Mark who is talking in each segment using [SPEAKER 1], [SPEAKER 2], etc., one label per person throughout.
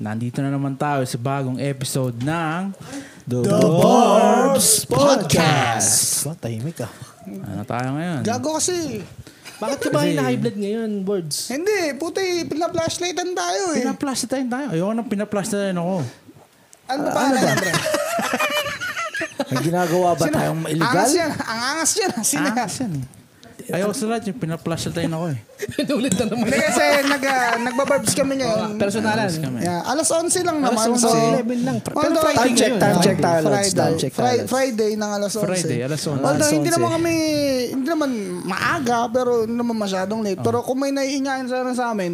[SPEAKER 1] Nandito na naman tayo sa bagong episode ng Ano The,
[SPEAKER 2] Barbs Podcast.
[SPEAKER 3] Ba, tahimik ah.
[SPEAKER 1] Ano tayo ngayon?
[SPEAKER 2] Gago kasi.
[SPEAKER 3] Bakit ka ba
[SPEAKER 1] Kasi-
[SPEAKER 3] high blood ngayon, Boards?
[SPEAKER 2] Hindi, puti, pinaflashlightan tayo eh.
[SPEAKER 1] Pinaplasta tayo tayo. Ayoko nang pinaplasta tayo ako.
[SPEAKER 2] ano ba ano ba?
[SPEAKER 3] May ginagawa ba
[SPEAKER 2] Angas yan. Ang angas yan. Sina.
[SPEAKER 1] Angas yan eh. Ayoko sa lahat yung pinaplasta tayo ako eh.
[SPEAKER 3] Pinulit na naman.
[SPEAKER 2] Hindi kasi nag, ah, nagbabarbs kami ngayon.
[SPEAKER 3] Personalan.
[SPEAKER 1] Alas kami.
[SPEAKER 2] Yeah, alas 11 lang naman.
[SPEAKER 3] Alas 11
[SPEAKER 2] so,
[SPEAKER 3] lang. Pero
[SPEAKER 2] although-
[SPEAKER 3] Friday Time check, ngayon. time
[SPEAKER 4] check tayo, Lods.
[SPEAKER 2] Friday,
[SPEAKER 4] Time check tayo,
[SPEAKER 2] Fri-
[SPEAKER 4] Lods.
[SPEAKER 2] Friday ng alas 11.
[SPEAKER 1] Friday, alas 11.
[SPEAKER 2] Although
[SPEAKER 4] Alas
[SPEAKER 2] hindi
[SPEAKER 4] 11.
[SPEAKER 2] naman kami, hindi naman maaga, pero hindi naman masyadong late. Pero kung may naiingayan sana sa amin,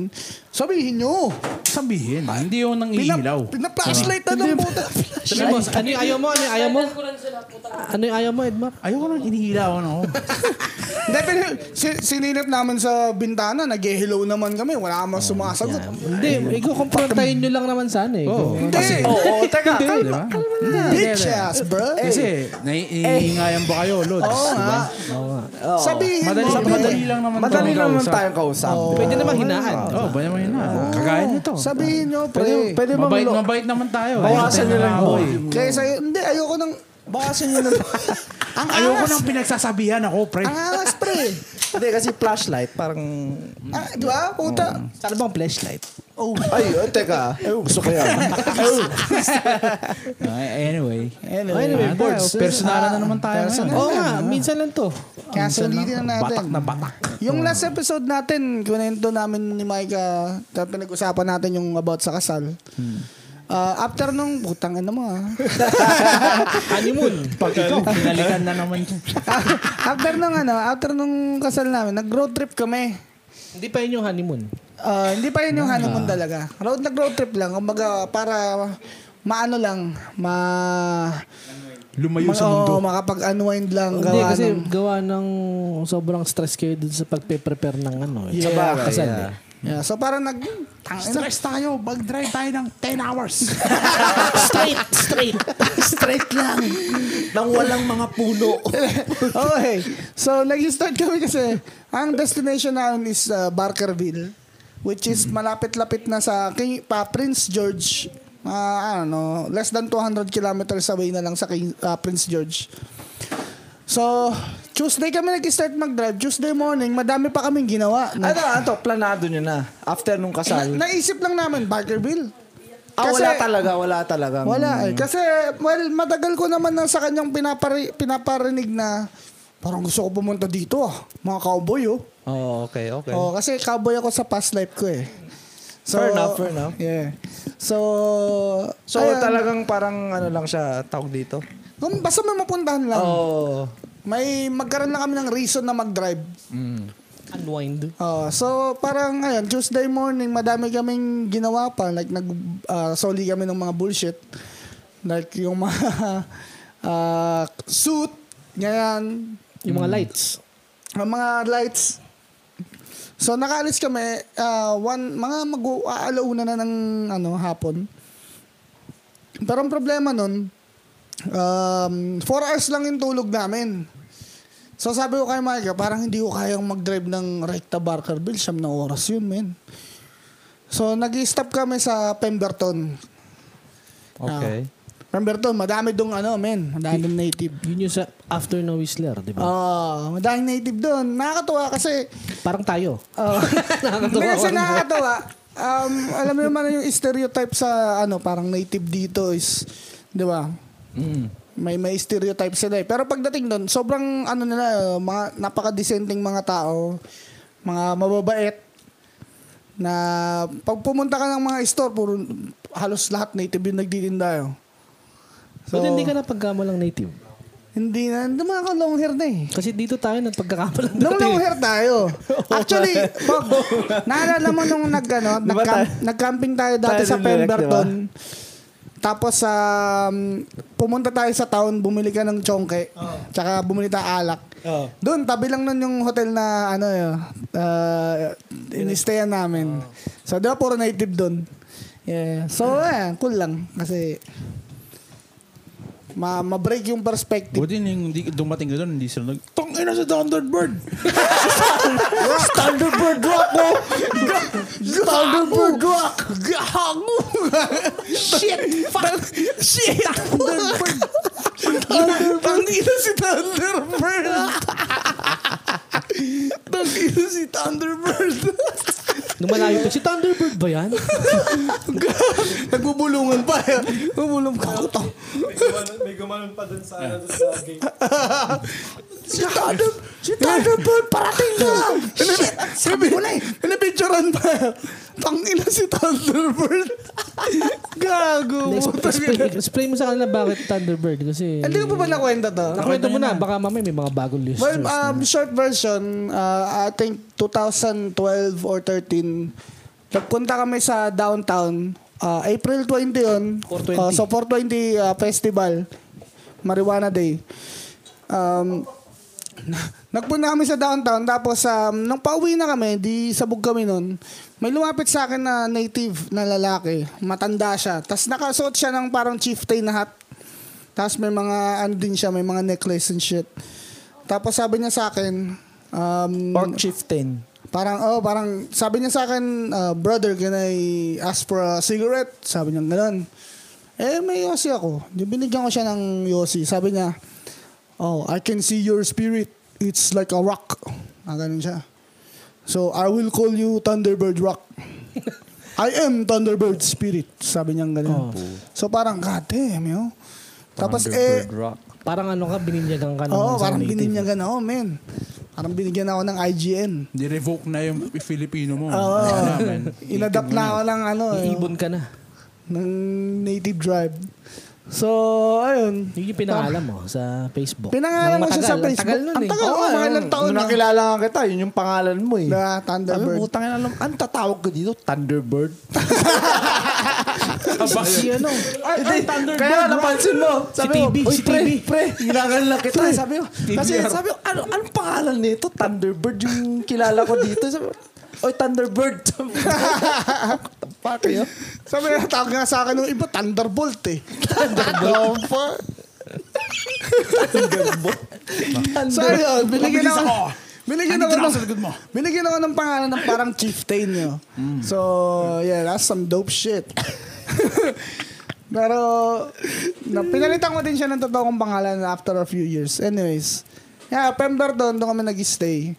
[SPEAKER 2] sabihin nyo.
[SPEAKER 1] Sabihin, hindi yung
[SPEAKER 2] Pina,
[SPEAKER 1] nangihilaw.
[SPEAKER 2] pina-flashlight na ng puta.
[SPEAKER 3] Ano yung ano yung ayaw mo? Ano yung ayaw mo? Ano yung ayaw mo, Edmar?
[SPEAKER 1] Ayoko nang inihilawan ako.
[SPEAKER 2] Hindi, pero si- sinilip namin sa bintana, nag-hello naman kami, wala kang sumasagot.
[SPEAKER 3] Hindi, ikukumprontahin nyo lang naman sana eh.
[SPEAKER 4] Oh.
[SPEAKER 5] Oh.
[SPEAKER 1] Oo.
[SPEAKER 3] Kung-
[SPEAKER 2] Hindi,
[SPEAKER 4] Oo, teka.
[SPEAKER 1] Di ba?
[SPEAKER 2] bitch ass, bro.
[SPEAKER 4] Eh.
[SPEAKER 1] Kasi, naiingayan ba kayo, Lods?
[SPEAKER 2] Oo nga. Sabihin mo,
[SPEAKER 1] Madali,
[SPEAKER 2] pre.
[SPEAKER 1] madali lang naman
[SPEAKER 4] Madali
[SPEAKER 1] tayong
[SPEAKER 4] naman
[SPEAKER 1] kausap.
[SPEAKER 4] tayong kausap.
[SPEAKER 3] Pwede naman hinaan.
[SPEAKER 1] Oo, oh, ba naman yun na? Kagaya nito.
[SPEAKER 2] Sabihin nyo, pre.
[SPEAKER 4] Pwede, pwede bang
[SPEAKER 1] Mabait,
[SPEAKER 4] lo-
[SPEAKER 1] mabait naman tayo.
[SPEAKER 4] bawasan
[SPEAKER 1] Ayoko
[SPEAKER 4] nyo lang
[SPEAKER 1] tayong
[SPEAKER 4] po.
[SPEAKER 1] nangamoy.
[SPEAKER 2] Kaysa, hindi, ayoko nang,
[SPEAKER 4] Bawasan nyo na
[SPEAKER 2] ang
[SPEAKER 1] Ayoko
[SPEAKER 2] angas,
[SPEAKER 1] nang pinagsasabihan ako, pre.
[SPEAKER 2] ang angas, pre.
[SPEAKER 4] Hindi, kasi flashlight, parang...
[SPEAKER 2] Ah, di ba, puta?
[SPEAKER 1] Mm.
[SPEAKER 3] Oh. Sana bang flashlight?
[SPEAKER 4] Ay, oh, teka. Ay, gusto ko yan.
[SPEAKER 1] Ay, anyway.
[SPEAKER 3] Oh, anyway,
[SPEAKER 1] Ano,
[SPEAKER 3] Boards.
[SPEAKER 1] Personalan na naman tayo
[SPEAKER 2] personal.
[SPEAKER 1] ngayon.
[SPEAKER 3] Oo nga, minsan lang to.
[SPEAKER 2] Kaya sulitin na natin.
[SPEAKER 1] Batak na batak. Mm.
[SPEAKER 2] Yung last episode natin, kunento namin ni Micah, tapos pinag-usapan natin yung about sa kasal.
[SPEAKER 1] Mm.
[SPEAKER 2] Ah, after nung, putang ina mo ah.
[SPEAKER 3] Honeymoon.
[SPEAKER 1] Pag ikaw, pinalikan na naman yun.
[SPEAKER 2] after nung ano, after nung kasal namin, nag road trip kami.
[SPEAKER 3] Hindi pa yun yung honeymoon.
[SPEAKER 2] Ah, hindi pa yun yung honeymoon talaga. Road nag road trip lang, kumbaga para maano lang, ma
[SPEAKER 1] Lumayo sa
[SPEAKER 2] ma-
[SPEAKER 1] mundo.
[SPEAKER 2] oo, makapag-unwind lang
[SPEAKER 3] Hindi,
[SPEAKER 2] gawa
[SPEAKER 3] kasi
[SPEAKER 2] ng
[SPEAKER 3] gawa ng sobrang stress kayo dun sa pagpe-prepare ng ano. eh.
[SPEAKER 2] Yeah.
[SPEAKER 3] Sa kasal
[SPEAKER 4] yeah.
[SPEAKER 3] eh.
[SPEAKER 2] Yeah, so parang nag tang ina.
[SPEAKER 1] Stress tayo. Mag-drive tayo ng 10 hours.
[SPEAKER 3] straight, straight.
[SPEAKER 4] Straight lang. Nang walang mga puno.
[SPEAKER 2] okay. So, nag-start kami kasi ang destination namin is uh, Barkerville which
[SPEAKER 4] Mm-hmm.
[SPEAKER 2] is malapit-lapit na sa King, pa Prince George. Ah, ano, less than 200 kilometers away na lang sa King, ah, Prince George. So, Tuesday kami nag-start mag-drive. Tuesday morning, madami pa kaming ginawa.
[SPEAKER 4] ano, ano, planado nyo na. After nung kasal.
[SPEAKER 2] Na- naisip lang namin, Barkerville.
[SPEAKER 4] Ah, wala talaga, wala talaga.
[SPEAKER 2] Wala eh. Kasi, well, matagal ko naman na sa kanyang pinapari, pinaparinig na parang gusto ko pumunta dito ah. Mga cowboy oh.
[SPEAKER 4] Oh, okay, okay.
[SPEAKER 2] Oh, kasi cowboy ako sa past life ko eh.
[SPEAKER 4] Fair enough, fair enough.
[SPEAKER 2] Yeah. So,
[SPEAKER 4] So,
[SPEAKER 2] ayan.
[SPEAKER 4] talagang parang ano lang siya, tawag dito.
[SPEAKER 2] Kung basta may mapuntahan lang.
[SPEAKER 4] Oh.
[SPEAKER 2] May magkaroon lang kami ng reason na mag-drive.
[SPEAKER 3] Unwind.
[SPEAKER 2] Oh, so parang ayan, Tuesday morning, madami kaming ginawa pa. Like, nag, ah, soli kami ng mga bullshit. Like, yung mga ah, suit, ganyan,
[SPEAKER 3] Yung
[SPEAKER 4] Hmm.
[SPEAKER 3] mga lights.
[SPEAKER 2] ang mga lights. So nakaalis kami ah, one mga mag aalauna na ng ano hapon. Pero ang problema nun, um, four hours lang yung tulog namin. So sabi ko kay Micah, parang hindi ko kayang mag-drive ng Recta Barkerville. Siyam na oras yun, men. So nag stop kami sa Pemberton.
[SPEAKER 4] Okay.
[SPEAKER 2] Pemberton, madami dong ano, men. Madami native.
[SPEAKER 3] Yun yung sa after na Whistler, di ba?
[SPEAKER 2] Ah, madaming native doon. Nakakatuwa kasi
[SPEAKER 3] Parang tayo.
[SPEAKER 2] Oh.
[SPEAKER 3] Nakakatawa.
[SPEAKER 2] Hindi, kasi nakakatawa. Um, alam mo naman yung stereotype sa ano, parang native dito is, di ba? May may stereotype sila eh. Pero pagdating doon, sobrang ano nila, eh, mga napaka-decenting mga tao, mga mababait na pag pumunta ka ng mga store, puro halos lahat native yung nagtitinda. eh.
[SPEAKER 3] So, hindi ka na pagkamalang native.
[SPEAKER 2] Hindi na, hindi mga long hair na eh.
[SPEAKER 3] Kasi dito tayo nagpagkakamalang
[SPEAKER 2] Nung long
[SPEAKER 3] dati.
[SPEAKER 2] hair tayo. Actually, Bob, naalala mo nung nag, ano,
[SPEAKER 4] Di ba
[SPEAKER 2] nagcamp-
[SPEAKER 4] tayo-
[SPEAKER 2] nag-camping tayo dati
[SPEAKER 4] tayo
[SPEAKER 2] sa
[SPEAKER 4] dun direct,
[SPEAKER 2] Pemberton. Tapos, um, pumunta tayo sa town, bumili ka ng chongke. Tsaka bumili tayo alak.
[SPEAKER 4] Oh.
[SPEAKER 2] Doon, tabi lang nun yung hotel na, ano, uh, inistayan namin. So, di ba, puro native doon. Yeah. So, eh, cool lang. Kasi, ma- ma-break yung perspective.
[SPEAKER 1] Buti nung hindi- dumating ka doon, hindi sila nag... Tang ina sa Thunderbird! Bird!
[SPEAKER 4] Thunderbird rock mo! Thunderbird rock!
[SPEAKER 2] Gago! Shit! Fuck! Shit! Thunderbird!
[SPEAKER 4] Tangina si Thunderbird! Tangina si Thunderbird!
[SPEAKER 3] Nung malayo pa, si Thunderbird ba yan?
[SPEAKER 4] Nagbubulungan pa eh. Bubulong ka ko to.
[SPEAKER 6] may gumanon pa dun sa, ano, dun sa gate.
[SPEAKER 4] Si Thunder, si Thunderbird parating na! Shit! Sabi ko na eh.
[SPEAKER 2] Pinapicturan pa. Tangina si Thunderbird. Gago.
[SPEAKER 3] explain, explain, explain mo sa kanila bakit Thunderbird kasi...
[SPEAKER 2] Hindi ko pa ba nakwenta to?
[SPEAKER 3] Nakwento mo na, baka mamaya may mga bagong listeners.
[SPEAKER 2] Well,
[SPEAKER 4] ah,
[SPEAKER 2] um, short version, uh, I think 2012 or 13, nagpunta kami sa downtown. Uh, April 20 yun.
[SPEAKER 3] 420.
[SPEAKER 2] Uh, so 420 uh, festival. Marijuana Day. Um, nagpunta kami sa downtown. Tapos, um, nung pauwi na kami, di sabog kami nun, may lumapit sa akin na native na lalaki. Matanda siya. Tapos nakasuot siya ng parang chieftain na hat. Tapos may mga, ano din siya, may mga necklace and shit. Tapos sabi niya sa akin, um,
[SPEAKER 4] chieftain.
[SPEAKER 2] Parang, oh, parang, sabi niya sa akin, uh, brother, can I ask for a cigarette? Sabi niya, ganun. Eh, may yosi ako. Di Binigyan ko siya ng yosi. Sabi niya, oh, I can see your spirit. It's like a rock. Ah, ganun siya. So, I will call you Thunderbird Rock. I am Thunderbird Spirit. Sabi niya ganun. So, parang, god damn, yo. Tapos, eh,
[SPEAKER 4] rock.
[SPEAKER 3] parang ano ka, bininyagan ka naman
[SPEAKER 2] oo,
[SPEAKER 3] sa
[SPEAKER 2] parang
[SPEAKER 3] Ano, native.
[SPEAKER 2] bininyagan ako, Oh, man. Parang binigyan ako ng IGN.
[SPEAKER 1] Ni-revoke na yung Filipino mo.
[SPEAKER 2] Oo.
[SPEAKER 1] Ano naman?
[SPEAKER 2] Inadapt na ako ng ano, eh,
[SPEAKER 3] Iibon ka na.
[SPEAKER 2] ng native drive. So, ayun.
[SPEAKER 3] Yun yung pinangalan mo sa Facebook.
[SPEAKER 2] Pinangalan
[SPEAKER 3] Nang
[SPEAKER 2] ko siya sa
[SPEAKER 3] matagal. Ang
[SPEAKER 2] Facebook.
[SPEAKER 3] tagal nun eh.
[SPEAKER 4] Ah.
[SPEAKER 2] Ang tagal, oh, mga ilang taon
[SPEAKER 4] Nung
[SPEAKER 2] na.
[SPEAKER 4] nakilala nga kita, yun yung pangalan mo eh.
[SPEAKER 2] Na
[SPEAKER 4] Sabi
[SPEAKER 2] Ah, Thunderbird.
[SPEAKER 4] mo, utang na lang. Ang tatawag ko dito, Thunderbird.
[SPEAKER 3] Si ano?
[SPEAKER 4] Ay, Kaya napansin mo.
[SPEAKER 3] Si TB,
[SPEAKER 4] "Uy,
[SPEAKER 3] si
[SPEAKER 4] pre,
[SPEAKER 3] TB."
[SPEAKER 4] Pre, ginagal na kita. Sabi ko,
[SPEAKER 1] TBR.
[SPEAKER 4] kasi sabi ko, ano, anong pangalan nito? Thunderbird yung kilala ko dito. Sabi ko, Oy, Thunderbird. Sabi ko, Fuck yun.
[SPEAKER 2] Sabi na, tawag nga sa akin ng iba, Thunderbolt eh. Thunderbolt? so, ayun, binigyan
[SPEAKER 1] Mabilis ako.
[SPEAKER 2] ako. Binigyan
[SPEAKER 1] Ano
[SPEAKER 2] ako,
[SPEAKER 1] tinasagot
[SPEAKER 2] ng,
[SPEAKER 1] mo?
[SPEAKER 2] binigyan ako ng pangalan ng parang chieftain nyo. So, yeah, that's some dope shit. Pero, na, pinalitan ko din siya ng totoong pangalan after a few years. Anyways, yeah, Pember doon, doon kami nag-stay.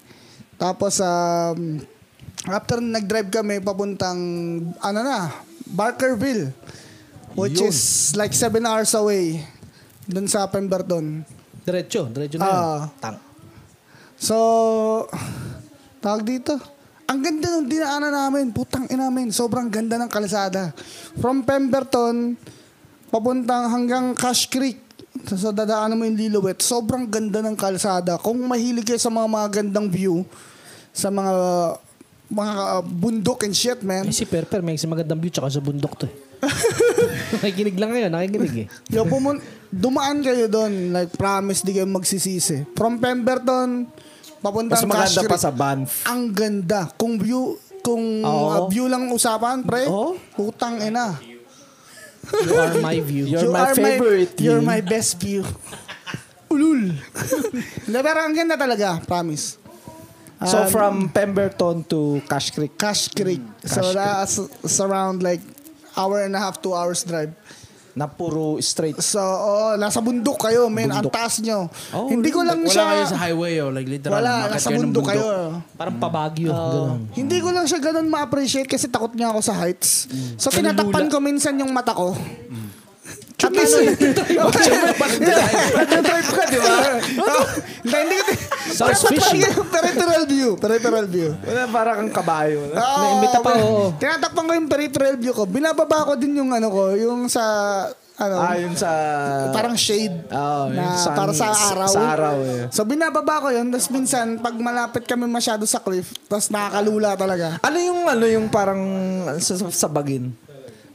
[SPEAKER 2] Tapos, um, after nag-drive kami papuntang, ano na, Barkerville. Which
[SPEAKER 1] Yun.
[SPEAKER 2] is like 7 hours away. Doon sa Pemberton.
[SPEAKER 3] Diretso, diretso na yun.
[SPEAKER 2] Ah.
[SPEAKER 3] Tang.
[SPEAKER 2] So, tawag dito. Ang ganda ng dinaanan namin. Putang ina namin. Sobrang ganda ng kalsada. From Pemberton, papuntang hanggang Cash Creek. So, dadaanan mo yung Lilowet. Sobrang ganda ng kalsada. Kung mahilig kayo sa mga magandang view, sa mga mga uh, bundok and shit, man.
[SPEAKER 3] Eh, si Perper, may isang magandang view tsaka sa bundok to eh. nakikinig lang ngayon, nakikinig eh.
[SPEAKER 2] Yo, pumun- dumaan kayo doon. Like, promise, di kayo magsisisi. From Pemberton,
[SPEAKER 4] Mas
[SPEAKER 2] papuntang Cash
[SPEAKER 4] maganda
[SPEAKER 2] Creek.
[SPEAKER 4] pa sa Banff.
[SPEAKER 2] Ang ganda. Kung view, kung
[SPEAKER 4] Oo.
[SPEAKER 2] uh, view lang usapan, pre,
[SPEAKER 4] Oo.
[SPEAKER 2] putang ina.
[SPEAKER 3] You are my view.
[SPEAKER 4] You're my favorite.
[SPEAKER 2] you're my best view. Ulul. Hindi, pero ang ganda talaga, promise. Um,
[SPEAKER 4] So from Pemberton to Cash Creek.
[SPEAKER 2] Cash Creek.
[SPEAKER 4] Mm,
[SPEAKER 2] so, that's it's around like hour and a half, two hours drive.
[SPEAKER 4] Na puro straight.
[SPEAKER 2] So, oo, nasa bundok kayo, men. Ang taas nyo. Oh,
[SPEAKER 4] Oh,
[SPEAKER 2] Hindi ko lang
[SPEAKER 1] Wala
[SPEAKER 2] siya...
[SPEAKER 1] kayo sa highway, oh. Like, literal.
[SPEAKER 2] wala,
[SPEAKER 1] umakyat
[SPEAKER 2] nasa
[SPEAKER 1] ng
[SPEAKER 2] bundok kayo.
[SPEAKER 3] Parang pabagyo.
[SPEAKER 2] Ah.
[SPEAKER 3] ganun.
[SPEAKER 2] Hindi ko lang siya ganun ma-appreciate kasi takot niya ako sa heights.
[SPEAKER 3] Mm.
[SPEAKER 2] So, tinatakpan ko minsan yung mata ko. At least, Nag-drive ka, di ba? Hindi, hindi ko.
[SPEAKER 3] Sounds
[SPEAKER 2] Pero-
[SPEAKER 3] fishy.
[SPEAKER 2] Peripheral view. Peripheral view.
[SPEAKER 4] Wala, para kang kabayo. No?
[SPEAKER 2] Oo,
[SPEAKER 3] Naimbita pa, oo.
[SPEAKER 2] Tinatakpan ko yung peripheral view ko. Binababa ko din yung ano ko, yung sa, ano,
[SPEAKER 3] Ah,
[SPEAKER 4] Ayon sa...
[SPEAKER 2] parang shade.
[SPEAKER 4] Oo, yun,
[SPEAKER 2] na
[SPEAKER 4] Ah, sun-
[SPEAKER 2] para sa araw.
[SPEAKER 4] Sa araw, eh.
[SPEAKER 2] So binababa ko yun, tapos minsan pag malapit kami masyado sa cliff, tapos nakakalula talaga.
[SPEAKER 4] Ano yung ano yung parang sa, sa, sa bagin?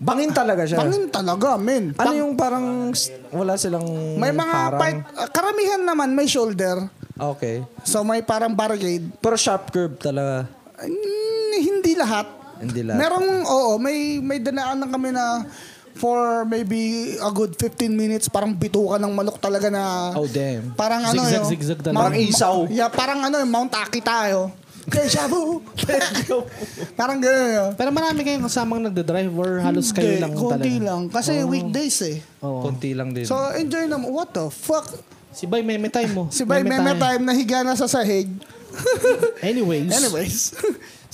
[SPEAKER 4] Bangin talaga siya.
[SPEAKER 2] Bangin talaga, men.
[SPEAKER 4] Ano yung parang s- wala silang
[SPEAKER 2] May mga
[SPEAKER 4] harang?
[SPEAKER 2] fight, uh, karamihan naman may shoulder.
[SPEAKER 4] Okay.
[SPEAKER 2] So may parang barricade.
[SPEAKER 4] Pero sharp curve talaga.
[SPEAKER 2] Mm, hindi lahat.
[SPEAKER 4] Hindi lahat.
[SPEAKER 2] Merong, oo, may, may danaan lang kami na for maybe a good 15 minutes, parang bituka ng manok talaga na...
[SPEAKER 1] Oh, damn.
[SPEAKER 2] Parang ano
[SPEAKER 1] Zigzag,
[SPEAKER 2] yun.
[SPEAKER 1] zigzag talaga.
[SPEAKER 2] ma-
[SPEAKER 4] Parang isaw.
[SPEAKER 2] ma- yeah, parang ano yun, Mount Aki tayo. Deja vu! parang gano'n yun.
[SPEAKER 3] Pero marami kayong kasamang nagdadrive or halos kayo
[SPEAKER 2] Hindi,
[SPEAKER 3] lang talaga.
[SPEAKER 2] konti lang. Kasi
[SPEAKER 4] Oh.
[SPEAKER 2] weekdays eh.
[SPEAKER 3] Oo.
[SPEAKER 1] Konti lang din.
[SPEAKER 2] So, enjoy naman. What the fuck?
[SPEAKER 3] Si Bay, meme time mo.
[SPEAKER 2] Si Bay Meme Time, nahiga na sa sahig.
[SPEAKER 3] Anyways.
[SPEAKER 2] Anyways.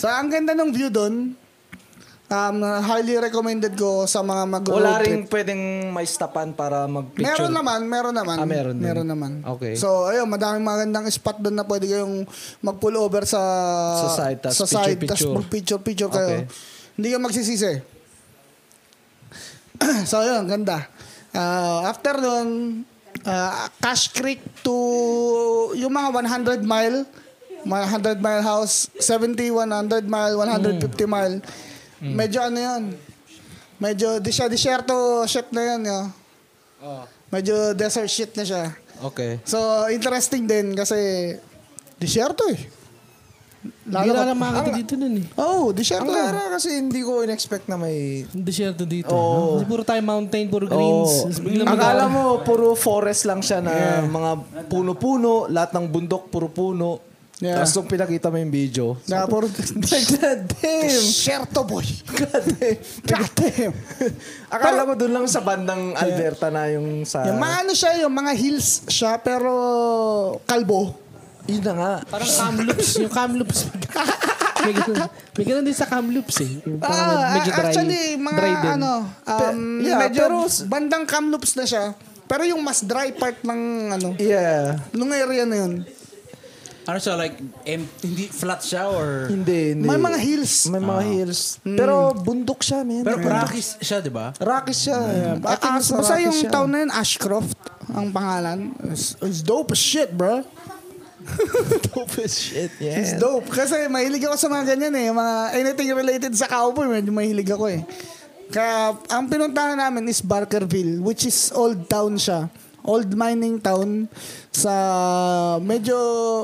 [SPEAKER 2] so, ang ganda ng view doon. Um, highly recommended ko sa mga mag
[SPEAKER 4] Wala rin pwedeng may stapan para mag-picture.
[SPEAKER 2] Meron naman, meron naman.
[SPEAKER 4] Ah, meron din.
[SPEAKER 2] naman.
[SPEAKER 4] Okay.
[SPEAKER 2] So, ayun, madaming magandang spot doon na pwede kayong mag-pull over sa...
[SPEAKER 4] Sa side, tas
[SPEAKER 2] sa side, tas
[SPEAKER 4] picture-picture.
[SPEAKER 2] mag-picture-picture kayo.
[SPEAKER 4] Okay.
[SPEAKER 2] Hindi ka magsisisi. so, ayun, ganda. Ah, after nun, ah, Cash Creek to yung mga 100 mile, 100 mile house, 70, 100 mile, 150 mile. Medyo ano yun? Medyo di siya disyerto shit na yun. Yo. Medyo desert shit na siya.
[SPEAKER 1] Okay.
[SPEAKER 2] So, interesting din kasi disyerto eh.
[SPEAKER 3] Hindi
[SPEAKER 2] ka-
[SPEAKER 3] na lang makakita dito nun eh.
[SPEAKER 2] Oh,
[SPEAKER 4] Ang
[SPEAKER 2] disyerto.
[SPEAKER 4] gara kasi hindi ko in-expect na may...
[SPEAKER 3] Desierto dito.
[SPEAKER 4] Oo.
[SPEAKER 3] Kasi puro tayo mountain, puro greens. Tapos biglang mag-
[SPEAKER 4] Akala mo, puro forest lang siya na mga puno-puno, lahat ng bundok, puro puno.
[SPEAKER 2] Yeah.
[SPEAKER 4] Tapos nung pinakita mo yung video,
[SPEAKER 2] Na puro
[SPEAKER 4] like, damn!
[SPEAKER 2] disyerto boy.
[SPEAKER 4] God damn.
[SPEAKER 2] God damn.
[SPEAKER 4] Akala mo dun lang sa bandang Alberta na yung sa...
[SPEAKER 2] yung mga ano siya, yung mga hills siya pero kalbo.
[SPEAKER 4] Yun na nga.
[SPEAKER 3] Parang Kamloops. yung Kamloops. may, ganun, may ganun din sa Kamloops eh. Yung parang
[SPEAKER 2] Ah,
[SPEAKER 3] medyo dry.
[SPEAKER 2] actually, mga
[SPEAKER 3] dry din.
[SPEAKER 2] ano, um,
[SPEAKER 4] Pe- yeah,
[SPEAKER 2] medyo
[SPEAKER 4] pero-
[SPEAKER 2] bandang Kamloops na siya. Pero yung mas dry part ng ano,
[SPEAKER 4] Yeah.
[SPEAKER 2] nung area na yun.
[SPEAKER 1] Ano siya, like, em- hindi flat siya or...
[SPEAKER 4] Hindi, hindi.
[SPEAKER 2] May mga hills. Ah. Hmm.
[SPEAKER 4] May mga hills. Pero bundok siya, man.
[SPEAKER 1] Pero Rockies siya, di ba?
[SPEAKER 4] Rocky siya. I think
[SPEAKER 2] Ah,
[SPEAKER 4] nasa
[SPEAKER 2] basta
[SPEAKER 4] Rocky
[SPEAKER 2] yung
[SPEAKER 4] siya.
[SPEAKER 2] town na yun, Ashcroft, ang pangalan. It's, it's dope as shit, bro.
[SPEAKER 4] dope as shit, yeah.
[SPEAKER 2] It's dope. Kasi mahilig ako sa mga ganyan eh. Mga anything related sa cowboy, medyo mahilig ako eh. Kaya ang pinuntahan namin is Barkerville, which is old town siya. Old mining town sa medyo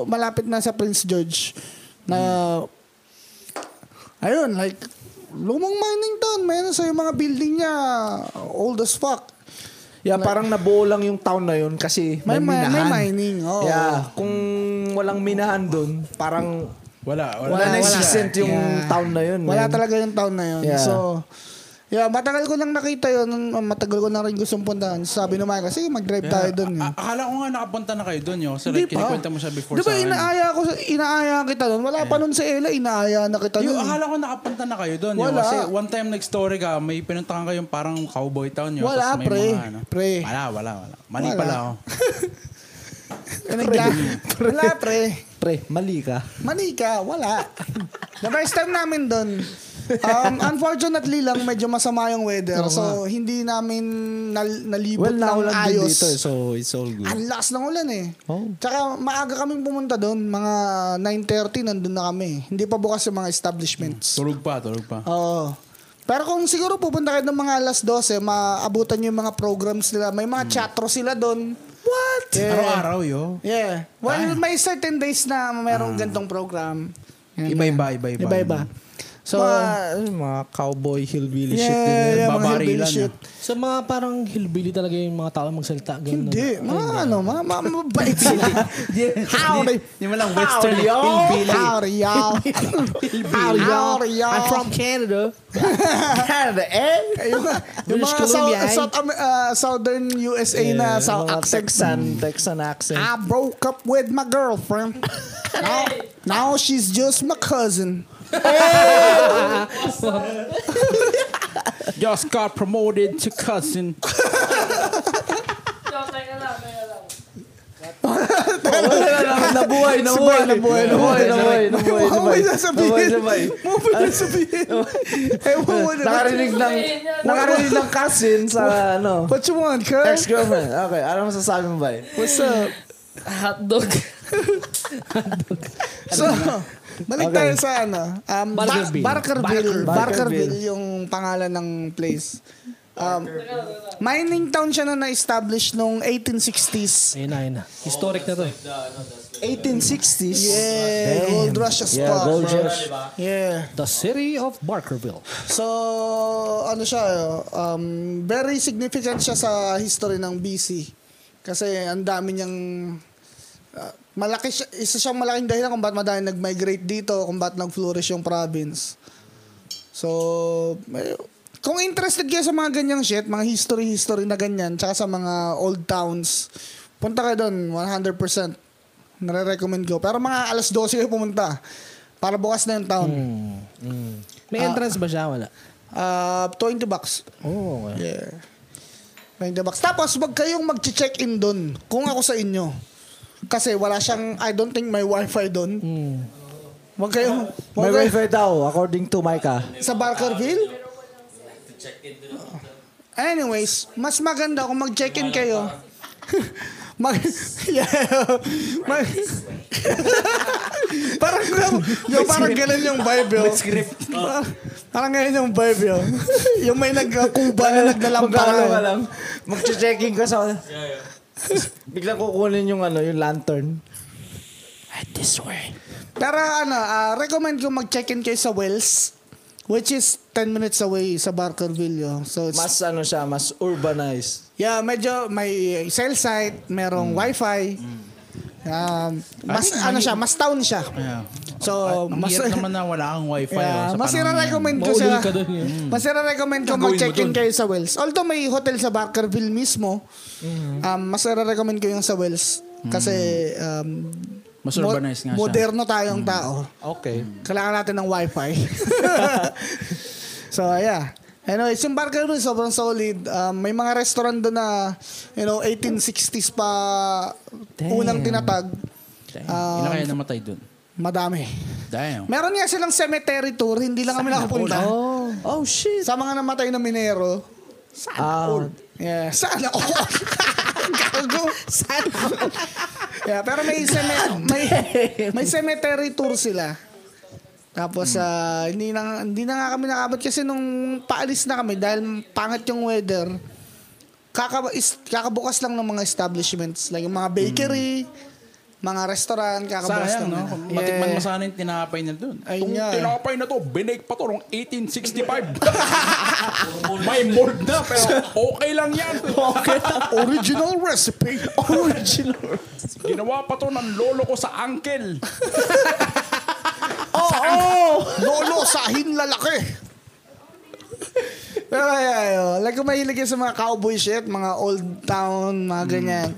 [SPEAKER 2] malapit na sa Prince George. Na ayun, like lumang mining town, man. So yung mga building niya, old as fuck.
[SPEAKER 4] Yeah, parang nabuo lang yung town na yun kasi may,
[SPEAKER 2] May, may,
[SPEAKER 4] minahan.
[SPEAKER 2] may mining, oo.
[SPEAKER 4] Yeah, kung walang minahan dun, parang
[SPEAKER 1] Wala, wala.
[SPEAKER 4] wala, na existent yung
[SPEAKER 2] Yeah.
[SPEAKER 4] town na yun.
[SPEAKER 2] Wala
[SPEAKER 4] man.
[SPEAKER 2] talaga yung town na yun.
[SPEAKER 4] Yeah.
[SPEAKER 2] So, yeah, matagal ko nang nakita yun. Um, Matagal ko na rin gustong puntahan. Sabi naman, kasi mag-drive tayo doon.
[SPEAKER 1] A- a-
[SPEAKER 5] Ah,
[SPEAKER 1] akala ko nga nakapunta na kayo doon, yo. So, like, kinikwenta mo siya before
[SPEAKER 2] Di ba
[SPEAKER 1] sa akin.
[SPEAKER 2] inaaya, ko, inaaya kita doon? Wala pa nun si Ella, inaaya na kita
[SPEAKER 1] Yo,
[SPEAKER 2] doon.
[SPEAKER 1] akala ko nakapunta na kayo doon, yo.
[SPEAKER 2] Ano Wala.
[SPEAKER 1] Kasi one time nag-story ka, may pinuntahan kayong parang cowboy town, yo.
[SPEAKER 2] Wala,
[SPEAKER 1] Tapos may
[SPEAKER 2] pre.
[SPEAKER 1] Mga, ano.
[SPEAKER 2] Pre.
[SPEAKER 1] Wala, wala, wala. Mali
[SPEAKER 2] Wala.
[SPEAKER 1] pala oh. ako.
[SPEAKER 2] Eh, nagla- Wala, pre.
[SPEAKER 4] Pre, mali ka.
[SPEAKER 2] Manika, wala. The first time namin doon, um, unfortunately lang, medyo masama yung weather. so, hindi namin nal- nalibot
[SPEAKER 4] Well,
[SPEAKER 2] ng
[SPEAKER 4] naulan din
[SPEAKER 2] ayos.
[SPEAKER 4] dito, eh, so it's all good.
[SPEAKER 2] Ang lakas ng ulan eh.
[SPEAKER 4] Oh.
[SPEAKER 2] Tsaka maaga kaming pumunta doon. Mga 9.30 nandun na kami. Hindi pa bukas yung mga
[SPEAKER 5] Mm.
[SPEAKER 2] establishments.
[SPEAKER 1] Tulog pa, tulog pa.
[SPEAKER 2] Oo. Pero kung siguro pupunta kayo ng mga alas 12, maabutan nyo yung mga programs nila. May mga chatro sila doon. What? Yeah.
[SPEAKER 1] Araw-araw, yo.
[SPEAKER 2] Yeah. Well, may certain days na mayroong gantong program.
[SPEAKER 1] Iba-iba, iba-iba.
[SPEAKER 2] Iba-iba.
[SPEAKER 4] So, mga, mga cowboy hillbilly shit din.
[SPEAKER 1] yun.
[SPEAKER 2] yeah, mga
[SPEAKER 1] Babarilan
[SPEAKER 2] hillbilly
[SPEAKER 1] yun.
[SPEAKER 2] shit.
[SPEAKER 3] So mga parang hillbilly talaga yung mga tao magsalita. Ganun
[SPEAKER 2] Hindi. Mga ano, mga mga mabait sila. Howdy.
[SPEAKER 1] Yung malang western
[SPEAKER 2] Howdy, y'all.
[SPEAKER 1] hillbilly.
[SPEAKER 2] Howdy, y'all. Howdy, y'all.
[SPEAKER 3] I'm from Canada.
[SPEAKER 2] Canada, eh? Yung, yung
[SPEAKER 3] British
[SPEAKER 2] mga
[SPEAKER 3] Columbia,
[SPEAKER 2] South,
[SPEAKER 3] eh.
[SPEAKER 2] South, Am- ah, Southern USA na South
[SPEAKER 4] mga
[SPEAKER 2] accent.
[SPEAKER 4] Texan, Texan accent.
[SPEAKER 2] I broke up with my girlfriend. now, now she's just my cousin.
[SPEAKER 1] Just got promoted to cousin.
[SPEAKER 7] No, teka lang, teka lang.
[SPEAKER 4] nabuhay, nabuhay, nabuhay, nabuhay, nabuhay, nabuhay,
[SPEAKER 2] Ano ba
[SPEAKER 4] nabuhay,
[SPEAKER 2] yung sasabihin?
[SPEAKER 4] nabuhay, nabuhay.
[SPEAKER 2] Ano ba yung sasabihin? Ewan mo na.
[SPEAKER 4] Nakarinig ng, nakarinig ng cousin sa, ano,
[SPEAKER 2] What you want, cuz?
[SPEAKER 4] ex-girlfriend. Okay, ano masasabi mo ba?
[SPEAKER 2] What's up?
[SPEAKER 7] Hotdog.
[SPEAKER 2] So, balik tayo sa ano. Um, Barkerville.
[SPEAKER 3] Barkerville.
[SPEAKER 2] Barkerville.
[SPEAKER 4] Barkerville.
[SPEAKER 2] Barkerville yung pangalan ng place. Um, mining town siya na na-establish noong 1860s.
[SPEAKER 3] Ayun na, ayun na. Historic na to. eh.
[SPEAKER 4] 1860s.
[SPEAKER 2] Yeah, gold rush as
[SPEAKER 4] Yeah,
[SPEAKER 2] fuck.
[SPEAKER 4] gold
[SPEAKER 2] bro.
[SPEAKER 4] rush.
[SPEAKER 2] Yeah.
[SPEAKER 3] The city of Barkerville.
[SPEAKER 2] So, ano siya, um, very significant siya sa history ng BC. Kasi ang dami niyang, ah, malaki siya, isa siyang malaking dahilan kung ba't madami nag-migrate dito, kung ba't nag-flourish yung province. So, may- kung interested kayo sa mga ganyang shit, mga history-history na ganyan, tsaka sa mga old towns, punta kayo doon, 100%. Nare-recommend ko. Pero mga alas 12 kayo pumunta para bukas na yung town.
[SPEAKER 3] May entrance ba siya? Wala.
[SPEAKER 2] Ah, 20 bucks.
[SPEAKER 3] Oh, okay.
[SPEAKER 2] Yeah. 90 bucks. Tapos, wag kayong mag-check-in doon. Kung ako sa inyo. Kasi wala siyang, I don't think may wifi doon. Wag kayong, wag
[SPEAKER 4] May
[SPEAKER 2] kayo-
[SPEAKER 4] wifi daw, according to Micah.
[SPEAKER 2] sa Barkerville? Anyways, mas maganda kung mag-check-in kayo. Mag yeah. Mag parang yung parang ganun yung vibe yun. Parang- parang ganun yung vibe yun. yung may nagkuba na
[SPEAKER 4] Magkakalo ka
[SPEAKER 2] nagnalampara.
[SPEAKER 4] lang. Mag-checking ka sa... Biglang kukunin yung ano, yung lantern.
[SPEAKER 2] Pero ano, ah, recommend ko mag-check-in kayo sa Wells which is 10 minutes away sa Barkerville yun. So it's
[SPEAKER 4] Mas ano siya, mas urbanized.
[SPEAKER 2] Yeah, medyo may cell
[SPEAKER 1] Mm.
[SPEAKER 2] site, merong wifi. Um, mas ano siya, mas town siya.
[SPEAKER 1] Yeah.
[SPEAKER 2] So,
[SPEAKER 1] Ang
[SPEAKER 2] mas
[SPEAKER 1] hirap naman na wala kang wifi.
[SPEAKER 2] Oh, Yeah,
[SPEAKER 1] oh, sa
[SPEAKER 2] mas
[SPEAKER 1] panahon na yan.
[SPEAKER 2] recommend ko
[SPEAKER 3] Maulol
[SPEAKER 2] siya.
[SPEAKER 3] ka dun yun.
[SPEAKER 2] Mas recommend ko mag-check-in kayo sa Wells. Although may hotel sa Barkerville mismo,
[SPEAKER 1] Mm-hmm.
[SPEAKER 2] um, mas recommend ko yung sa Wells. Kasi um,
[SPEAKER 1] Mas
[SPEAKER 2] mo-
[SPEAKER 1] urbanized nga siya. Mm-hmm.
[SPEAKER 2] Moderno tayong tao.
[SPEAKER 4] Okay.
[SPEAKER 2] Kailangan natin ng wifi. so, yeah. Anyways, yung Barker Grill sobrang solid. Um, may mga restaurant doon na, you know, 1860s pa unang tinatag.
[SPEAKER 1] Damn.
[SPEAKER 2] Um,
[SPEAKER 1] Ilan kaya namatay dun?
[SPEAKER 2] Madami.
[SPEAKER 1] Damn.
[SPEAKER 2] Meron nga silang cemetery tour, hindi lang kami nakapunta.
[SPEAKER 4] Oh, shit.
[SPEAKER 2] Sa mga namatay na minero.
[SPEAKER 4] Ah,
[SPEAKER 2] Yeah. Sana ako. Gago. Sana all. yeah, pero may, ceme- may, may cemetery tour sila. Tapos ah, hindi na hindi na nga kami nakabot kasi nung paalis na kami dahil pangit yung weather. Kaka is, kakabukas lang ng mga establishments like yung mga bakery, mga restaurant kakabukas
[SPEAKER 1] Sayang,
[SPEAKER 2] lang.
[SPEAKER 1] no?
[SPEAKER 2] nila.
[SPEAKER 1] Matikman
[SPEAKER 2] Yeah.
[SPEAKER 1] mo sana yung tinapay na dun.
[SPEAKER 2] Ayun
[SPEAKER 1] Itong
[SPEAKER 2] nga eh.
[SPEAKER 1] tinapay na to, binake pa to noong 1865. May mold na, pero okay lang yan.
[SPEAKER 2] Original recipe. Original.
[SPEAKER 1] Ginawa pa to ng lolo ko sa uncle.
[SPEAKER 2] Oo! Oh, Lolo, sahin lalaki! Pero yeah, yun. Like kung mahilig kayo sa mga cowboy shit, mga old town, mga ganyan.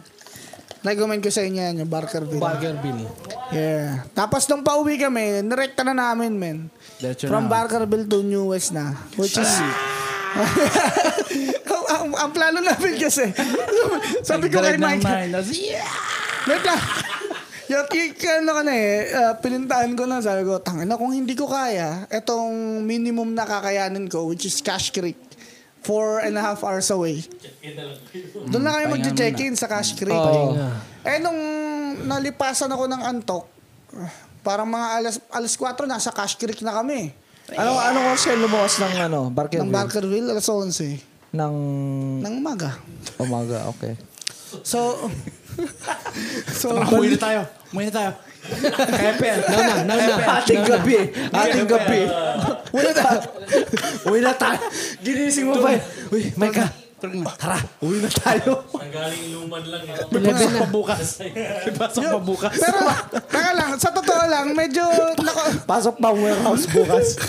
[SPEAKER 2] Recommend ko sa inyo yan, yung Barkerville.
[SPEAKER 3] Barkerville.
[SPEAKER 2] yeah. Tapos nung pauwi kami, nirekta na namin, men.
[SPEAKER 1] Diretso na.
[SPEAKER 2] From
[SPEAKER 1] Ah.
[SPEAKER 2] Barkerville to New West na. Which is... ang, ang, ang plano namin kasi, sabi ko kay Mike,
[SPEAKER 1] Ah,
[SPEAKER 2] Wait lang. Yung kick, ano ka na eh, ah, pinintaan ko na, sabi ko, tangin na, kung hindi ko kaya, etong minimum na kakayanin ko, which is Cash Creek, four and a half hours away. Doon na kayo
[SPEAKER 1] Pahinga
[SPEAKER 2] mag-check-in sa Cash Creek.
[SPEAKER 4] Oo.
[SPEAKER 2] Eh, nung nalipasan ako ng antok, ah, parang mga alas, alas 4, nasa Cash Creek na kami.
[SPEAKER 4] ano ano ko siya lumuwas ng ano, Barker
[SPEAKER 2] Ng Barkerville, alas 11.
[SPEAKER 4] ng
[SPEAKER 2] Ng umaga.
[SPEAKER 4] umaga, okay.
[SPEAKER 2] So, so,
[SPEAKER 1] Umuwi na tayo. Umuwi na tayo. Kepel.
[SPEAKER 3] Now na, now na.
[SPEAKER 4] Ating gabi, ating gabi. Uy na tayo. Uy na tayo. Ginising mo ba? yun? Uy, Micah. Tara, uwi na tayo.
[SPEAKER 6] Nanggaling luman lang. eh.
[SPEAKER 1] Ipasok pa bukas. Ipasok pa bukas.
[SPEAKER 2] pero, teka lang, sa totoo lang, medyo, nako,
[SPEAKER 4] Pasok pa warehouse bukas.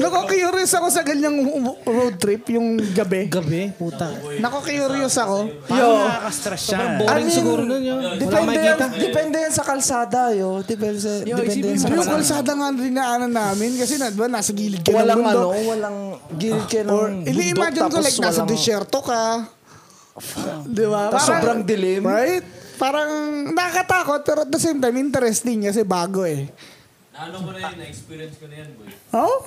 [SPEAKER 2] Nako curious ako sa ganyang u- road trip yung gabi.
[SPEAKER 3] Gabi, puta.
[SPEAKER 2] Nako curious ako.
[SPEAKER 1] Parang nakaka-stress siya.
[SPEAKER 3] Boring
[SPEAKER 4] I mean,
[SPEAKER 3] siguro nun yun. Wala
[SPEAKER 4] Depende yan,
[SPEAKER 3] makikita.
[SPEAKER 4] depende yan sa kalsada, yo. Depende, sa-
[SPEAKER 3] Yo,
[SPEAKER 4] depende
[SPEAKER 3] isipin
[SPEAKER 4] yan sa
[SPEAKER 2] Yung kalsada
[SPEAKER 4] kalsada.
[SPEAKER 2] nga rinaanan namin kasi na, diba, nasa gilid ka ng
[SPEAKER 4] Walang
[SPEAKER 2] mundo.
[SPEAKER 4] ano, walang gilid kayo ng
[SPEAKER 2] Or,
[SPEAKER 4] bundok,
[SPEAKER 2] ini-imagine ko
[SPEAKER 4] tapos
[SPEAKER 2] like nasa
[SPEAKER 4] walang-
[SPEAKER 2] disyerto ka. Di ba?
[SPEAKER 4] Tapos
[SPEAKER 2] Parang-
[SPEAKER 4] sobrang dilim.
[SPEAKER 2] Right? Parang nakakatakot pero at the same time interesting kasi bago eh.
[SPEAKER 6] Naano Ano ko na yun, na-experience ko na yan, boy.
[SPEAKER 2] Oh?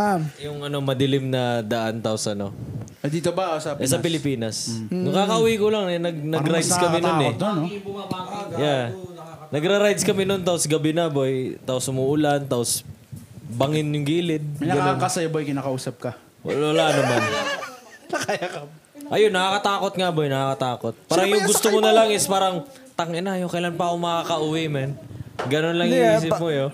[SPEAKER 2] Ha?
[SPEAKER 8] Yung ano, madilim na daan tapos ano.
[SPEAKER 1] Ah, Dito ba? o Sa
[SPEAKER 8] Eh, sa Pilipinas. Nung kakauwi ko lang, eh, nag, nag-rides kami nun eh. Yeah. Nagra-rides kami nun, tapos gabi na boy. Tapos umuulan, tapos bangin yung gilid.
[SPEAKER 1] May nakakasayo boy, kinakausap ka.
[SPEAKER 8] Wala, wala naman. Ayun, nakakatakot nga boy, nakakatakot.
[SPEAKER 2] Sino ba
[SPEAKER 8] Parang yung
[SPEAKER 2] yung
[SPEAKER 8] gusto
[SPEAKER 2] sakay
[SPEAKER 8] mo na
[SPEAKER 2] mo?
[SPEAKER 8] lang is parang, tangin na, yung kailan pa ako makaka-uwi, man. Ganun lang yung
[SPEAKER 4] Yeah,
[SPEAKER 8] isip
[SPEAKER 4] pa-
[SPEAKER 8] mo, yo.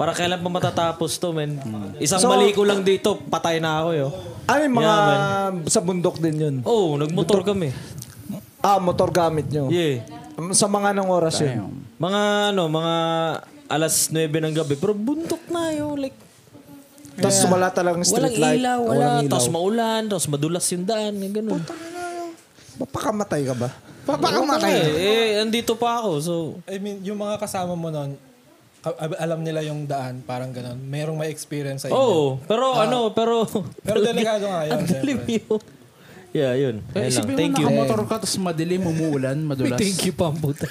[SPEAKER 8] Para kailan pa matatapos to, man. Isang mali ko lang dito, patay na ako, yo.
[SPEAKER 4] Ano yung mga
[SPEAKER 8] Yeah,
[SPEAKER 4] sa bundok din yun?
[SPEAKER 8] Oh, nagmotor kami.
[SPEAKER 4] Ah, motor gamit nyo.
[SPEAKER 8] Yeah.
[SPEAKER 4] Um, Sa mga anong oras yun?
[SPEAKER 8] Mga ano, mga alas 9 ng gabi. Pero buntok na, yo. Like,
[SPEAKER 4] Tapos wala talagang
[SPEAKER 8] walang
[SPEAKER 4] street light.
[SPEAKER 8] ilaw, wala. Tapos maulan, tapos madulas yung daan. Ganun.
[SPEAKER 4] Mapakamatay ka ba?
[SPEAKER 2] Papakamatay.
[SPEAKER 8] Eh, eh, andito pa ako, so...
[SPEAKER 9] I mean, yung mga kasama mo nun, ka- alam nila yung daan, parang ganun. Merong may experience sa inyo.
[SPEAKER 8] Oo, oh, pero ano, pero...
[SPEAKER 9] Pero delikado nga yun,
[SPEAKER 8] Ang dalim yun. Yeah, yun.
[SPEAKER 1] Eh,
[SPEAKER 8] Ayun lang.
[SPEAKER 1] isipin
[SPEAKER 8] Thank
[SPEAKER 1] mo
[SPEAKER 8] you.
[SPEAKER 1] nakamotor ka, tapos madilim, umuulan, madulas.
[SPEAKER 3] Thank you, Pambuta.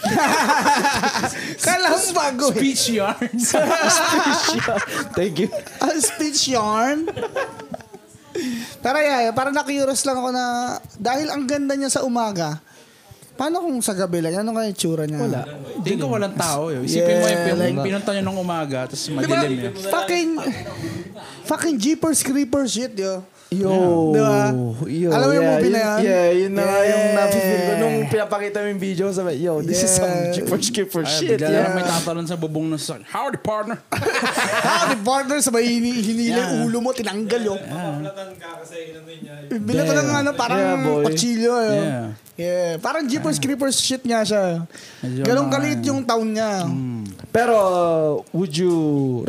[SPEAKER 2] Kalang bago eh.
[SPEAKER 1] Speech yarns.
[SPEAKER 4] Thank you.
[SPEAKER 2] A speech yarn. Pero yeah, parang na-curious lang ako na dahil ang ganda niya sa umaga, paano kung sa gabi lang? Ano kaya yung tsura niya? Wala.
[SPEAKER 1] Tingin ko walang tao. Eh. Isipin mo yung
[SPEAKER 2] Yeah,
[SPEAKER 1] pin-
[SPEAKER 2] like-
[SPEAKER 1] pinunta nyo nung umaga, tapos
[SPEAKER 2] Di ba?
[SPEAKER 1] madilim. Eh.
[SPEAKER 2] Fucking, fucking jeepers creepers shit, yo.
[SPEAKER 4] Yo.
[SPEAKER 2] Di ba?
[SPEAKER 4] Yo,
[SPEAKER 2] Alam mo yung
[SPEAKER 4] yeah,
[SPEAKER 2] movie na yan?
[SPEAKER 4] Yeah, yun na nga yung
[SPEAKER 2] Yeah.
[SPEAKER 4] napipil ko nung pinapakita mo yung video. Sabi, yo, this is some
[SPEAKER 2] Yeah. Oh,
[SPEAKER 4] Jeepers Keepers
[SPEAKER 1] Ay,
[SPEAKER 4] shit.
[SPEAKER 1] bigla na lang
[SPEAKER 4] Yeah.
[SPEAKER 1] may tatalon sa bubong ng sasakyan. Howdy, partner.
[SPEAKER 2] Howdy partner, sabay hini- hinila yung ulo mo, tinanggal yo.
[SPEAKER 6] Makaplatan ka kasi inanoy niya.
[SPEAKER 2] Bila ko lang ano, parang
[SPEAKER 4] Yeah, boy.
[SPEAKER 2] pachilyo. Yo.
[SPEAKER 1] Yeah.
[SPEAKER 2] Yeah. Parang jeepers creepers shit nga siya.
[SPEAKER 1] Medyo
[SPEAKER 2] Ganong
[SPEAKER 1] mga-
[SPEAKER 2] kalit yung town niya.
[SPEAKER 4] Pero, uh, would you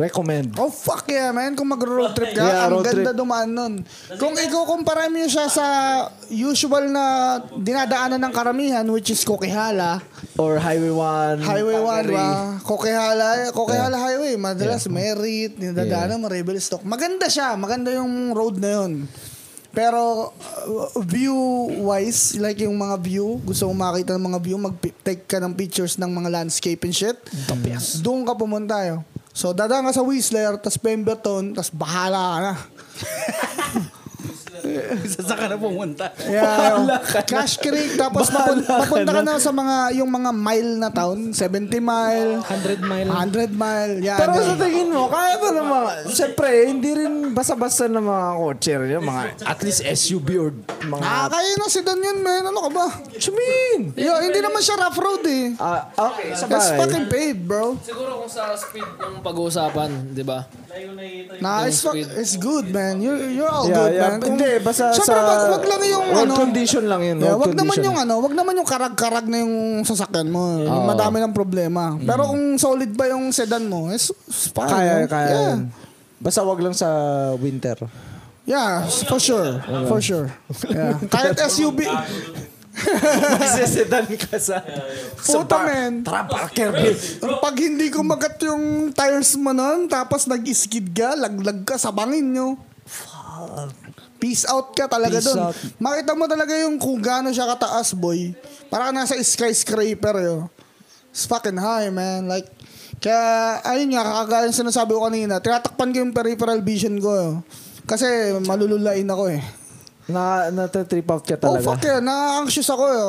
[SPEAKER 4] recommend?
[SPEAKER 2] Oh fuck yeah man, kung mag-road trip ka,
[SPEAKER 4] Mm. Yeah,
[SPEAKER 2] ang
[SPEAKER 4] road
[SPEAKER 2] ganda dumaan nun. Kung ikukumpara mo siya sa usual na dinadaanan ng karamihan, which is Kokihala,
[SPEAKER 4] Or Highway 1?
[SPEAKER 2] Highway 1
[SPEAKER 4] Tangeri?
[SPEAKER 2] ba? Kokihala, Kokihala Highway, madalas Merit, dinadaanan mo, Rebel Stock. Maganda siya, maganda yung road na yun. Pero uh, view-wise, like yung mga view, gusto mong makita ng mga view, mag-take ka ng pictures ng mga landscape and shit. Doon ka pumunta yo. So dadaan ka sa Whistler, tas Pemberton, tas bahala ka na.
[SPEAKER 1] Sasaka na pumunta.
[SPEAKER 2] Yeah, yo. Cash Creek, tapos mapun- mapunta ka na sa mga, yung mga mile na town, 70 mile,
[SPEAKER 3] 100 mile.
[SPEAKER 2] 100 mile, yeah.
[SPEAKER 4] Pero
[SPEAKER 2] ganun.
[SPEAKER 4] sa tingin mo, kaya ba ng mga, siyempre, hindi rin basa-basa ng mga kotse rin yun, mga, at least
[SPEAKER 8] eh,
[SPEAKER 4] SUV or mga,
[SPEAKER 2] Ah, kaya na si Don yun, man. Ano ka ba?
[SPEAKER 4] what you mean?
[SPEAKER 2] Yo, hindi naman siya rough road eh.
[SPEAKER 4] Ah, okay, sa
[SPEAKER 2] It's
[SPEAKER 4] bagay.
[SPEAKER 2] fucking paved, bro.
[SPEAKER 7] Siguro kung sa speed ng pag-uusapan, di ba?
[SPEAKER 2] Nah, it's, fuck, it's good, man. You're, you're all
[SPEAKER 4] Yeah,
[SPEAKER 2] Oh, good,
[SPEAKER 4] yeah.
[SPEAKER 2] man.
[SPEAKER 4] Hindi, basta
[SPEAKER 2] Siyempre,
[SPEAKER 4] sa-
[SPEAKER 2] wag, wag lang yung
[SPEAKER 4] road
[SPEAKER 2] ano.
[SPEAKER 4] condition lang yun,
[SPEAKER 2] Yeah, wag
[SPEAKER 4] road
[SPEAKER 2] naman
[SPEAKER 4] condition.
[SPEAKER 2] yung ano, wag naman yung karag-karag na yung sasakyan mo. Yung Madami ng problema. Pero kung solid ba yung sedan mo, it's, it's fine.
[SPEAKER 4] Mm. Kaya,
[SPEAKER 2] man.
[SPEAKER 4] kaya.
[SPEAKER 2] Yeah.
[SPEAKER 4] yun. Basta wag lang sa winter.
[SPEAKER 2] yeah, for sure. For sure. Yeah. Kahit SUV.
[SPEAKER 4] Magsisedan ka sa...
[SPEAKER 2] Puta, man.
[SPEAKER 4] Tara, parker.
[SPEAKER 2] Pag hindi kumagat yung tires mo nun, tapos nag-skid ka, laglag ka sa bangin nyo. Peace out ka talaga
[SPEAKER 4] Peace
[SPEAKER 2] dun.
[SPEAKER 4] out.
[SPEAKER 2] Makita mo talaga yung kung gaano siya kataas, boy. Para ka nasa skyscraper, yo. It's fucking high, man. Like, kaya, ayun nga, kakagaya yung sinasabi ko kanina, tinatakpan ko yung peripheral vision ko, yo. Kasi malululain ako, eh.
[SPEAKER 4] Na, natatrip out ka
[SPEAKER 2] Oh, fuck yeah.
[SPEAKER 4] talaga.
[SPEAKER 2] Na-anxious ako, yo.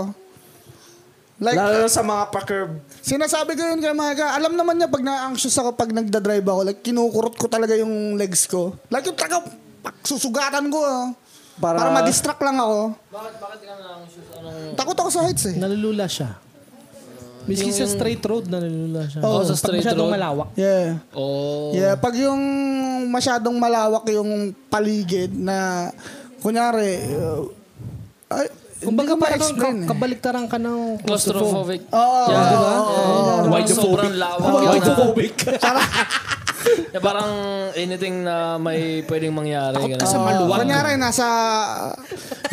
[SPEAKER 2] Like,
[SPEAKER 4] Lalo na sa mga pa-curb.
[SPEAKER 2] Sinasabi ko yun kay Micah, alam naman niya pag na-anxious ako, pag nagda-drive ako, like kinukurot ko talaga yung legs ko. Like yung taga, pak, susugatan ko. ah.
[SPEAKER 4] Para-
[SPEAKER 2] Para, ma-distract lang ako.
[SPEAKER 7] Bakit, bakit ka na-anxious? Anong...
[SPEAKER 2] Takot ako sa heights eh.
[SPEAKER 3] Nalulula siya. Miski sa straight road, nalulula siya.
[SPEAKER 7] Oo,
[SPEAKER 3] Pag
[SPEAKER 7] sa straight
[SPEAKER 3] masyadong
[SPEAKER 7] road.
[SPEAKER 3] malawak.
[SPEAKER 2] Yeah.
[SPEAKER 7] Oh,
[SPEAKER 2] Yeah, pag yung masyadong malawak yung paligid na, kunyari, uh, ay,
[SPEAKER 3] Kung baga
[SPEAKER 2] hindi ko
[SPEAKER 3] parang
[SPEAKER 2] ma-explain
[SPEAKER 3] ka-
[SPEAKER 2] eh.
[SPEAKER 3] kabaliktaran ka ng claustrophobic.
[SPEAKER 7] claustrophobic.
[SPEAKER 2] Oo.
[SPEAKER 7] Yeah.
[SPEAKER 2] di ba?
[SPEAKER 7] Parang sobrang lawak. yun ah. na- Yeah, parang anything na may pwedeng mangyari. ganun.
[SPEAKER 2] Kasi Kunyari, nasa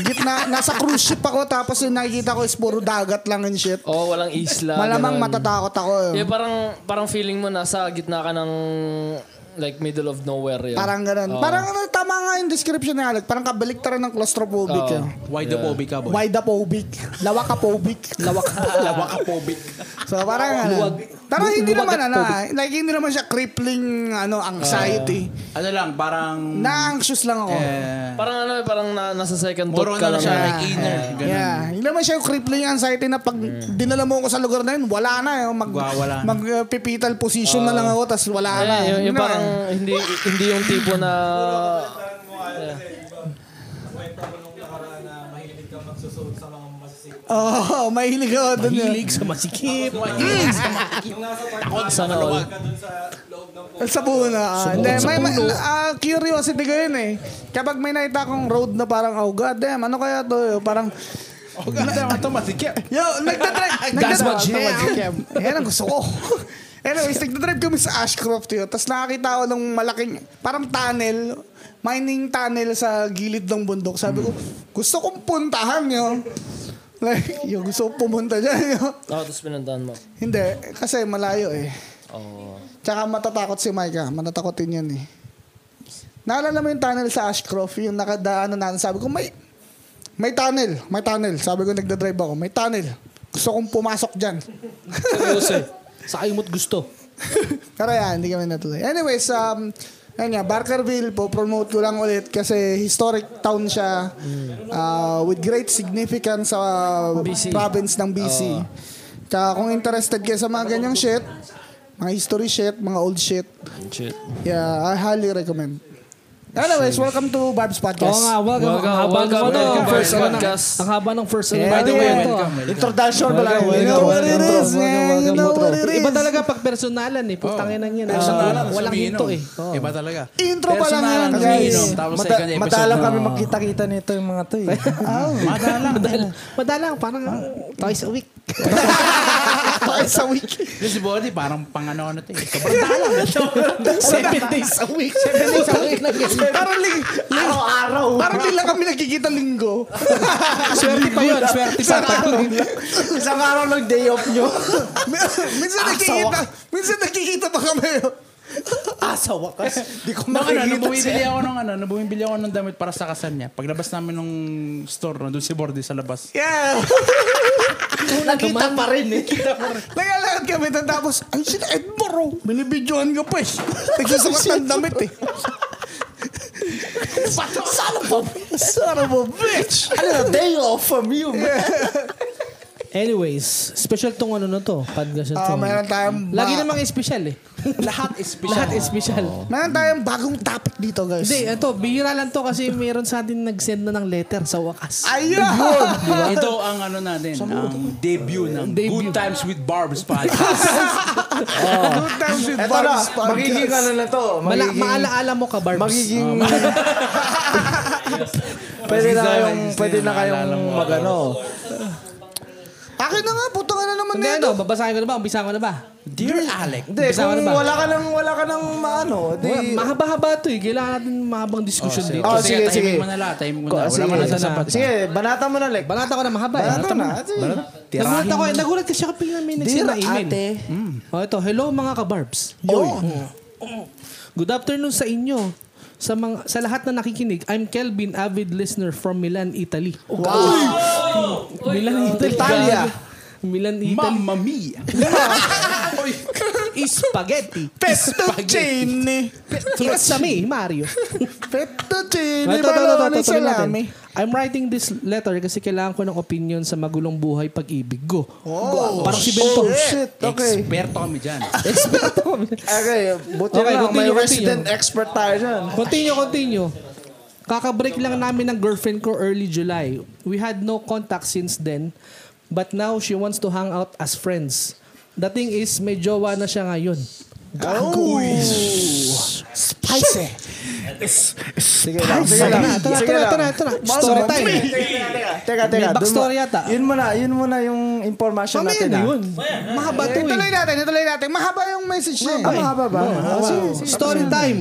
[SPEAKER 2] gitna, nasa cruise ship ako tapos yung nakikita ko is puro dagat lang and shit.
[SPEAKER 7] Oo, walang isla.
[SPEAKER 2] Malamang
[SPEAKER 7] ganun.
[SPEAKER 2] matatakot ako. eh.
[SPEAKER 7] Yeah, parang, parang feeling mo nasa gitna ka ng like middle of nowhere. Yun.
[SPEAKER 2] Parang ganun. Parang ano, tama nga yung description ni Alec. Parang kabaliktaran ng claustrophobic. eh. yun.
[SPEAKER 7] Oo.
[SPEAKER 1] Why the bobby ka, boy?
[SPEAKER 2] Widaphobic. Lawakaphobic. Lawak.
[SPEAKER 1] Lawakaphobic.
[SPEAKER 2] so parang ano. Pero hindi naman ano. ah, Like hindi naman siya crippling ano anxiety.
[SPEAKER 1] Ano lang, parang...
[SPEAKER 2] Na-anxious lang ako.
[SPEAKER 1] eh,
[SPEAKER 7] Parang ano, parang na, nasa second
[SPEAKER 1] Moro
[SPEAKER 7] thought ka
[SPEAKER 1] na lang
[SPEAKER 7] lang.
[SPEAKER 1] siya,
[SPEAKER 7] na-
[SPEAKER 1] like inner. Ganun.
[SPEAKER 2] Yeah. Hindi naman siya yung crippling anxiety na pag dinala mo ako sa lugar na yun, wala na. Yung mag,
[SPEAKER 1] Wawala na.
[SPEAKER 2] mag uh, pipital position na lang ako tapos wala na. Yun
[SPEAKER 7] Eh, yung, yung
[SPEAKER 2] naman.
[SPEAKER 7] parang hindi hindi yung tipo na
[SPEAKER 6] doon sa mga masisikip.
[SPEAKER 2] Oo, oh, mahilig ako doon.
[SPEAKER 3] Hilig sa masikip.
[SPEAKER 6] Yung nasa part one,
[SPEAKER 7] Sana all.
[SPEAKER 6] ka doon sa loob ng puno.
[SPEAKER 2] Sa puna. ah. Hindi, may, may, ah, curiosity ko yun eh. Kapag may nakita akong road na parang, oh god damn, ano kaya to? Parang,
[SPEAKER 1] Oh, ganda naman ito, masikip.
[SPEAKER 2] yo, nagdadrive.
[SPEAKER 3] That's
[SPEAKER 2] nagdadrive-
[SPEAKER 3] what you
[SPEAKER 2] Nagdadrive. Eh, Yan ang gusto ko. Anyways, nagdadrive kami sa Ashcroft yun. Tapos nakakita ko ng malaking, parang tunnel, mining tunnel sa gilid ng bundok. Sabi ko, gusto kong puntahan yun. Like, yung gusto kong pumunta dyan yun.
[SPEAKER 7] Oh, tapos pinuntahan mo.
[SPEAKER 2] Hindi, kasi malayo eh.
[SPEAKER 7] Oh.
[SPEAKER 2] Tsaka matatakot si Micah. Matatakotin yan eh. Naalala mo yung tunnel sa Ashcroft, yung nakadaanan natin. Sabi ko, may, may tunnel, may tunnel. Sabi ko, nagdadrive ako, may tunnel. Gusto kong pumasok dyan.
[SPEAKER 3] Seryoso eh. Sa kayo mo't gusto.
[SPEAKER 2] Pero yan, hindi kami natuloy. Anyways, um, ayun nga, Barkerville po, promote ko lang ulit kasi historic town siya uh, with great significance sa
[SPEAKER 7] BC.
[SPEAKER 2] province ng BC. Tsaka kung interested kayo sa mga ganyang shit, mga history shit, mga old shit,
[SPEAKER 7] Shit.
[SPEAKER 2] Yeah, I highly recommend. Anyways, welcome to Barb's Podcast.
[SPEAKER 3] Oo nga, welcome.
[SPEAKER 7] Welcome,
[SPEAKER 3] Ang haba ng
[SPEAKER 7] welcome,
[SPEAKER 3] ano,
[SPEAKER 7] welcome,
[SPEAKER 3] first ano,
[SPEAKER 7] podcast.
[SPEAKER 3] Ang haba ng first ano.
[SPEAKER 2] Yeah, By the way, yeah. welcome,
[SPEAKER 4] Introduction
[SPEAKER 2] Sure pala. You know what it is, man. You know what it is.
[SPEAKER 3] Iba talaga pag personalan eh. Putangin lang yan.
[SPEAKER 1] Personalan,
[SPEAKER 3] Ah, Walang
[SPEAKER 1] sumiinom.
[SPEAKER 3] hinto eh. Oo.
[SPEAKER 1] Iba talaga.
[SPEAKER 2] Intro pa lang yan,
[SPEAKER 1] Personalan,
[SPEAKER 2] guys.
[SPEAKER 1] sumiinom. Tapos
[SPEAKER 4] Mata-
[SPEAKER 1] second eh, episode
[SPEAKER 4] madalang
[SPEAKER 1] na.
[SPEAKER 4] kami magkita-kita nito yung mga to eh.
[SPEAKER 3] Madala- Madalang, parang ah, twice a week.
[SPEAKER 2] Twice a week.
[SPEAKER 1] Yung si Body, parang pang-ano-ano ito eh.
[SPEAKER 3] Seven days a week. Seven days a week.
[SPEAKER 2] Parang ling... Araw-araw. Parang hindi lang kami nagkikita linggo.
[SPEAKER 3] Swerte pa yun. Swerte pa.
[SPEAKER 2] Isang araw.
[SPEAKER 4] Isang araw lang day off nyo.
[SPEAKER 2] minsan nagkikita... Minsan nagkikita pa kami.
[SPEAKER 4] ah, sa wakas. Di ko
[SPEAKER 1] Nung ano, nung
[SPEAKER 4] makikita
[SPEAKER 1] bumibili
[SPEAKER 4] siya.
[SPEAKER 1] ako ng ano, nung bumibili ako ng damit para sa kasal niya. Paglabas namin ng store, nandun si Bordy sa labas.
[SPEAKER 2] Yeah.
[SPEAKER 4] Nakita pa rin eh.
[SPEAKER 2] Nagalakad kami doon tapos, ay sila Edmore, binibidyohan ka pa eh. Nagsusukat ng damit eh.
[SPEAKER 4] Sana po.
[SPEAKER 2] Son of a bitch!
[SPEAKER 4] Ano na, day off from you, man.
[SPEAKER 3] Anyways, special tong ano na to. Podcast na to.
[SPEAKER 2] Ah, meron tayong... ba-
[SPEAKER 3] Lagi namang special eh.
[SPEAKER 1] Lahat is
[SPEAKER 3] Lahat is special.
[SPEAKER 2] Meron tayong bagong topic dito, guys.
[SPEAKER 3] Hindi, ito, bihira lang to kasi mayroon sa atin nag-send na ng letter sa wakas.
[SPEAKER 2] Ayun!
[SPEAKER 1] Ito ang ano natin, ang debut ng Good Times with Barbs podcast.
[SPEAKER 2] Good times with
[SPEAKER 4] Eto na,
[SPEAKER 2] Barb's
[SPEAKER 4] magiging
[SPEAKER 2] podcast.
[SPEAKER 4] ano na to.
[SPEAKER 3] Mala,
[SPEAKER 4] Magiging,
[SPEAKER 3] maalaala mo ka, Barbs.
[SPEAKER 4] magiging... pwede na kayong, pwede na kayong magano.
[SPEAKER 2] Akin na nga, puto ka na naman
[SPEAKER 3] Hindi,
[SPEAKER 4] eh.
[SPEAKER 2] na
[SPEAKER 3] ano, babasahin ko na ba? Umpisa ko na ba?
[SPEAKER 1] Dear Alec,
[SPEAKER 4] Hindi,
[SPEAKER 3] Umpisa ko na
[SPEAKER 4] kung
[SPEAKER 3] ba?
[SPEAKER 4] wala ka nang, wala ka nang maano, di...
[SPEAKER 3] Wala, mahaba-haba to eh. Kailangan natin mahabang discussion dito.
[SPEAKER 4] Oh,
[SPEAKER 1] sige,
[SPEAKER 4] sige,
[SPEAKER 1] tahimik
[SPEAKER 4] sige.
[SPEAKER 1] mo na lahat, tahimik mo
[SPEAKER 4] Ko-
[SPEAKER 1] na. Wala
[SPEAKER 4] sige.
[SPEAKER 1] mo na sasapat.
[SPEAKER 4] Sige, banata mo na, Lek.
[SPEAKER 3] Balata ko na mahaba eh.
[SPEAKER 4] Banata mo na.
[SPEAKER 3] Nagulat ako eh. Nagulat kasi kapag na may nagsend
[SPEAKER 4] Dear
[SPEAKER 3] na email.
[SPEAKER 4] ate.
[SPEAKER 3] Oh, ito. Hello mga kabarbs. Yo. Good afternoon sa inyo. Sa mga sa lahat na nakikinig, I'm Kelvin, avid listener from Milan, Italy. Milan, Italy.
[SPEAKER 4] Italia.
[SPEAKER 3] Milan, Italy.
[SPEAKER 1] Mamma mia!
[SPEAKER 3] Spaghetti.
[SPEAKER 2] Fettuccine!
[SPEAKER 3] It's a me, Mario.
[SPEAKER 2] Fettuccine!
[SPEAKER 3] Ito, ito, ito, ito,
[SPEAKER 2] Baloney
[SPEAKER 3] ito, tuloy natin.
[SPEAKER 2] salami.
[SPEAKER 3] I'm writing this letter kasi kailangan ko ng opinion sa magulong buhay pag-ibig ko. Parang si Bento.
[SPEAKER 4] Oh, shit. Okay.
[SPEAKER 1] Eksperto kami dyan.
[SPEAKER 4] Okay, buti
[SPEAKER 3] Okay,
[SPEAKER 4] lang.
[SPEAKER 3] continue, continue.
[SPEAKER 4] May resident expert tayo dyan.
[SPEAKER 3] Continue, continue. Kakabreak lang namin ng girlfriend ko early July. We had no contact since then. But now she wants to hang out as friends. The thing is, may jowa na siya ngayon.
[SPEAKER 2] Oh! Spicy!
[SPEAKER 4] Sige lang, sige
[SPEAKER 3] Tara,
[SPEAKER 4] lang.
[SPEAKER 3] tara,
[SPEAKER 4] Sige
[SPEAKER 3] tara,
[SPEAKER 4] lang.
[SPEAKER 3] tara, tara. Story time.
[SPEAKER 4] Teka, teka.
[SPEAKER 3] May backstory
[SPEAKER 4] dun mo-
[SPEAKER 3] yata.
[SPEAKER 4] Yun muna, yun muna yung information
[SPEAKER 3] Mamaya
[SPEAKER 4] natin.
[SPEAKER 3] na
[SPEAKER 4] ah.
[SPEAKER 3] yun. Mahaba to eh.
[SPEAKER 2] Ituloy natin, ituloy natin. Mahaba yung message niya. eh.
[SPEAKER 4] Ah, mahaba ba? Ah, sige, sige.
[SPEAKER 3] Story time.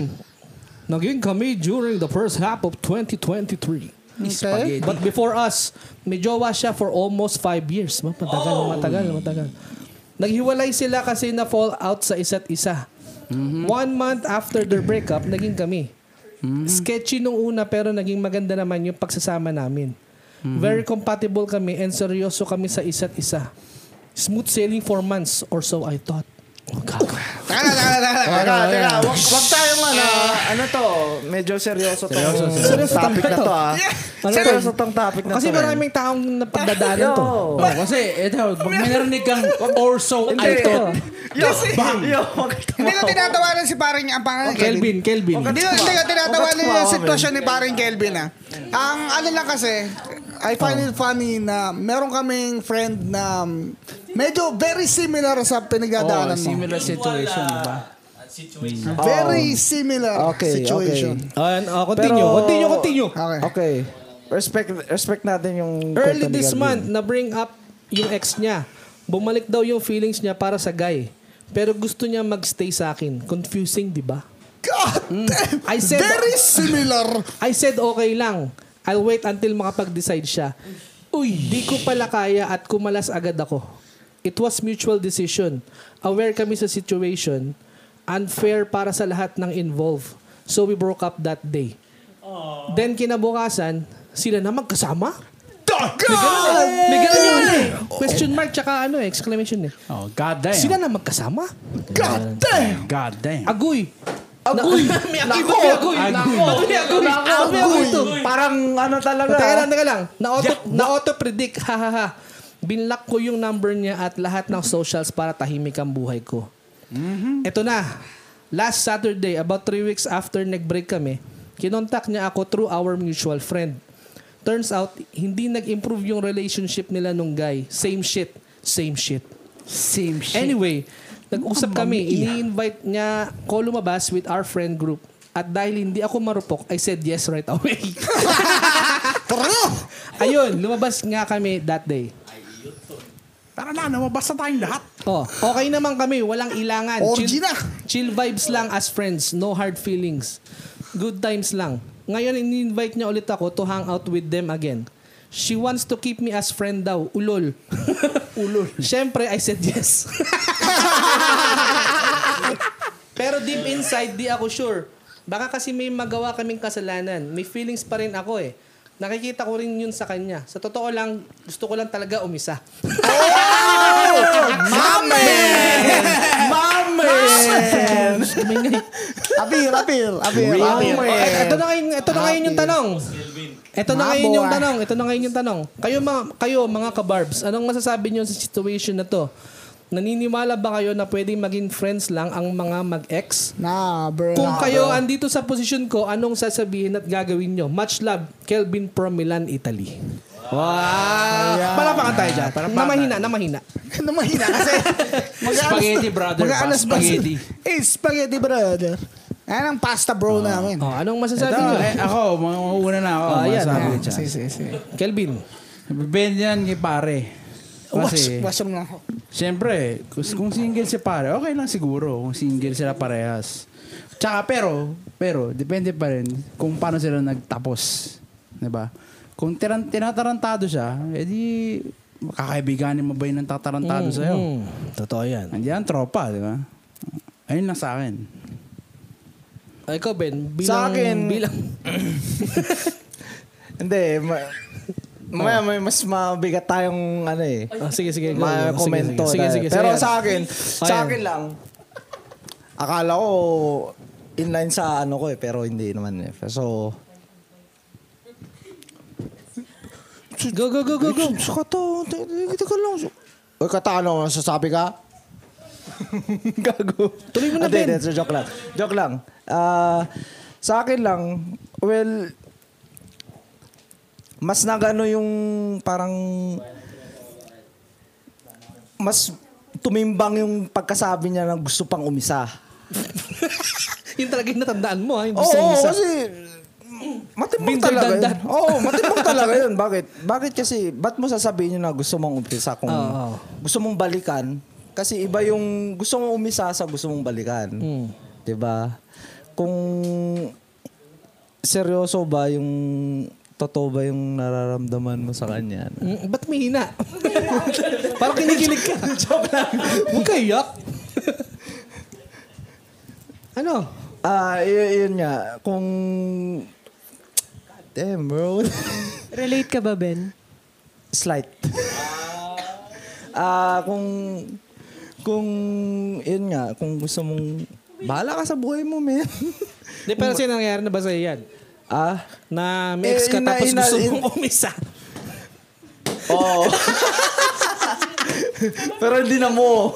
[SPEAKER 3] Naging kami during the first half of 2023.
[SPEAKER 2] Okay.
[SPEAKER 3] But before us, may jowa siya for almost five years. Ma- Matagal, matagal, matagal. Naghiwalay sila kasi na fall out sa isa't isa. One month after their breakup, naging kami. Sketchy nung una pero naging maganda naman yung pagsasama namin. Very compatible kami and seryoso kami sa isa't isa. Smooth sailing for months or so I thought. Oh, God.
[SPEAKER 2] Taka na, taka na, taka na.
[SPEAKER 4] Teka, teka. Wag, wag tayong ano, ano to. Medyo seryoso tong
[SPEAKER 3] Eh. seryoso.
[SPEAKER 4] topic na to ah.
[SPEAKER 3] Ano to?
[SPEAKER 4] Seryoso tong topic na to.
[SPEAKER 3] Kasi
[SPEAKER 4] man.
[SPEAKER 3] maraming taong napagdadaanan to.
[SPEAKER 1] Oh,
[SPEAKER 4] Yo.
[SPEAKER 1] kasi, ito, pag may narinig kang or so
[SPEAKER 4] Hindi.
[SPEAKER 1] I thought,
[SPEAKER 4] Yo, yo, wag
[SPEAKER 2] Hindi ko
[SPEAKER 4] tumawa.
[SPEAKER 2] tinatawanan si paring ang pangalan.
[SPEAKER 3] Kelvin, Kelvin.
[SPEAKER 2] Hindi ko, hindi ko tinatawanan
[SPEAKER 4] Huwag ka tumawa,
[SPEAKER 2] yung sitwasyon ni paring Kelvin ah. Ang ano lang kasi, I find it funny na meron kaming friend na um, medyo very similar sa
[SPEAKER 1] Oh,
[SPEAKER 2] pinagdadaanan
[SPEAKER 4] Oh,
[SPEAKER 2] mo.
[SPEAKER 5] similar situation, di ba?
[SPEAKER 2] Very similar
[SPEAKER 4] oh. Okay,
[SPEAKER 2] situation.
[SPEAKER 3] Ayan, ah, continue,
[SPEAKER 4] Pero-
[SPEAKER 3] continue, continue.
[SPEAKER 2] Okay.
[SPEAKER 4] Okay. Respect respect natin yung kwento
[SPEAKER 3] Early
[SPEAKER 4] ni
[SPEAKER 3] this
[SPEAKER 4] Gabriel.
[SPEAKER 3] month, na-bring up yung ex niya. Bumalik daw yung feelings niya para sa guy. Pero gusto niya magstay sa akin. Confusing, di ba?
[SPEAKER 2] God
[SPEAKER 4] Hmm?
[SPEAKER 2] damn!
[SPEAKER 3] I said-
[SPEAKER 2] very similar.
[SPEAKER 3] I said okay lang. I'll wait until makapag-decide siya. Uy, di ko pala kaya at kumalas agad ako. It was mutual decision. Aware kami sa situation. Unfair para sa lahat ng involved. So we broke up that day. Then kinabukasan, sila na magkasama? May ganun yun eh. Question mark tsaka ano eh, exclamation eh.
[SPEAKER 5] Oh, goddamn.
[SPEAKER 3] Sila na magkasama?
[SPEAKER 2] God damn!
[SPEAKER 5] Goddamn.
[SPEAKER 3] Agoy! Agoy! may agoy ba? May agoy! Nako! May agoy! Nako! May agoy to!
[SPEAKER 4] Parang ano talaga.
[SPEAKER 3] Teka lang, teka lang. Na-auto, na-auto predict. Ha ha ha. Binlock ko yung number niya at lahat ng socials para tahimik ang buhay ko. Ito na. Last Saturday, about three weeks after nag-break kami, kinontak niya ako through our mutual friend. Turns out, hindi nag-improve yung relationship nila nung guy. Same shit. Same shit.
[SPEAKER 5] Same shit.
[SPEAKER 3] Anyway, nag-usap kami. Ini-invite niya ko lumabas with our friend group. At dahil hindi ako marupok, I said yes right away. Ayun, lumabas nga kami that day.
[SPEAKER 1] Tara na, namabas na tayong lahat.
[SPEAKER 3] Oh, okay naman kami, walang ilangan.
[SPEAKER 2] Orgy na.
[SPEAKER 3] chill vibes lang as friends, no hard feelings. Good times lang. Ngayon, in-invite niya ulit ako to hang out with them again. She wants to keep me as friend daw. Ulol. Ulol. Siyempre, I said yes. Pero deep inside, di ako sure. Baka kasi may magawa kaming kasalanan. May feelings pa rin ako eh. Nakikita ko rin yun sa kanya. Sa totoo lang, gusto ko lang talaga umisa.
[SPEAKER 2] Apir, apir, apir, apir.
[SPEAKER 3] Eh, Ito na ngayon, ito na ngayon yung tanong. Ito na ngayon yung tanong. Ito na ngayon yung tanong. Kayo mga kayo mga kabarbs, anong masasabi niyo sa situation na to? Naniniwala ba kayo na pwedeng maging friends lang ang mga mag-ex?
[SPEAKER 2] Nah, bro.
[SPEAKER 3] Kung
[SPEAKER 2] Nah,
[SPEAKER 3] kayo
[SPEAKER 2] bro.
[SPEAKER 3] andito sa posisyon ko, anong sasabihin at gagawin nyo? Much love, Kelvin from Milan, Italy. Wow!
[SPEAKER 2] Ayan.
[SPEAKER 3] Palapakan tayo dyan. Namahina, namahina.
[SPEAKER 2] Ano mahina kasi?
[SPEAKER 5] Spaghetti brother,
[SPEAKER 2] Mag-alas
[SPEAKER 5] pa, spaghetti.
[SPEAKER 2] Eh, spaghetti brother. Ayan ang pasta bro
[SPEAKER 4] Ah.
[SPEAKER 2] namin.
[SPEAKER 3] Oh, anong masasabi
[SPEAKER 5] Ito,
[SPEAKER 3] nyo?
[SPEAKER 5] eh, ako, mauuna na ako.
[SPEAKER 3] Ah, yan.
[SPEAKER 5] masabi
[SPEAKER 3] Ah,
[SPEAKER 5] dyan.
[SPEAKER 3] Kelvin.
[SPEAKER 5] Ben yan kay pare. Kasi,
[SPEAKER 2] Wash, washroom lang ako.
[SPEAKER 5] siyempre, kung, kung single si pare, okay lang siguro kung single sila parehas. Tsaka pero, pero, depende pa rin kung paano sila nagtapos. 'Di ba? Kung tiran, tinatarantado siya, edi kakaibiganin mo ba yun ng tatarantado sa'yo?
[SPEAKER 3] Mm, totoo yan.
[SPEAKER 5] Andiyan, tropa, di ba? Ayun lang sa akin.
[SPEAKER 3] Ah, Ikaw, Ben. Bilang,
[SPEAKER 4] Sa akin,
[SPEAKER 3] Bilang,
[SPEAKER 4] Hindi, ma- Oh. Mamaya may mas mabigat tayong ano eh.
[SPEAKER 3] Ah, sige, sige. go, go.
[SPEAKER 4] Mga
[SPEAKER 3] Sige,
[SPEAKER 4] komento.
[SPEAKER 3] Sige,
[SPEAKER 4] tayo.
[SPEAKER 3] sige.
[SPEAKER 4] Pero
[SPEAKER 3] sige.
[SPEAKER 4] sa akin, sa
[SPEAKER 3] Ayan.
[SPEAKER 4] akin lang, akala ko inline sa ano ko eh, pero hindi naman eh. So,
[SPEAKER 3] Go, go, go, go, go.
[SPEAKER 4] Saka to, hindi ka lang. Uy, katano, sasabi ka? Gago.
[SPEAKER 3] Tuloy mo na,
[SPEAKER 4] Hindi,
[SPEAKER 3] Ben.
[SPEAKER 4] hindi, so joke lang. Joke lang. Ah, sa akin lang, well, mas nagano yung parang mas tumimbang yung pagkasabi niya na gusto pang umisa.
[SPEAKER 3] Yung talaga yung natandaan mo, ha? Yung
[SPEAKER 4] Oo,
[SPEAKER 3] gusto
[SPEAKER 4] oo,
[SPEAKER 3] mong isa.
[SPEAKER 4] kasi mm, matimbang
[SPEAKER 3] Been there,
[SPEAKER 4] talaga
[SPEAKER 3] done
[SPEAKER 4] yun.
[SPEAKER 3] that.
[SPEAKER 4] Oo, matimbang talaga yun. Bakit? Bakit kasi, ba't mo sasabihin yun na gusto mong umisa kung
[SPEAKER 3] Oo, oo.
[SPEAKER 4] gusto mong balikan? Kasi iba yung gusto mong umisa sa gusto mong balikan.
[SPEAKER 3] Hmm.
[SPEAKER 4] 'Di ba? Kung seryoso ba yung totoo ba yung nararamdaman mo sa kanya?
[SPEAKER 3] Mm, ba't may hina? Parang kinikilig ka. Joke lang. Huwag kayo yak. ano?
[SPEAKER 4] Ah, y- yun nga. Kung... Damn, bro.
[SPEAKER 10] Relate ka ba, Ben?
[SPEAKER 4] Slight. Ah, kung kung yun nga, kung gusto mong bahala ka sa buhay mo, men.
[SPEAKER 3] Di, pero sa'yo nangyari na ba sa'yo yan?
[SPEAKER 4] ah,
[SPEAKER 3] Na may ex
[SPEAKER 4] Eh,
[SPEAKER 3] ka
[SPEAKER 4] ina-
[SPEAKER 3] tapos
[SPEAKER 4] ina-
[SPEAKER 3] gusto
[SPEAKER 4] in-
[SPEAKER 3] mong umisa.
[SPEAKER 4] pero hindi na mo.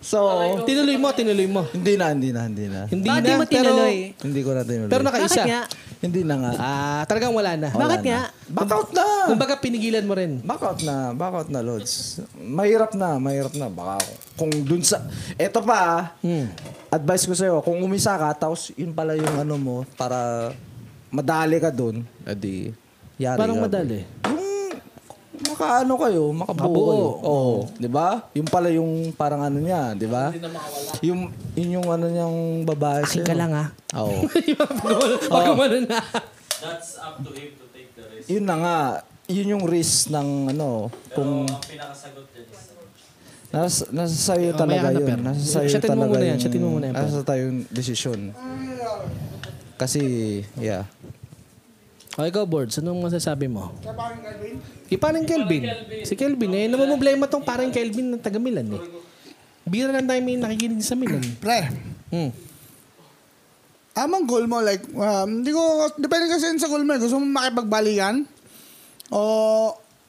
[SPEAKER 4] So,
[SPEAKER 3] Tinuloy mo, tinuloy mo.
[SPEAKER 4] hindi na, hindi na, hindi na.
[SPEAKER 3] Hindi
[SPEAKER 10] Bakit di
[SPEAKER 3] na,
[SPEAKER 10] mo
[SPEAKER 3] pero,
[SPEAKER 10] tinuloy?
[SPEAKER 4] Hindi ko na tinuloy.
[SPEAKER 3] pero
[SPEAKER 10] Bakit
[SPEAKER 3] nakaisa.
[SPEAKER 10] nga?
[SPEAKER 4] Hindi na nga.
[SPEAKER 3] Ah, talagang wala na.
[SPEAKER 4] Wala
[SPEAKER 3] Bakit
[SPEAKER 4] na.
[SPEAKER 3] nga?
[SPEAKER 4] Back out na!
[SPEAKER 3] Kumbaga pinigilan mo rin.
[SPEAKER 4] Back out na, back out na, Lods. Mahirap na, mahirap na. Baka kung dun sa... Eto pa, ah.
[SPEAKER 3] Hmm.
[SPEAKER 4] advice ko sa'yo, kung umisa ka, tapos yun pala yung ano mo, para madali ka dun, edi, yari
[SPEAKER 3] Parang
[SPEAKER 4] ka.
[SPEAKER 3] madali.
[SPEAKER 4] Makaano kayo, makabuo
[SPEAKER 3] Makabuo.
[SPEAKER 4] kayo. Oo, di ba? Yung pala yung parang ano niya, di ba? Yung, yun yung ano niyang babae
[SPEAKER 3] Akin ka lang ah.
[SPEAKER 4] Oo.
[SPEAKER 3] Pag gumano na.
[SPEAKER 8] That's up to him to take the risk.
[SPEAKER 4] yun na nga, yun yung risk ng ano, kung
[SPEAKER 8] pinakasagot din is
[SPEAKER 4] Nas, nasa sa'yo talaga
[SPEAKER 3] maya ka na,
[SPEAKER 4] yun.
[SPEAKER 3] Per.
[SPEAKER 4] Nasa sa'yo
[SPEAKER 3] Siyatin mo
[SPEAKER 4] talaga
[SPEAKER 3] muna yan, siyatin mo muna yan, Per.
[SPEAKER 4] Nasa tayo yung desisyon. Kasi, yeah.
[SPEAKER 3] O Oh, ikaw, Boards, anong masasabi mo? Kay parang Kelvin. Si Kelvin, eh, namamblema tong parang Kelvin ng taga Milan eh. Bira lang tayo may nakikinig sa Milan.
[SPEAKER 2] Pre,
[SPEAKER 3] Hmm.
[SPEAKER 2] amang goal Ah, mo, like, um, hindi ko, depende kasi yun sa goal mo. eh. Gusto mo makipagbalikan? O,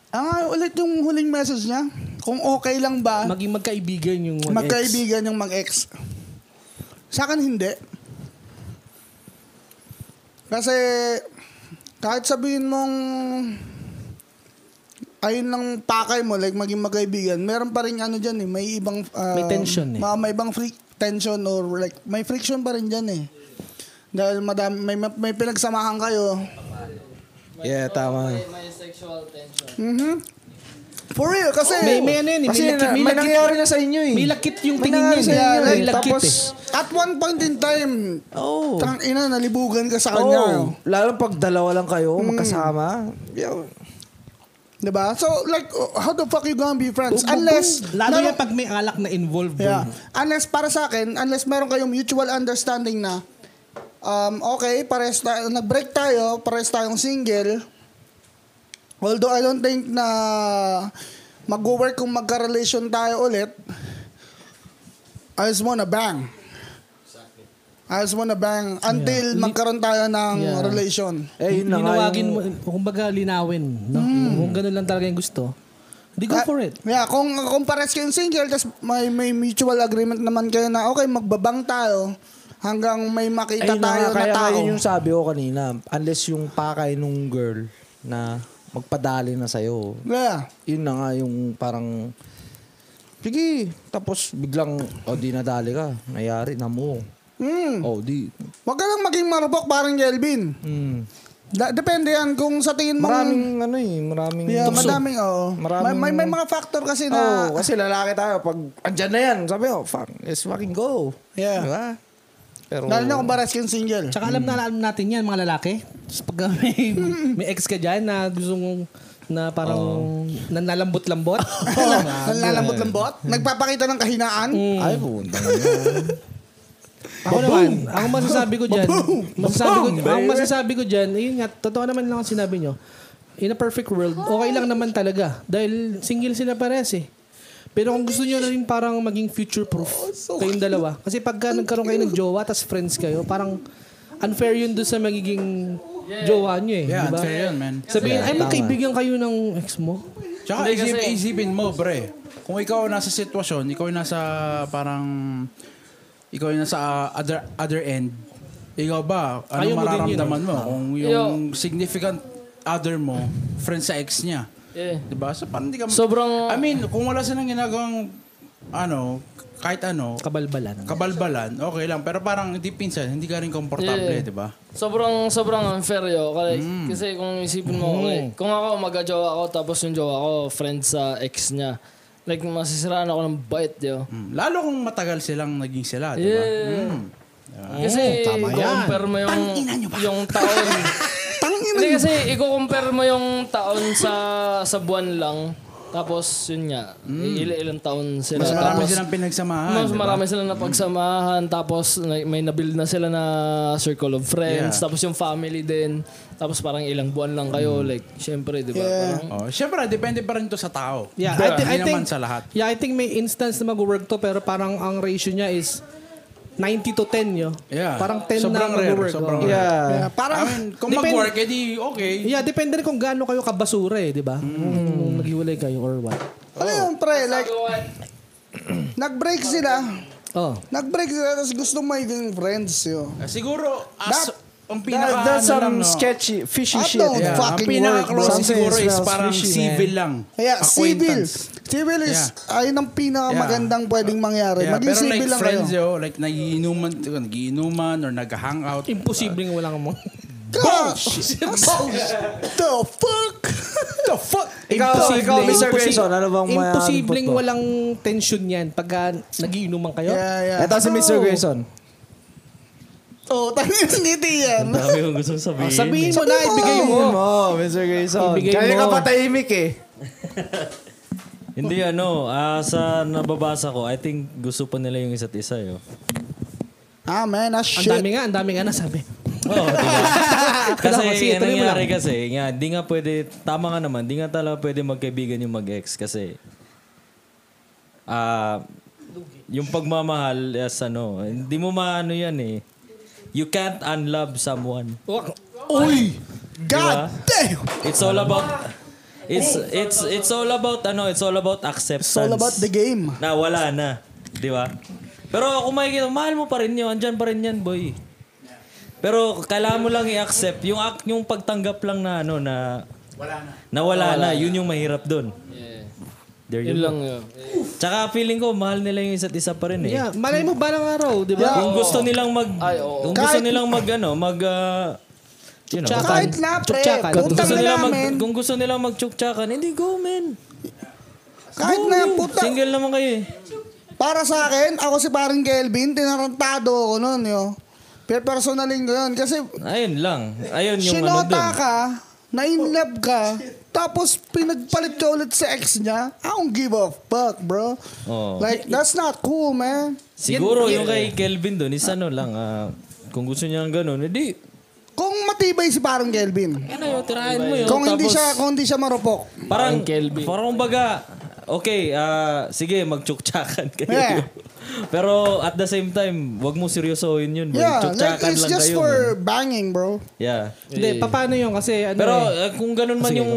[SPEAKER 2] ah, nga, ulit yung huling message niya. Kung okay lang ba,
[SPEAKER 3] Maging magkaibigan yung mag-ex.
[SPEAKER 2] magkaibigan yung mag-ex. Sa akin, hindi. Kasi, kahit sabihin mong ayun lang pakay mo, like maging magkaibigan, meron pa rin ano dyan eh, may ibang... ah,
[SPEAKER 3] May tension eh.
[SPEAKER 2] ma- may ibang freak tension or like, may friction pa rin dyan eh. Dahil madami, may, may pinagsamahan kayo.
[SPEAKER 4] Yeah, tama.
[SPEAKER 2] Mhm. For real, kasi...
[SPEAKER 3] May, may ano yun eh.
[SPEAKER 4] Kasi
[SPEAKER 3] May lakit,
[SPEAKER 4] na,
[SPEAKER 3] may
[SPEAKER 4] may
[SPEAKER 3] lakit-
[SPEAKER 4] nangyayari na sa inyo eh.
[SPEAKER 3] may lakit yung
[SPEAKER 4] May
[SPEAKER 3] tingin
[SPEAKER 4] nangyari
[SPEAKER 3] niya.
[SPEAKER 4] sa
[SPEAKER 3] eh.
[SPEAKER 4] inyo
[SPEAKER 3] May
[SPEAKER 4] eh.
[SPEAKER 3] lakit
[SPEAKER 4] Tapos,
[SPEAKER 3] eh.
[SPEAKER 2] At one point in time,
[SPEAKER 4] Oh.
[SPEAKER 2] tang ina, nalibugan ka sa kanya.
[SPEAKER 4] Oh, lalo pag dalawa lang kayo,
[SPEAKER 3] Hmm.
[SPEAKER 4] magkasama. Yeah.
[SPEAKER 2] oh. Diba? So, like, uh, how the fuck you gonna be
[SPEAKER 3] eh.
[SPEAKER 2] friends? Unless,
[SPEAKER 3] Lalo
[SPEAKER 2] meron-
[SPEAKER 3] na pag may alak na involved. eh.
[SPEAKER 2] Yeah. Unless, para sa akin, unless meron kayong mutual understanding na, um, okay, pares tayo, nag-break tayo, pares tayong single. Although, I don't think na mag-work kung magka-relation tayo ulit. I just wanna bang. I just wanna bang until magkaroon tayo ng
[SPEAKER 3] Yeah.
[SPEAKER 2] relation.
[SPEAKER 4] Eh, yun na nga
[SPEAKER 3] Linawagin
[SPEAKER 4] yung-
[SPEAKER 3] mo, kumbaga linawin. No? Kung ganun lang talaga yung gusto, di go
[SPEAKER 2] Ah,
[SPEAKER 3] for it.
[SPEAKER 2] Yeah, kung, kung pares kayong single, tas may, may mutual agreement naman kayo na, okay, magbabang tayo hanggang may makita
[SPEAKER 4] Ayun na
[SPEAKER 2] tayo
[SPEAKER 4] nga,
[SPEAKER 2] na
[SPEAKER 4] kaya
[SPEAKER 2] tao.
[SPEAKER 4] yun yung sabi ko kanina. Unless yung pakay nung girl na magpadali na sa'yo.
[SPEAKER 2] Yeah.
[SPEAKER 4] Yun na nga yung parang, sige, tapos biglang, oh di nadali ka. Nayari na mo.
[SPEAKER 2] Mm.
[SPEAKER 4] Oh di.
[SPEAKER 2] Huwag ka lang maging marupok parang Kelvin.
[SPEAKER 4] Mm.
[SPEAKER 2] Da- depende yan kung sa tingin mong...
[SPEAKER 4] Maraming ano eh, maraming
[SPEAKER 2] Yeah,
[SPEAKER 4] tukso.
[SPEAKER 2] madaming, oo.
[SPEAKER 4] Maraming-
[SPEAKER 2] May, may, may mga factor kasi
[SPEAKER 4] Oo,
[SPEAKER 2] na...
[SPEAKER 4] kasi lalaki tayo pag andyan na yan, sabi ko, fuck, let's fucking go.
[SPEAKER 2] Yeah.
[SPEAKER 4] Di ba? Pero
[SPEAKER 2] Lalo na kung pares kayong single.
[SPEAKER 3] Tsaka alam na alam natin yan, mga lalaki. Tapos pag may, may ex ka dyan na gusto mong na parang
[SPEAKER 5] Oh.
[SPEAKER 3] nanlalambot-lambot.
[SPEAKER 2] Nalalambot-lambot.
[SPEAKER 4] Mm.
[SPEAKER 2] Nagpapakita ng kahinaan.
[SPEAKER 4] ay pumunta na.
[SPEAKER 3] ako naman, ang masasabi ko dyan, masasabi ko, ang masasabi ko dyan, ayun nga, totoo naman lang ang sinabi nyo, in a perfect world, okay lang naman talaga. Dahil single sila pares eh. Pero kung gusto nyo na rin parang maging future-proof
[SPEAKER 5] Oh,
[SPEAKER 3] kayong dalawa. Kasi pagka nagkaroon kayo ng jowa, tas friends kayo, parang unfair yun doon sa magiging jowa nyo eh.
[SPEAKER 5] Yeah,
[SPEAKER 3] di ba?
[SPEAKER 5] unfair yun, man.
[SPEAKER 3] Sabihin, ay magkaibigan kayo ng ex mo.
[SPEAKER 5] Tsaka isip, isipin mo, pre. Kung ikaw nasa sitwasyon, ikaw yung nasa parang... Ikaw yung nasa uh, other, other end. Ikaw ba? Ano
[SPEAKER 3] Ayaw mo din
[SPEAKER 5] mararamdaman
[SPEAKER 3] yun,
[SPEAKER 7] ah.
[SPEAKER 5] mo? Kung yung significant other mo, friend sa ex niya.
[SPEAKER 7] Yeah.
[SPEAKER 5] Diba? So parang di ka...
[SPEAKER 7] Sobrang-
[SPEAKER 5] I mean, kung wala silang ginagawang ano, kahit ano,
[SPEAKER 3] Kabalbalan.
[SPEAKER 5] kabalbalan, okay lang. Pero parang hindi pinsan, hindi ka rin komportable, diba?
[SPEAKER 7] Yeah.
[SPEAKER 5] di ba?
[SPEAKER 7] Sobrang, sobrang unfair yun. Kasi,
[SPEAKER 5] Mm.
[SPEAKER 7] kasi kung isipin
[SPEAKER 5] Mm-hmm.
[SPEAKER 7] mo, okay, kung ako magka-jowa ako, tapos yung jowa ko, friend sa ex niya, like, masisiraan ako ng bait yo.
[SPEAKER 5] Mm. Lalo kung matagal silang naging sila, di ba?
[SPEAKER 7] Yeah.
[SPEAKER 5] Mm. Oh,
[SPEAKER 7] Kasi, i-compare mo yung, yung taon. Hindi kasi, i-compare mo yung taon sa sa buwan lang. Tapos, yun nga, il- ilang taon
[SPEAKER 5] Mm.
[SPEAKER 7] sila.
[SPEAKER 5] Mas marami
[SPEAKER 7] tapos,
[SPEAKER 5] silang pinagsamahan. diba?
[SPEAKER 7] Mas
[SPEAKER 5] Ah, di ba?
[SPEAKER 7] marami sila na pagsamahan tapos na- may nabuild na sila na circle of friends
[SPEAKER 5] Yeah.
[SPEAKER 7] tapos yung family din tapos parang ilang buwan lang kayo like syempre di ba parang
[SPEAKER 5] Oh, syempre, depende pa rin to sa tao.
[SPEAKER 3] Yeah, I,
[SPEAKER 5] Pero
[SPEAKER 3] think, I
[SPEAKER 5] hindi
[SPEAKER 3] think
[SPEAKER 5] naman sa lahat.
[SPEAKER 3] Yeah, I think may instance na mag-work to pero parang ang ratio niya is 90 to 10 yo.
[SPEAKER 5] Yeah.
[SPEAKER 3] Parang 10
[SPEAKER 5] Sobrang
[SPEAKER 3] na
[SPEAKER 5] rare,
[SPEAKER 3] mag-work.
[SPEAKER 5] sobrang
[SPEAKER 3] oh.
[SPEAKER 5] rare.
[SPEAKER 4] Yeah.
[SPEAKER 2] Yeah,
[SPEAKER 5] I
[SPEAKER 2] parang...
[SPEAKER 5] mean, kung
[SPEAKER 3] Depende-
[SPEAKER 5] mag-work, edi okay.
[SPEAKER 3] Yeah, depende rin kung gaano kayo kabasura eh, di ba?
[SPEAKER 5] Mm.
[SPEAKER 3] Kung naghiwalay kayo or what.
[SPEAKER 2] Ano yun, pre? Like, nag-break sila.
[SPEAKER 3] Oh.
[SPEAKER 2] Nag-break sila, tapos gustong maging friends yun.
[SPEAKER 5] Ah, Siguro, as,
[SPEAKER 2] Dap-
[SPEAKER 5] ang
[SPEAKER 4] That,
[SPEAKER 5] pinaka
[SPEAKER 4] that's
[SPEAKER 5] ano lang,
[SPEAKER 4] some
[SPEAKER 5] no?
[SPEAKER 4] sketchy, fishy
[SPEAKER 2] I
[SPEAKER 4] shit.
[SPEAKER 2] don't
[SPEAKER 5] Yeah, ang
[SPEAKER 2] fucking
[SPEAKER 5] pinaka-close
[SPEAKER 4] work, bro.
[SPEAKER 5] siguro is
[SPEAKER 4] Something
[SPEAKER 5] parang
[SPEAKER 4] smells fishy,
[SPEAKER 5] civil
[SPEAKER 4] man.
[SPEAKER 5] lang.
[SPEAKER 2] Kaya civil.
[SPEAKER 5] Acquaintance.
[SPEAKER 2] Civil is, ayun ang pinakamagandang pwedeng mangyari.
[SPEAKER 5] Yeah,
[SPEAKER 2] Maging
[SPEAKER 5] pero
[SPEAKER 2] civil
[SPEAKER 5] like
[SPEAKER 2] lang kayo.
[SPEAKER 5] friends, yo, like nagiinuman, nagiinuman or nag-hangout.
[SPEAKER 3] Imposibleng wala kang mga.
[SPEAKER 5] Oh,
[SPEAKER 4] Oh,
[SPEAKER 2] Bullshit. The fuck?
[SPEAKER 5] the fuck?
[SPEAKER 4] Ikaw, ikaw, Mr. Grayson, ano bang mayaman
[SPEAKER 3] Imposibleng
[SPEAKER 4] po to?
[SPEAKER 3] walang tension yan pagka nagiinuman kayo.
[SPEAKER 2] Yeah, yeah.
[SPEAKER 4] Ito si Mr. Grayson.
[SPEAKER 2] Oh, tangin ngiti yan.
[SPEAKER 8] Dami kong gusto sabihin.
[SPEAKER 3] Sabihin mo na, ibigay mo.
[SPEAKER 4] Tingin mo, Mr. Grayson.
[SPEAKER 3] Ibigay
[SPEAKER 4] Kaya
[SPEAKER 3] mo.
[SPEAKER 4] ka patahimik eh.
[SPEAKER 8] Hindi ano, ah, sa nababasa ko, I think gusto pa nila yung isa't isa eh, oh. yo.
[SPEAKER 2] Ah, man, ah,
[SPEAKER 3] Ang
[SPEAKER 2] shit.
[SPEAKER 3] dami nga, ang dami nga nasabi.
[SPEAKER 8] Oo, diba? kasi
[SPEAKER 3] Kasi,
[SPEAKER 8] ang
[SPEAKER 3] tuloy mo
[SPEAKER 8] nangyari kasi, nga, di nga pwede, tama nga naman, di nga talaga pwede magkaibigan yung mag-ex kasi ah yung pagmamahal as ano, hindi mo maano yan eh. You can't unlove someone.
[SPEAKER 2] Uy! God damn!
[SPEAKER 8] It's all about It's it's it's all about ano, it's all about acceptance.
[SPEAKER 2] It's all about the game.
[SPEAKER 8] Na wala na, 'di ba? Pero kung makikita, mo, mahal mo pa rin 'yon, andiyan pa rin 'yan, boy. Pero kailangan mo lang i-accept yung act, yung pagtanggap lang na ano na wala na. Na wala, na, yun yung mahirap doon. There you
[SPEAKER 7] Yun lang
[SPEAKER 8] go.
[SPEAKER 7] yun.
[SPEAKER 8] Tsaka feeling ko mahal nila yung isa't isa pa rin eh.
[SPEAKER 3] Yeah, malay mo balang araw, di ba?
[SPEAKER 8] Kung gusto nilang mag
[SPEAKER 7] Ay, oo.
[SPEAKER 8] kung gusto nilang mag ano, mag ah, you know,
[SPEAKER 3] Tsaka-
[SPEAKER 2] Kahit na, pre.
[SPEAKER 3] Tsuktsakan.
[SPEAKER 8] kung
[SPEAKER 2] Putang
[SPEAKER 8] gusto
[SPEAKER 2] na
[SPEAKER 8] nila mag
[SPEAKER 2] namin.
[SPEAKER 8] kung gusto nila magtsuktsakan, hindi go men.
[SPEAKER 2] Kahit na, puta.
[SPEAKER 8] Single naman kayo eh.
[SPEAKER 2] Para sa akin, ako si paring Kelvin, tinarantado ako nun, yo. Pero personaling ko yun. Kasi,
[SPEAKER 5] ano
[SPEAKER 8] Ayun lang. Ayun yung ano
[SPEAKER 2] sinota
[SPEAKER 8] dun.
[SPEAKER 2] ka, na in love ka, tapos pinagpalit ka ulit sa ex niya, I don't give a fuck, bro.
[SPEAKER 5] Oh.
[SPEAKER 8] Oo.
[SPEAKER 2] Like, that's not cool, man.
[SPEAKER 8] Siguro yung kay Kelvin dun, is ano lang, ah, kung gusto niya ng ganun, edi,
[SPEAKER 2] Kung matibay si parang Kelvin,
[SPEAKER 8] ano yun, tirahin mo yun.
[SPEAKER 2] kung hindi
[SPEAKER 8] Tapos,
[SPEAKER 2] siya, kung hindi siya marupok.
[SPEAKER 8] parang,
[SPEAKER 7] Parang Kelvin.
[SPEAKER 8] parang baga, okay, ah, sige, magtsuktsakan kayo.
[SPEAKER 2] Yeah.
[SPEAKER 8] Pero at the same time, wag mo seryosohin yun. boy.
[SPEAKER 2] Yeah, like,
[SPEAKER 8] Tsuktsakan
[SPEAKER 2] it's
[SPEAKER 8] lang
[SPEAKER 2] just
[SPEAKER 8] kayo.
[SPEAKER 2] for banging, bro.
[SPEAKER 8] man. Yeah.
[SPEAKER 2] eh.
[SPEAKER 3] Hindi, paano yun? Kasi ano
[SPEAKER 8] Pero
[SPEAKER 3] eh.
[SPEAKER 8] uh, kung ganun man yung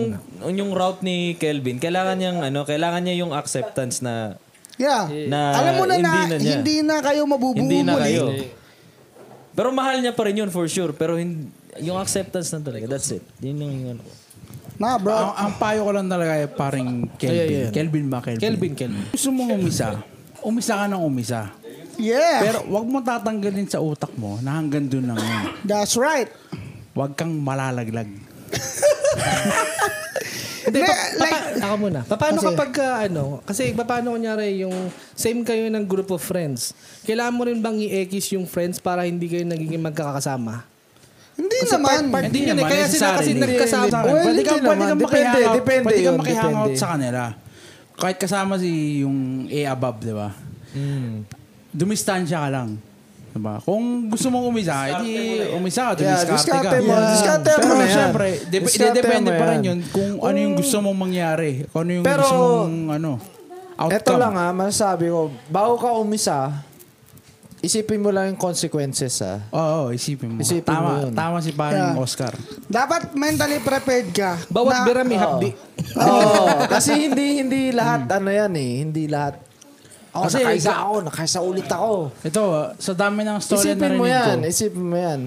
[SPEAKER 8] yung route ni Kelvin, kailangan niyang ano, kailangan niya yung acceptance na
[SPEAKER 2] Yeah.
[SPEAKER 8] Na
[SPEAKER 2] Alam mo na
[SPEAKER 8] Eh, hindi
[SPEAKER 2] na,
[SPEAKER 8] na niya.
[SPEAKER 2] hindi na kayo mabubuo
[SPEAKER 8] hindi na
[SPEAKER 2] muli.
[SPEAKER 8] kayo. Pero mahal niya pa rin yun for sure, pero hin- yung acceptance na talaga, that's it. Yun yung, yung ano ko.
[SPEAKER 2] Na, bro.
[SPEAKER 8] Ah,
[SPEAKER 5] Ang, ang payo ko lang talaga ay paring Kelvin.
[SPEAKER 3] Yeah, yeah, yeah.
[SPEAKER 5] Kelvin ba? Kelvin.
[SPEAKER 3] Kelvin, Kelvin.
[SPEAKER 5] Gusto mong umisa, umisa ka ng umisa.
[SPEAKER 2] Yeah.
[SPEAKER 5] Pero wag mo tatanggalin sa utak mo na hanggang doon lang yun.
[SPEAKER 2] That's right.
[SPEAKER 5] Wag kang malalaglag.
[SPEAKER 2] Hindi,
[SPEAKER 3] Hindi, pa,
[SPEAKER 2] like,
[SPEAKER 3] papa- ako muna. Paano
[SPEAKER 2] Kasi-
[SPEAKER 3] kapag ah, ano, kasi paano kunyari yung same kayo ng group of friends, kailangan mo rin bang i-ekis yung friends para hindi kayo nagiging magkakasama?
[SPEAKER 2] hindi naman.
[SPEAKER 3] part- Hindi yun eh,
[SPEAKER 5] naman,
[SPEAKER 3] kaya sila
[SPEAKER 5] necessary
[SPEAKER 3] kasi
[SPEAKER 5] eh.
[SPEAKER 3] nagkasama.
[SPEAKER 5] Hindi,
[SPEAKER 4] Well,
[SPEAKER 5] pwede ka,
[SPEAKER 4] hindi
[SPEAKER 5] pwede
[SPEAKER 4] naman.
[SPEAKER 5] ka
[SPEAKER 4] Depende,
[SPEAKER 5] makihangout.
[SPEAKER 4] depende
[SPEAKER 5] Pwede ka
[SPEAKER 4] yun,
[SPEAKER 5] makihangout
[SPEAKER 4] depende.
[SPEAKER 5] sa kanila. Kahit kasama si yung A above, di ba?
[SPEAKER 4] Hmm.
[SPEAKER 5] Dumistansya ka lang. Diba? Kung gusto mong umisa, edi umisa ka,
[SPEAKER 4] Yeah,
[SPEAKER 5] dumiskarte ka.
[SPEAKER 4] diskarte mo, diskarte mo
[SPEAKER 5] Pero
[SPEAKER 4] na yan.
[SPEAKER 5] syempre, dep-
[SPEAKER 4] Diskarte
[SPEAKER 5] depende
[SPEAKER 4] mo
[SPEAKER 5] pa rin
[SPEAKER 4] yan.
[SPEAKER 5] yun kung ano yung gusto mong mangyari. Kung ano yung
[SPEAKER 4] Pero-
[SPEAKER 5] gusto mong ano, outcome.
[SPEAKER 4] Ito lang ah. ha, masasabi ko, bago ka umisa, isipin mo lang yung consequences ah. ha.
[SPEAKER 5] Oo, isipin mo.
[SPEAKER 4] Isipin
[SPEAKER 5] tama,
[SPEAKER 4] mo yun.
[SPEAKER 5] tama si paring
[SPEAKER 2] Yeah.
[SPEAKER 5] Oscar.
[SPEAKER 2] Dapat mentally prepared ka.
[SPEAKER 3] Bawat
[SPEAKER 2] na-
[SPEAKER 3] bira may
[SPEAKER 4] Oo.
[SPEAKER 3] hapdi.
[SPEAKER 4] Oo, kasi hindi hindi lahat ano yan eh, hindi lahat. Oh,
[SPEAKER 5] Kasi-
[SPEAKER 4] nakaisa ako, nakaisa ulit ako.
[SPEAKER 5] Ito, ah, sa dami ng story na
[SPEAKER 4] Isipin mo
[SPEAKER 5] narinig ko.
[SPEAKER 4] yan, isipin mo yan.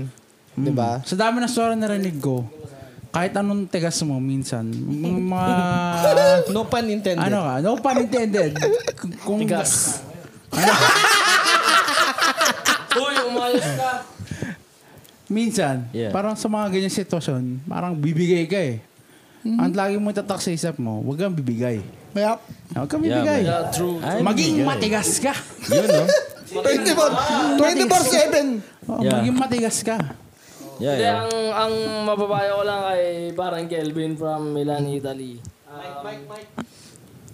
[SPEAKER 4] Di ba?
[SPEAKER 5] Sa dami ng story na narinig ko, kahit anong tegas mo minsan, mga, mga
[SPEAKER 3] No pun intended.
[SPEAKER 5] ano ka, no pun intended. Kung- Kung,
[SPEAKER 7] Tigas. Uy, umalas ka.
[SPEAKER 5] minsan,
[SPEAKER 8] Yeah.
[SPEAKER 5] parang sa mga ganyan sitwasyon, parang bibigay ka eh.
[SPEAKER 8] Mm-hmm.
[SPEAKER 5] Ang lagi mo itatak sa isip mo, huwag kang bibigay.
[SPEAKER 2] Yup.
[SPEAKER 5] Huwag kang bibigay.
[SPEAKER 8] Yeah,
[SPEAKER 7] Yeah, true.
[SPEAKER 5] Maging matigas ka.
[SPEAKER 8] Yun, no?
[SPEAKER 2] 24 24-7.
[SPEAKER 5] Oo,
[SPEAKER 8] Yeah.
[SPEAKER 5] Oh, Maging matigas ka.
[SPEAKER 8] Yeah,
[SPEAKER 7] Hindi,
[SPEAKER 8] yeah.
[SPEAKER 7] ang, ang mababayo ko lang kay parang Kelvin from Milan, Italy. Um,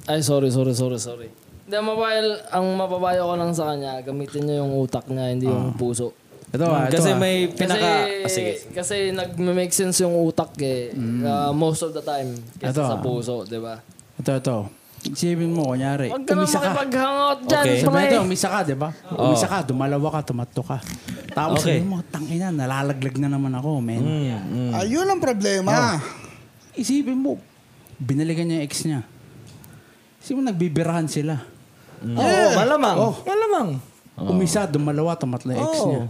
[SPEAKER 7] Ay, sorry, sorry, sorry, sorry. Hindi, ang mababayo, ang mababayo ko lang sa kanya, gamitin niya yung utak niya, hindi yung puso.
[SPEAKER 5] Ito ah, ito
[SPEAKER 8] Mm, Kasi
[SPEAKER 5] ah.
[SPEAKER 8] may
[SPEAKER 7] Kasi,
[SPEAKER 8] pinaka... Ah, sige.
[SPEAKER 7] kasi nag-make sense yung utak eh, uh, most of the time. Kasi
[SPEAKER 5] Ito,
[SPEAKER 7] sa
[SPEAKER 5] ah.
[SPEAKER 7] puso, di ba?
[SPEAKER 5] Ito, ito. Isipin mo, kunyari,
[SPEAKER 7] Huwag Eh, ka na
[SPEAKER 5] umisa ka.
[SPEAKER 7] makipag-hangout dyan,
[SPEAKER 8] Okay.
[SPEAKER 5] Sabi
[SPEAKER 7] pre.
[SPEAKER 5] natin, Eh, umisa ka, di ba?
[SPEAKER 4] Oh.
[SPEAKER 8] Oo.
[SPEAKER 5] Umisa ka, dumalawa ka, tumatto ka. Tapos
[SPEAKER 8] Okay.
[SPEAKER 5] sabihin mo, tangina, nalalaglag na naman ako, men.
[SPEAKER 4] Mm.
[SPEAKER 8] Hmm.
[SPEAKER 2] Ayun ang problema.
[SPEAKER 5] Isipin mo, binalikan niya yung ex niya. Isipin mo, nagbibirahan sila.
[SPEAKER 4] Oo, Hmm. Oh. malamang. Malamang. Oh.
[SPEAKER 5] Umisa, dumalawa, tumatlo yung ex niya.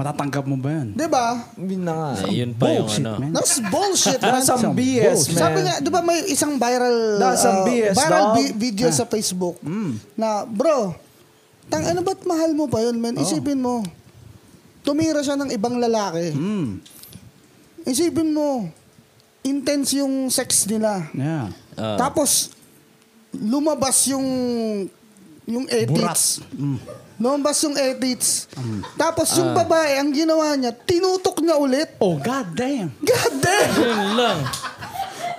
[SPEAKER 5] Matatanggap mo ba yan?
[SPEAKER 2] Di ba?
[SPEAKER 4] Hindi na nga.
[SPEAKER 8] Ayun pa yung
[SPEAKER 5] Bullshit,
[SPEAKER 8] ano.
[SPEAKER 5] man.
[SPEAKER 2] That's bullshit, man.
[SPEAKER 4] That's some BS, man.
[SPEAKER 2] Sabi nga, di ba may isang viral
[SPEAKER 4] That's
[SPEAKER 2] uh,
[SPEAKER 4] some BS,
[SPEAKER 2] viral
[SPEAKER 4] dog. Ah. Mm.
[SPEAKER 2] vi- video sa Facebook na, bro, tang ano ba't mahal mo pa yun, man?
[SPEAKER 4] Oh.
[SPEAKER 2] Isipin mo, tumira siya ng ibang lalaki.
[SPEAKER 5] Mm.
[SPEAKER 4] Hmm?
[SPEAKER 2] Isipin mo, intense yung sex nila.
[SPEAKER 5] Yeah.
[SPEAKER 4] Ah.
[SPEAKER 2] Tapos, lumabas yung yung edits.
[SPEAKER 4] Mm.
[SPEAKER 2] Lumabas yung edits. Tapos
[SPEAKER 4] Ah.
[SPEAKER 2] yung babae, ang ginawa niya, tinutok niya ulit.
[SPEAKER 5] Oh, god damn.
[SPEAKER 2] God damn!
[SPEAKER 8] Yun lang.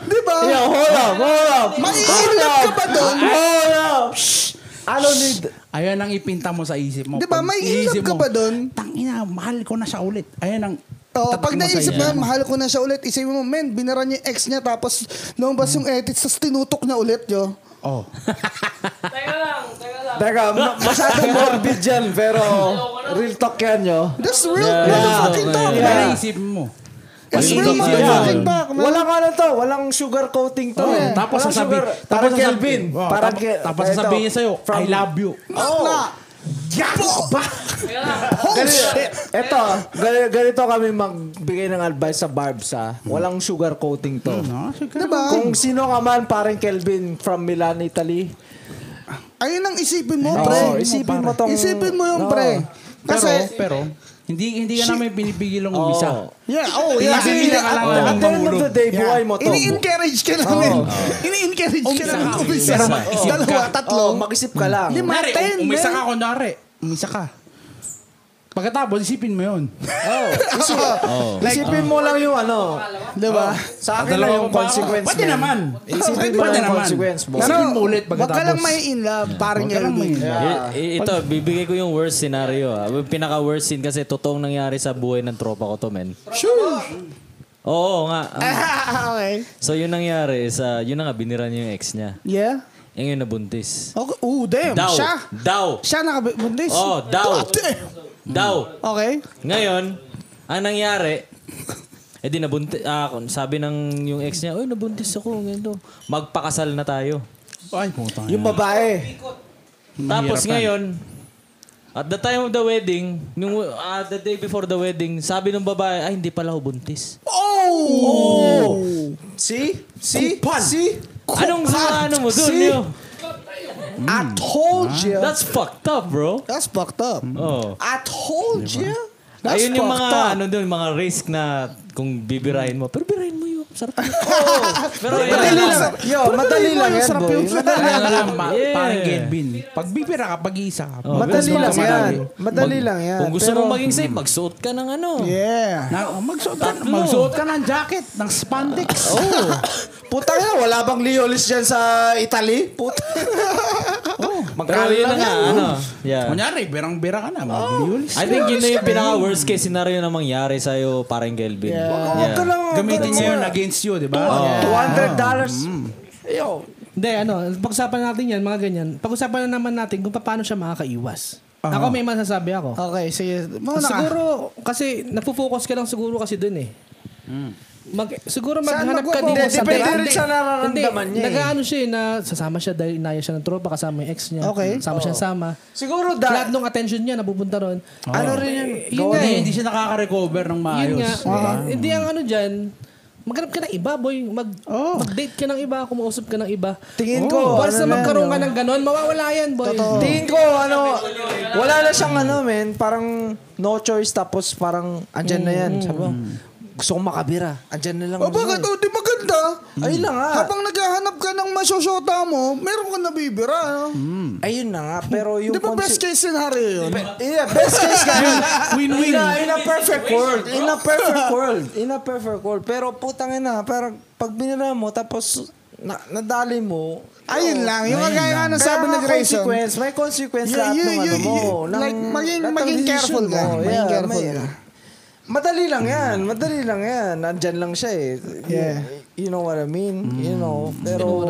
[SPEAKER 2] Di ba?
[SPEAKER 4] Yeah, hold up, hold up.
[SPEAKER 2] Maiinlove ka ba doon?
[SPEAKER 4] Hold up. Shh. I don't need...
[SPEAKER 5] Ayan ang ipinta mo sa isip mo.
[SPEAKER 2] Di ba?
[SPEAKER 5] Pag
[SPEAKER 2] May in
[SPEAKER 5] iisip
[SPEAKER 2] love ka
[SPEAKER 5] mo,
[SPEAKER 2] ba doon?
[SPEAKER 5] Tangina, mahal ko na siya ulit. Ayan ang
[SPEAKER 2] Oh,
[SPEAKER 5] tatak
[SPEAKER 2] pag
[SPEAKER 5] mo sa
[SPEAKER 2] naisip
[SPEAKER 5] isip
[SPEAKER 2] na,
[SPEAKER 5] mo.
[SPEAKER 2] mahal ko na siya ulit, isipin mo, men, binara niya yung ex niya, tapos lumabas yung edits, tapos tinutok niya ulit, yo.
[SPEAKER 5] Oh.
[SPEAKER 7] Teka lang, teka lang.
[SPEAKER 4] Teka, ma- masyadong morbid yan, pero real talk yan, yo.
[SPEAKER 2] That's real motherfucking talk,
[SPEAKER 4] Diba?
[SPEAKER 5] Yeah.
[SPEAKER 2] man.
[SPEAKER 5] Naisip mo.
[SPEAKER 2] That's
[SPEAKER 8] Yeah.
[SPEAKER 2] real
[SPEAKER 8] Yeah.
[SPEAKER 2] motherfucking talk, man.
[SPEAKER 4] Walang ano to, walang sugar coating to.
[SPEAKER 5] Oh,
[SPEAKER 4] eh.
[SPEAKER 5] Tapos
[SPEAKER 4] walang
[SPEAKER 5] sasabi,
[SPEAKER 4] sugar-
[SPEAKER 5] tapos
[SPEAKER 4] parang
[SPEAKER 5] sasabi-
[SPEAKER 4] Kelvin.
[SPEAKER 5] Oh,
[SPEAKER 4] parang
[SPEAKER 5] tapos-
[SPEAKER 4] Kel-
[SPEAKER 5] tapos
[SPEAKER 4] ito,
[SPEAKER 5] sasabihin niya sa'yo, I
[SPEAKER 4] from-
[SPEAKER 5] love you.
[SPEAKER 4] Oh.
[SPEAKER 2] Bakla.
[SPEAKER 4] Ganito, eto, ganito, kami magbigay ng advice sa Barbs ha. Walang sugar coating to.
[SPEAKER 5] No, sige.
[SPEAKER 2] Diba?
[SPEAKER 4] Kung sino ka man, parang Kelvin from Milan, Italy.
[SPEAKER 2] Ayun ang isipin mo,
[SPEAKER 4] Oo,
[SPEAKER 2] pre.
[SPEAKER 4] isipin mo tong-
[SPEAKER 2] Isipin mo yung
[SPEAKER 4] Oo.
[SPEAKER 2] pre. Kasi,
[SPEAKER 5] pero, hindi hindi ka namin pinipigilong umisa.
[SPEAKER 2] yeah, oh, yeah.
[SPEAKER 5] Kasi
[SPEAKER 2] Ini-
[SPEAKER 5] hindi ka
[SPEAKER 4] At,
[SPEAKER 5] kailangan
[SPEAKER 4] at the end of
[SPEAKER 5] mahulog.
[SPEAKER 4] the day, buhay mo to.
[SPEAKER 2] Ini-encourage ka namin. Ini-encourage ka namin. Umpisa. Dalawa, tatlo.
[SPEAKER 4] Oo, mag-isip ka lang.
[SPEAKER 2] Lima,
[SPEAKER 5] Kunwari,
[SPEAKER 2] ten,
[SPEAKER 5] um- umisa
[SPEAKER 2] man.
[SPEAKER 5] ka, kunwari. Umisa ka. Pagkatapos, isipin mo yun.
[SPEAKER 4] Isipin mo lang yung ano.
[SPEAKER 2] Diba?
[SPEAKER 4] Sa akin lang yung consequence.
[SPEAKER 5] Pwede
[SPEAKER 4] man.
[SPEAKER 5] naman.
[SPEAKER 4] Isipin
[SPEAKER 5] Pwede
[SPEAKER 4] mo lang yung
[SPEAKER 5] naman.
[SPEAKER 4] consequence mo.
[SPEAKER 5] Isipin mo ulit
[SPEAKER 2] Huwag ka lang
[SPEAKER 5] pagkatapos.
[SPEAKER 2] may in love, parang
[SPEAKER 5] Huwag ka lang
[SPEAKER 2] LB.
[SPEAKER 5] may in love.
[SPEAKER 8] I- i- ito, bibigay ko yung worst scenario. ah. Yung Pinaka-worst scene kasi totoong nangyari sa buhay ng tropa ko to, men. Oo nga. Ah,
[SPEAKER 2] okay.
[SPEAKER 8] So, yun nangyari is, ah, yun na nga, binira niya yung ex niya.
[SPEAKER 2] Yeah?
[SPEAKER 8] Yung yun nabuntis.
[SPEAKER 2] Okay. Oh, damn.
[SPEAKER 8] Daw.
[SPEAKER 2] Siya.
[SPEAKER 8] Daw.
[SPEAKER 2] Siya nakabundis.
[SPEAKER 8] Oh, daw. Daw.
[SPEAKER 2] Okay.
[SPEAKER 8] Ngayon, ang nangyari, eh di nabuntis, ah, sabi ng yung ex niya, uy, nabuntis ako, ganito. Magpakasal na tayo.
[SPEAKER 5] Ay, puta.
[SPEAKER 4] Yung babae.
[SPEAKER 5] Mahirap yan.
[SPEAKER 8] Tapos ngayon, at the time of the wedding, nung, ah, the day before the wedding, sabi ng babae, ay, hindi pala ako buntis.
[SPEAKER 4] See? See? See?
[SPEAKER 8] Anong sa ano mo doon,
[SPEAKER 4] See?
[SPEAKER 8] yo?
[SPEAKER 4] I told you.
[SPEAKER 8] That's fucked up, bro.
[SPEAKER 2] That's fucked up.
[SPEAKER 4] Mm,
[SPEAKER 8] Oh.
[SPEAKER 4] I told you. That's
[SPEAKER 8] Ayun yung mga,
[SPEAKER 4] fucked up.
[SPEAKER 8] ano doon, mga risk na kung bibirahin mo. Pero birahin mo yun. Sarap yun. Oo. Pero yun.
[SPEAKER 4] Madali
[SPEAKER 8] lang.
[SPEAKER 4] lang. Yo, madali lang yan, boy. Madali
[SPEAKER 5] Ano
[SPEAKER 4] lang.
[SPEAKER 5] lang, pa-
[SPEAKER 8] Yeah.
[SPEAKER 5] parang Kelvin. Pag bibira ka, pag-iisa ka.
[SPEAKER 8] Oh,
[SPEAKER 4] Madali
[SPEAKER 8] gusto
[SPEAKER 4] lang
[SPEAKER 8] mo
[SPEAKER 4] yan.
[SPEAKER 8] madali.
[SPEAKER 4] Madali lang yan.
[SPEAKER 8] Kung gusto
[SPEAKER 4] Ah, Pero-
[SPEAKER 8] mong maging safe, magsuot ka ng ano.
[SPEAKER 2] Yeah.
[SPEAKER 5] Na, oh, magsuot, ka,
[SPEAKER 8] Tatlo.
[SPEAKER 5] magsuot ka ng jacket, ng spandex.
[SPEAKER 4] Oh. Puta nga, wala bang Leolis dyan sa Italy? Puta.
[SPEAKER 8] Pero yun na nga, ano. Yeah.
[SPEAKER 5] Kunyari, birang-bira ka na. Magliulis.
[SPEAKER 8] I think yun na yung pinaka worst case scenario na mangyari sa'yo, parang Kelvin. Yeah.
[SPEAKER 4] Huwag ka lang.
[SPEAKER 5] Gamitin niya yun against you, di ba? Yeah.
[SPEAKER 4] $200. Mm. Yo.
[SPEAKER 3] Hindi, ano, pag-usapan natin yan, mga ganyan. Pag-usapan na naman natin kung paano siya makakaiwas.
[SPEAKER 5] Ah.
[SPEAKER 3] Ako may masasabi ako.
[SPEAKER 2] Okay, sige. Mauna ka.
[SPEAKER 3] siguro, Oh, kasi nagpo-focus ka lang siguro kasi dun eh. Mag, siguro
[SPEAKER 2] Saan
[SPEAKER 3] maghanap ka din
[SPEAKER 2] magpo-focus?
[SPEAKER 3] sa
[SPEAKER 2] Depende
[SPEAKER 3] Hindi,
[SPEAKER 4] rin sa nararamdaman
[SPEAKER 3] hindi.
[SPEAKER 4] niya eh.
[SPEAKER 3] Nagaano siya eh, na sasama siya dahil inaya siya ng tropa, kasama yung ex niya.
[SPEAKER 2] Okay.
[SPEAKER 3] Sama siya sama.
[SPEAKER 4] Siguro
[SPEAKER 3] Lahat
[SPEAKER 4] dahil...
[SPEAKER 3] ng attention niya napupunta ron.
[SPEAKER 5] Ano
[SPEAKER 3] rin yun? Yun
[SPEAKER 5] Yun
[SPEAKER 3] nga eh.
[SPEAKER 5] hindi siya nakaka-recover ng maayos.
[SPEAKER 3] Yun nga.
[SPEAKER 5] di ba?
[SPEAKER 3] Hindi ang ano dyan, maghanap ka ng iba, boy. Mag, Mag-date ka ng iba, kumausap ka ng iba.
[SPEAKER 4] Tingin ko,
[SPEAKER 3] Once na
[SPEAKER 4] ano na
[SPEAKER 3] magkaroon
[SPEAKER 4] yan,
[SPEAKER 3] ka ng ganon, mawawala yan, boy.
[SPEAKER 4] Tingin ko, ano, wala na siyang ano, men. Parang no choice, tapos parang andyan na yan. Sabi ko, gusto kong makabira. Andyan na lang.
[SPEAKER 2] O Oh, bakit? O, di maganda.
[SPEAKER 4] Ayun na nga.
[SPEAKER 2] Habang naghahanap ka ng masyosota mo, meron ka nabibira. Ano?
[SPEAKER 4] Ayun na nga, pero yung...
[SPEAKER 2] Di ba best
[SPEAKER 4] consi-
[SPEAKER 2] case scenario yun?
[SPEAKER 4] Yeah, best case ka.
[SPEAKER 5] Win-win.
[SPEAKER 4] In a, in a perfect world. In a perfect world. In a perfect world. Pero putang ina, parang pag binira mo, tapos na, nadali mo,
[SPEAKER 2] Ayun lang. Yung kagaya nga ng
[SPEAKER 4] Pero
[SPEAKER 2] sabi
[SPEAKER 4] may
[SPEAKER 2] ni Grayson.
[SPEAKER 4] consequence, may consequence
[SPEAKER 2] You-
[SPEAKER 4] lahat
[SPEAKER 2] you-
[SPEAKER 4] ng ano
[SPEAKER 2] you-
[SPEAKER 4] mo.
[SPEAKER 2] you-
[SPEAKER 4] ng-
[SPEAKER 2] like, maging-
[SPEAKER 4] lahat ng
[SPEAKER 2] maging
[SPEAKER 4] decision
[SPEAKER 2] careful ka.
[SPEAKER 4] mo. Mm.
[SPEAKER 2] Maging careful ka.
[SPEAKER 4] Madali lang yan. Madali lang yan. Nandyan lang siya eh. You-
[SPEAKER 2] Yeah.
[SPEAKER 4] You, know what I mean? You know. Pero,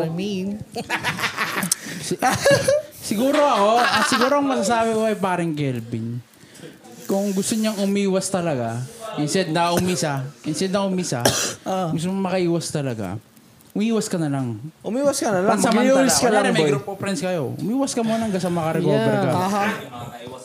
[SPEAKER 5] Siguro ako, ah, siguro ang masasabi ko ay parang Kelvin. Kung gusto niyang umiwas talaga, instead na umisa, instead na umisa, gusto mong makaiwas talaga, Umiwas ka na lang.
[SPEAKER 4] Umiwas ka na lang.
[SPEAKER 5] Pansamantala.
[SPEAKER 4] Mag-iwas ka lang,
[SPEAKER 5] Kunyari, may
[SPEAKER 4] boy.
[SPEAKER 5] group of friends kayo. Umiwas ka muna hanggang sa makarecover
[SPEAKER 3] Yeah.
[SPEAKER 5] ka.
[SPEAKER 3] Aha.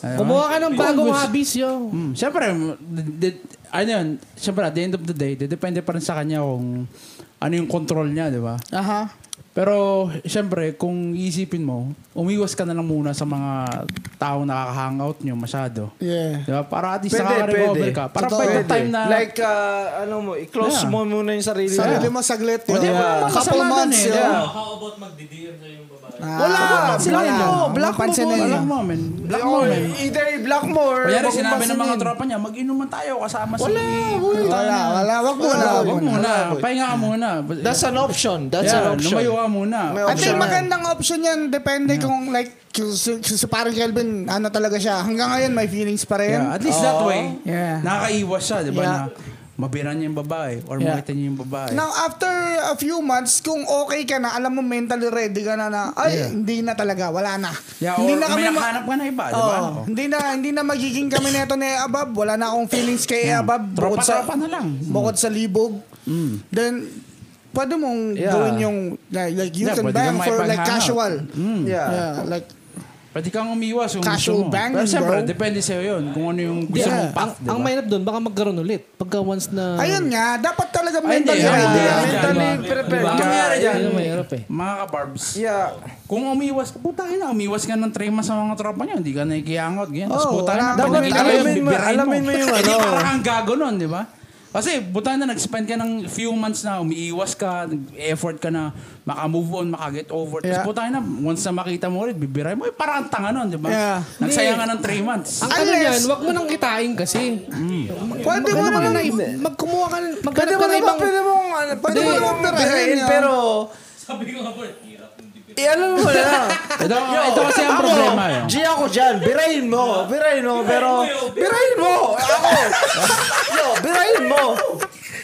[SPEAKER 5] Ayun.
[SPEAKER 3] Kumuha ka ng bagong
[SPEAKER 5] Kung gusto-
[SPEAKER 3] hobbies, yo.
[SPEAKER 5] Mm, Siyempre, m- d- d- ano yun, siyempre at the end of the day, depende pa rin sa kanya kung ano yung control niya, di ba?
[SPEAKER 2] Aha.
[SPEAKER 5] Pero, siyempre, kung iisipin mo, umiwas ka na lang muna sa mga tao nakaka-hangout nyo masyado.
[SPEAKER 2] Yeah.
[SPEAKER 5] Di ba? Para at least
[SPEAKER 4] Pwede,
[SPEAKER 5] nakaka-recover
[SPEAKER 4] pwede.
[SPEAKER 5] ka. Para
[SPEAKER 2] Totoo.
[SPEAKER 5] by the
[SPEAKER 2] Pwede.
[SPEAKER 5] time na...
[SPEAKER 4] Like, ah, ano mo, i-close
[SPEAKER 5] Yeah.
[SPEAKER 4] mo muna yung sarili mo.
[SPEAKER 2] Sarili mo saglit.
[SPEAKER 5] Hindi
[SPEAKER 2] yun.
[SPEAKER 5] mo naman
[SPEAKER 2] Oh, Couple
[SPEAKER 5] kasalanan
[SPEAKER 2] months
[SPEAKER 5] eh.
[SPEAKER 2] yun.
[SPEAKER 5] Yeah.
[SPEAKER 8] How about magdi-DM sa'yo yung babae?
[SPEAKER 2] Ah,
[SPEAKER 4] Wala! Sila
[SPEAKER 2] wala.
[SPEAKER 4] mo, black mo,
[SPEAKER 2] Mapansin na
[SPEAKER 4] boy.
[SPEAKER 2] yun.
[SPEAKER 5] Black moment. Black
[SPEAKER 4] Or
[SPEAKER 5] moment.
[SPEAKER 4] Either i-block mo or
[SPEAKER 5] Kaya
[SPEAKER 4] wag mong
[SPEAKER 5] sinabi ng mga
[SPEAKER 4] pansinin.
[SPEAKER 5] tropa niya, mag-inuman tayo kasama si...
[SPEAKER 4] Wala, boy.
[SPEAKER 2] Wala, wala. Wag muna.
[SPEAKER 5] Wala,
[SPEAKER 2] wag
[SPEAKER 5] wag
[SPEAKER 2] muna.
[SPEAKER 5] muna. Pahinga ka muna.
[SPEAKER 4] That's an option. That's
[SPEAKER 5] Yeah,
[SPEAKER 4] an option.
[SPEAKER 5] Lumayo ka muna.
[SPEAKER 4] May
[SPEAKER 2] I think
[SPEAKER 4] Option.
[SPEAKER 2] magandang option yan. Depende kung like, si, si, si parang Kelvin, ano talaga siya. Hanggang ngayon, may feelings pa rin.
[SPEAKER 5] Yeah, at least that way,
[SPEAKER 2] Yeah.
[SPEAKER 5] nakakaiwas siya, di ba?
[SPEAKER 2] Yeah.
[SPEAKER 5] Na mabira niya yung babae or
[SPEAKER 2] Yeah.
[SPEAKER 5] makita niya yung babae.
[SPEAKER 2] Now, after a few months, kung okay ka na, alam mo mentally ready ka na na, ay, hindi na talaga, wala na.
[SPEAKER 5] Yeah, or
[SPEAKER 2] hindi na
[SPEAKER 5] may
[SPEAKER 2] ma-
[SPEAKER 5] nakahanap ka na iba, di
[SPEAKER 2] Oo,
[SPEAKER 5] ba? Oh.
[SPEAKER 2] hindi na hindi na magiging kami neto ni Abab. Wala na akong feelings kay Abab. Bukod sa
[SPEAKER 5] Hmm. Tropa-tropa na lang. Hmm.
[SPEAKER 2] Bukod sa libog.
[SPEAKER 5] Mm.
[SPEAKER 2] Then pwede mong
[SPEAKER 4] Yeah.
[SPEAKER 2] gawin yung like, like you
[SPEAKER 5] Yeah,
[SPEAKER 2] can
[SPEAKER 5] pwede
[SPEAKER 2] bang
[SPEAKER 5] kang Mm.
[SPEAKER 2] for like
[SPEAKER 5] maipaghanap.
[SPEAKER 2] casual.
[SPEAKER 4] Yeah.
[SPEAKER 2] Yeah, like
[SPEAKER 5] Pwede kang umiwas kung
[SPEAKER 2] Casual
[SPEAKER 5] gusto mo.
[SPEAKER 2] banging,
[SPEAKER 5] Pero siyempre,
[SPEAKER 2] bro.
[SPEAKER 5] depende sa'yo yun. Kung ano yung gusto mong
[SPEAKER 3] Yeah.
[SPEAKER 5] diba? path, di
[SPEAKER 3] Ang
[SPEAKER 5] ba?
[SPEAKER 3] mahirap doon, baka magkaroon ulit. Pagka once na...
[SPEAKER 2] ayun nga, dapat talaga
[SPEAKER 5] Ay, hindi.
[SPEAKER 2] mentally
[SPEAKER 5] Ang
[SPEAKER 2] ready.
[SPEAKER 5] mahirap
[SPEAKER 2] ka.
[SPEAKER 5] dyan,
[SPEAKER 4] Mentally
[SPEAKER 5] di ba?
[SPEAKER 4] prepared
[SPEAKER 5] Ang
[SPEAKER 4] ka.
[SPEAKER 5] nangyari
[SPEAKER 4] Ayun
[SPEAKER 5] dyan,
[SPEAKER 3] Ayun ang mahirap eh.
[SPEAKER 5] mga kabarbs,
[SPEAKER 4] Yeah.
[SPEAKER 5] kung umiwas ka, puta na, umiwas ka ng 3 months sa mga tropa niya, hindi ka nakikiangot, ganyan. Tapos
[SPEAKER 2] Oo,
[SPEAKER 5] puta na,
[SPEAKER 2] wala-
[SPEAKER 5] dapat
[SPEAKER 2] dapat alamin
[SPEAKER 4] mo- alamin mo yung
[SPEAKER 5] Hindi
[SPEAKER 4] ano.
[SPEAKER 5] parang kang gago nun, di ba? Kasi buta na nag-spend ka ng few months na umiiwas ka, nag-effort ka na maka-move on, maka-get over. Tapos
[SPEAKER 2] Yeah.
[SPEAKER 5] puta na, once na makita mo ulit, bibirahin mo. Eh, parang ang tanga nun, di ba?
[SPEAKER 2] Yeah.
[SPEAKER 5] Nagsayang ka ng 3 months.
[SPEAKER 3] Ang ano
[SPEAKER 2] Unless-
[SPEAKER 3] niyan, wag mo nang kitain kasi.
[SPEAKER 2] Pwede mo
[SPEAKER 3] Ano
[SPEAKER 2] naman
[SPEAKER 3] naman na magkumuha ka ng
[SPEAKER 4] Pwede
[SPEAKER 3] maghanap
[SPEAKER 4] mo
[SPEAKER 3] ka ng
[SPEAKER 4] naman,
[SPEAKER 3] ibang
[SPEAKER 4] pwede mong, ano, pwede mo
[SPEAKER 2] Hindi.
[SPEAKER 4] naman pirahin,
[SPEAKER 2] Pirahin,
[SPEAKER 4] pero...
[SPEAKER 8] Sabi ko nga po, hirap hindi
[SPEAKER 4] Eh, alam mo na.
[SPEAKER 5] Ito, ito kasi ang
[SPEAKER 4] Ako,
[SPEAKER 5] problema. eh. Yun.
[SPEAKER 4] G ako dyan. Birahin mo. Birahin mo. Pero, birahin mo. Ako. Yo, birahin mo.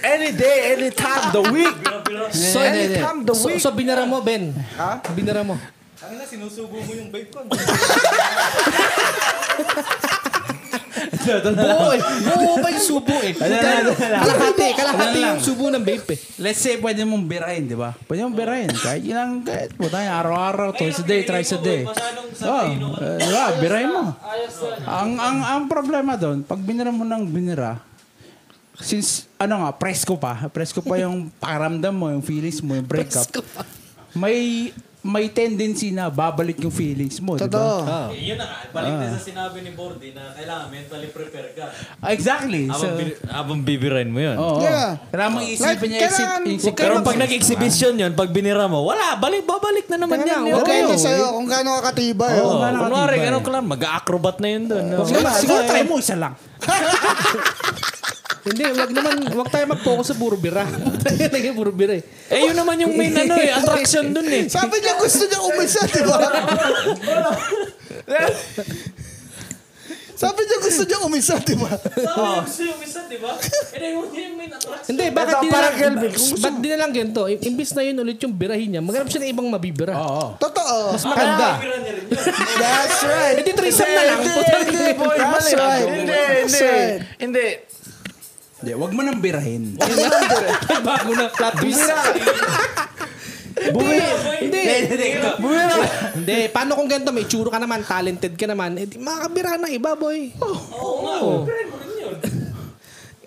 [SPEAKER 4] Any day, any time, the week.
[SPEAKER 3] So,
[SPEAKER 4] Any time of the
[SPEAKER 3] so,
[SPEAKER 4] week.
[SPEAKER 3] so binara mo, Ben. Ha? Binara mo.
[SPEAKER 6] Ang ina, sinusubo mo yung babe ko.
[SPEAKER 3] Oo eh. Oo pa yung subo eh. Kalahati, kalahati yung subo ng vape eh.
[SPEAKER 5] Let's say, pwede mong birahin, di ba? Pwede mong birahin. Kahit ilang, kahit po tayo, araw-araw, twice a day, thrice a day. Oh, eh, di ba? Birahin mo. Ang, ang, ang problema doon, pag binira mo ng binira, since, ano nga, presko pa. Presko pa yung pakiramdam mo, yung feelings mo, yung breakup. May, may tendency na babalik yung feelings mo, di
[SPEAKER 2] Totoo.
[SPEAKER 5] ba?
[SPEAKER 8] Eh, yun na nga. Balik din sa sinabi ni Bordy na kailangan mentally prepare ka.
[SPEAKER 5] Ah, Exactly. So,
[SPEAKER 8] Abang, bi- abang bibirain mo yun.
[SPEAKER 5] Oo.
[SPEAKER 2] Yeah.
[SPEAKER 5] Kailangan mong isipin
[SPEAKER 2] Like,
[SPEAKER 5] niya,
[SPEAKER 2] kailangan-
[SPEAKER 5] isip, isip.
[SPEAKER 8] Oh. Pero pag nag-exhibition yun, pag binira mo, wala, balik, babalik na naman niya. Huwag
[SPEAKER 2] Okay,
[SPEAKER 8] kayo.
[SPEAKER 2] okay sa'yo kung gaano ka katibay.
[SPEAKER 8] Oo,
[SPEAKER 2] oh.
[SPEAKER 5] wala ka
[SPEAKER 8] kunwari,
[SPEAKER 5] tibay.
[SPEAKER 8] ganun ka lang, mag-acrobat na yun doon. no?
[SPEAKER 5] Siguro, siguro try mo isa lang.
[SPEAKER 3] Hindi, wag naman, wag tayo mag-focus sa puro bira. Tayo naging puro bira eh.
[SPEAKER 8] Eh, yun naman yung main ano eh, attraction doon eh.
[SPEAKER 2] Sabi niya gusto niya umisa, di ba? Sabi niya gusto niya umisa, di ba?
[SPEAKER 8] Eh,
[SPEAKER 3] Hindi, bakit
[SPEAKER 4] Ito,
[SPEAKER 3] di
[SPEAKER 4] para
[SPEAKER 3] na lang,
[SPEAKER 4] Kelvin, kung
[SPEAKER 3] ba't di na lang ganito? I- Imbis na yun ulit yung birahin niya, maghanap siya ng ibang mabibira.
[SPEAKER 5] Oo.
[SPEAKER 2] Totoo.
[SPEAKER 3] Mas maganda.
[SPEAKER 2] That's
[SPEAKER 3] Eh
[SPEAKER 2] right.
[SPEAKER 3] di threesome na lang.
[SPEAKER 4] boy.
[SPEAKER 2] That's
[SPEAKER 4] Mali.
[SPEAKER 2] right.
[SPEAKER 4] Hindi,
[SPEAKER 2] That's
[SPEAKER 4] hindi.
[SPEAKER 2] right.
[SPEAKER 4] Hindi.
[SPEAKER 5] Hindi, wag mo nang birahin.
[SPEAKER 3] Bago na flat twist. Hindi. Hindi. Hindi. Paano kung ganito? May tsuro ka naman, talented ka naman. Eh, di, makakabira ng iba, boy.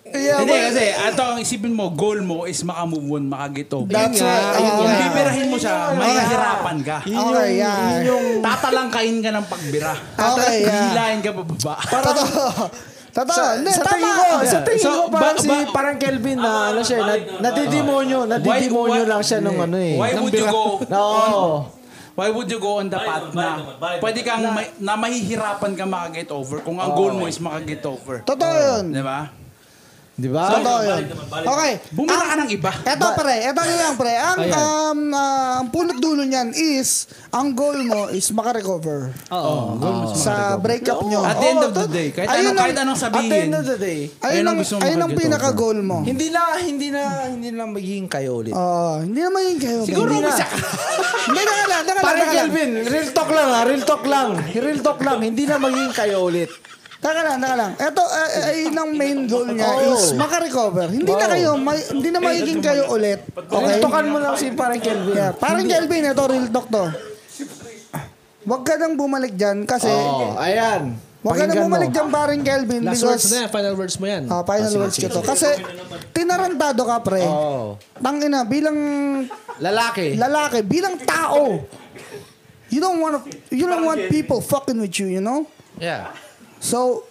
[SPEAKER 2] Yeah,
[SPEAKER 5] Hindi
[SPEAKER 2] well, eh.
[SPEAKER 5] kasi, ato ang isipin mo, goal mo is makamove on, makagit over.
[SPEAKER 2] That's right.
[SPEAKER 5] Kung
[SPEAKER 2] Oo nga.
[SPEAKER 5] bibirahin mo siya, mahihirapan ka.
[SPEAKER 2] Okay, yeah.
[SPEAKER 5] Yun yung tatalangkain ka ng pagbira.
[SPEAKER 2] Okay, yeah.
[SPEAKER 5] Hihilahin ka pababa.
[SPEAKER 2] Totoo. Totoo. Hindi,
[SPEAKER 4] Sa
[SPEAKER 2] tama.
[SPEAKER 4] tingin ko, sa tingin
[SPEAKER 5] So,
[SPEAKER 4] ko parang
[SPEAKER 5] ba-
[SPEAKER 4] si
[SPEAKER 5] ba-
[SPEAKER 4] parang Kelvin na ano siya, na, nadidemonyo, nadidemonyo lang siya nung ano eh.
[SPEAKER 5] Why would you go?
[SPEAKER 4] Oo.
[SPEAKER 5] Why would you go on the path na pwede kang ma- na mahihirapan ka makagit over kung ang goal mo is makagit over?
[SPEAKER 2] Totoo yun.
[SPEAKER 5] Di ba?
[SPEAKER 4] Di ba?
[SPEAKER 2] Totoo yun. Okay.
[SPEAKER 5] Bumira ka ng iba.
[SPEAKER 2] Ah, Eto pre, eto na lang pre. Ang
[SPEAKER 3] Ayan.
[SPEAKER 2] um, ah, ang punot dulo niyan is ang goal mo is makarecover
[SPEAKER 5] Oo. goal mo is
[SPEAKER 2] sa breakup nyo.
[SPEAKER 5] At the end of the
[SPEAKER 2] Oo,
[SPEAKER 5] day, kahit, anong,
[SPEAKER 2] ayun ang-
[SPEAKER 5] kahit anong
[SPEAKER 4] At the
[SPEAKER 5] sabihin,
[SPEAKER 4] end of the day,
[SPEAKER 5] Ayun
[SPEAKER 2] Ayun
[SPEAKER 5] ang
[SPEAKER 2] ang,
[SPEAKER 5] gusto mo
[SPEAKER 2] ayun ang
[SPEAKER 5] mag-get
[SPEAKER 2] pinaka-goal mo.
[SPEAKER 4] hindi na, hindi na, hindi na magiging kayo ulit.
[SPEAKER 2] Oo, Ah, hindi naman yun kayo.
[SPEAKER 4] Siguro
[SPEAKER 2] Hindi na.
[SPEAKER 4] umisa
[SPEAKER 2] Hindi, teka lang, teka lang,
[SPEAKER 4] Parang
[SPEAKER 2] teka lang.
[SPEAKER 5] ah,
[SPEAKER 4] Kelvin, real talk lang ha, real talk lang. Real talk lang, hindi na magiging kayo ulit.
[SPEAKER 2] Taka lang, taka lang. Ito ay, ay ng main goal niya
[SPEAKER 4] Oo.
[SPEAKER 2] is makarecover. Hindi na
[SPEAKER 4] Oo.
[SPEAKER 2] kayo, may, hindi na magiging kayo ulit. Okay?
[SPEAKER 4] Tukan mo lang si parang Kelvin.
[SPEAKER 2] Yeah, parang Kelvin, ito real talk to. Huwag ka nang bumalik dyan kasi...
[SPEAKER 4] Oo, ayan.
[SPEAKER 2] Huwag ka nang
[SPEAKER 4] Pakinggan mo.
[SPEAKER 2] bumalik dyan parang Kelvin
[SPEAKER 3] Last words
[SPEAKER 2] because...
[SPEAKER 3] na yan. Final words mo yan.
[SPEAKER 2] Ah, final words ko to. Kasi tinarantado ka, pre.
[SPEAKER 4] Oo.
[SPEAKER 2] Tangina, bilang
[SPEAKER 4] Lalaki.
[SPEAKER 2] lalaki, bilang tao. You don't want you don't want people fucking with you, you know?
[SPEAKER 4] Yeah.
[SPEAKER 2] So,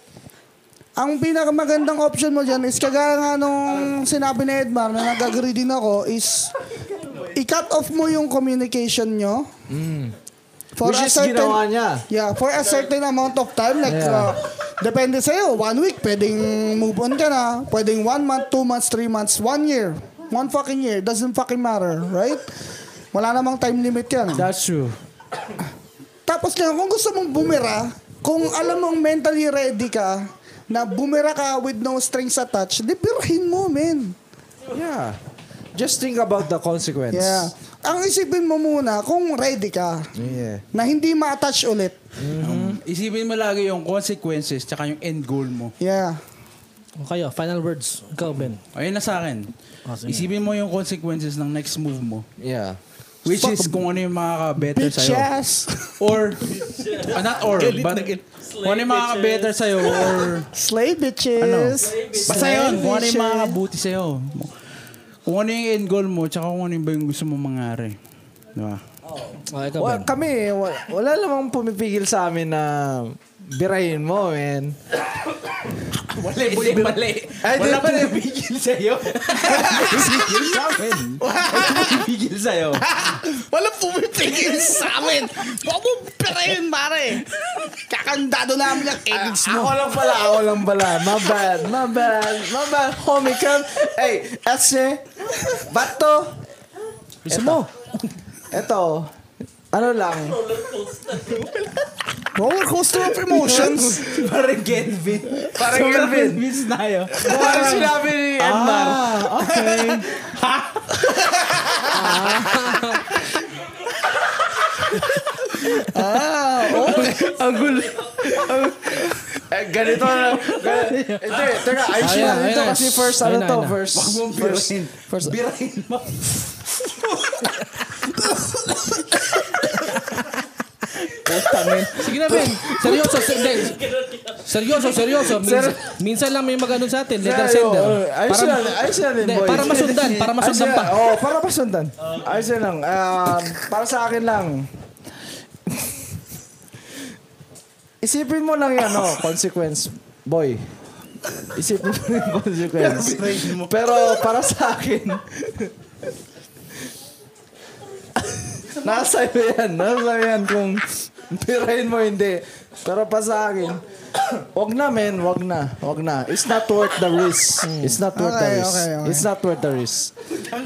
[SPEAKER 2] ang pinakamagandang option mo dyan is kagaya nga nung sinabi ni Edmar na nag-agree din ako is i-cut off mo yung communication nyo for
[SPEAKER 4] Mm. Which
[SPEAKER 2] a
[SPEAKER 4] is
[SPEAKER 2] certain
[SPEAKER 4] ginawa niya.
[SPEAKER 2] yeah for a certain amount of time like uh, depende sa'yo one week pwedeng move on ka na pwedeng one month two months three months one year one fucking year doesn't fucking matter right wala namang time limit yan
[SPEAKER 5] That's true.
[SPEAKER 2] tapos lang, kung gusto mong bumira, kung alam mong mentally ready ka, na bumira ka with no strings attached, di birahin mo, men.
[SPEAKER 4] Yeah. Just think about the consequence.
[SPEAKER 2] Yeah. Ang isipin mo muna, kung ready ka,
[SPEAKER 4] Yeah.
[SPEAKER 2] na hindi ma-attach ulit.
[SPEAKER 5] Um, Isipin mo lagi yung consequences tsaka yung end goal mo.
[SPEAKER 2] Yeah.
[SPEAKER 3] Kayo, oh, final words. Ikaw, Ben.
[SPEAKER 5] Ayun na sa akin. Isipin mo yung consequences ng next move mo.
[SPEAKER 4] Yeah.
[SPEAKER 5] Which is kung ano yung makaka-better
[SPEAKER 2] Bitch
[SPEAKER 5] sa'yo.
[SPEAKER 2] ass.
[SPEAKER 5] Or, ah, not or, but kung ano yung makaka-better sa'yo or
[SPEAKER 2] Slay bitches.
[SPEAKER 5] Ano? Basta yun, kung ano yung makakabuti sa'yo. Kung ano yung end goal mo, tsaka kung ano yung ba yung gusto mong mangyari. Di ba?
[SPEAKER 3] Ah, ikaw,
[SPEAKER 4] Wa-
[SPEAKER 3] Ben.
[SPEAKER 4] kami, wala, wala namang pumipigil sa amin na birahin mo, man.
[SPEAKER 1] Wala, wala, wala.
[SPEAKER 4] Ay, di
[SPEAKER 1] Wala
[SPEAKER 4] ba na-
[SPEAKER 1] pumipigil sa'yo.
[SPEAKER 4] Pumipigil sa amin.
[SPEAKER 1] Pumipigil sa'yo.
[SPEAKER 2] Walang pumipigil sa amin. Huwag mo pirahin, mare. Kakandado namin ang edits mo.
[SPEAKER 4] Ako lang pala, ako lang pala. My bad, my bad, my bad. Homie, come. Hey, Ashe, Bato. Gusto mo? Eto, ano lang,
[SPEAKER 2] Roller coaster of emotions.
[SPEAKER 1] Parang Kelvin.
[SPEAKER 4] Parang Kelvin.
[SPEAKER 1] Miss na yun.
[SPEAKER 4] Parang sinabi ni Edmar. Ah, okay. ah, okay. Ang gulo. Ang- eh, ganito na. gan- Hindi, teka, ayos
[SPEAKER 3] Ayun,
[SPEAKER 4] na dito
[SPEAKER 3] ayun,
[SPEAKER 4] kasi
[SPEAKER 3] ayun.
[SPEAKER 4] first, ano
[SPEAKER 3] Ayun na,
[SPEAKER 4] to,
[SPEAKER 3] ayun na.
[SPEAKER 4] first.
[SPEAKER 1] Huwag mong
[SPEAKER 4] First,
[SPEAKER 1] birahin.
[SPEAKER 4] first.
[SPEAKER 1] Birahin mo.
[SPEAKER 3] Sige na, Ben. Seryoso. ser- Hindi. Seryoso, seryoso. Minsan, minsan lang may mag-ano sa atin. Letter
[SPEAKER 4] Ayun,
[SPEAKER 3] sender.
[SPEAKER 4] ayun, Ayos na, ayos na din,
[SPEAKER 3] Hindi,
[SPEAKER 4] boy.
[SPEAKER 3] para masundan, para masundan pa.
[SPEAKER 4] Oo, oh, para masundan. Ayos na lang. Um, para sa akin lang. Isipin mo lang yan, oh, consequence, boy. Isipin mo yung consequence. Pero para sa akin, nasa iyo yan. Nasa iyo yan kung pirahin mo hindi. Pero pa sa akin, wag na men, wag na, wag na. It's not worth the risk. It's not worth the
[SPEAKER 2] Okay,
[SPEAKER 4] risk.
[SPEAKER 2] okay, okay.
[SPEAKER 4] It's not worth the risk.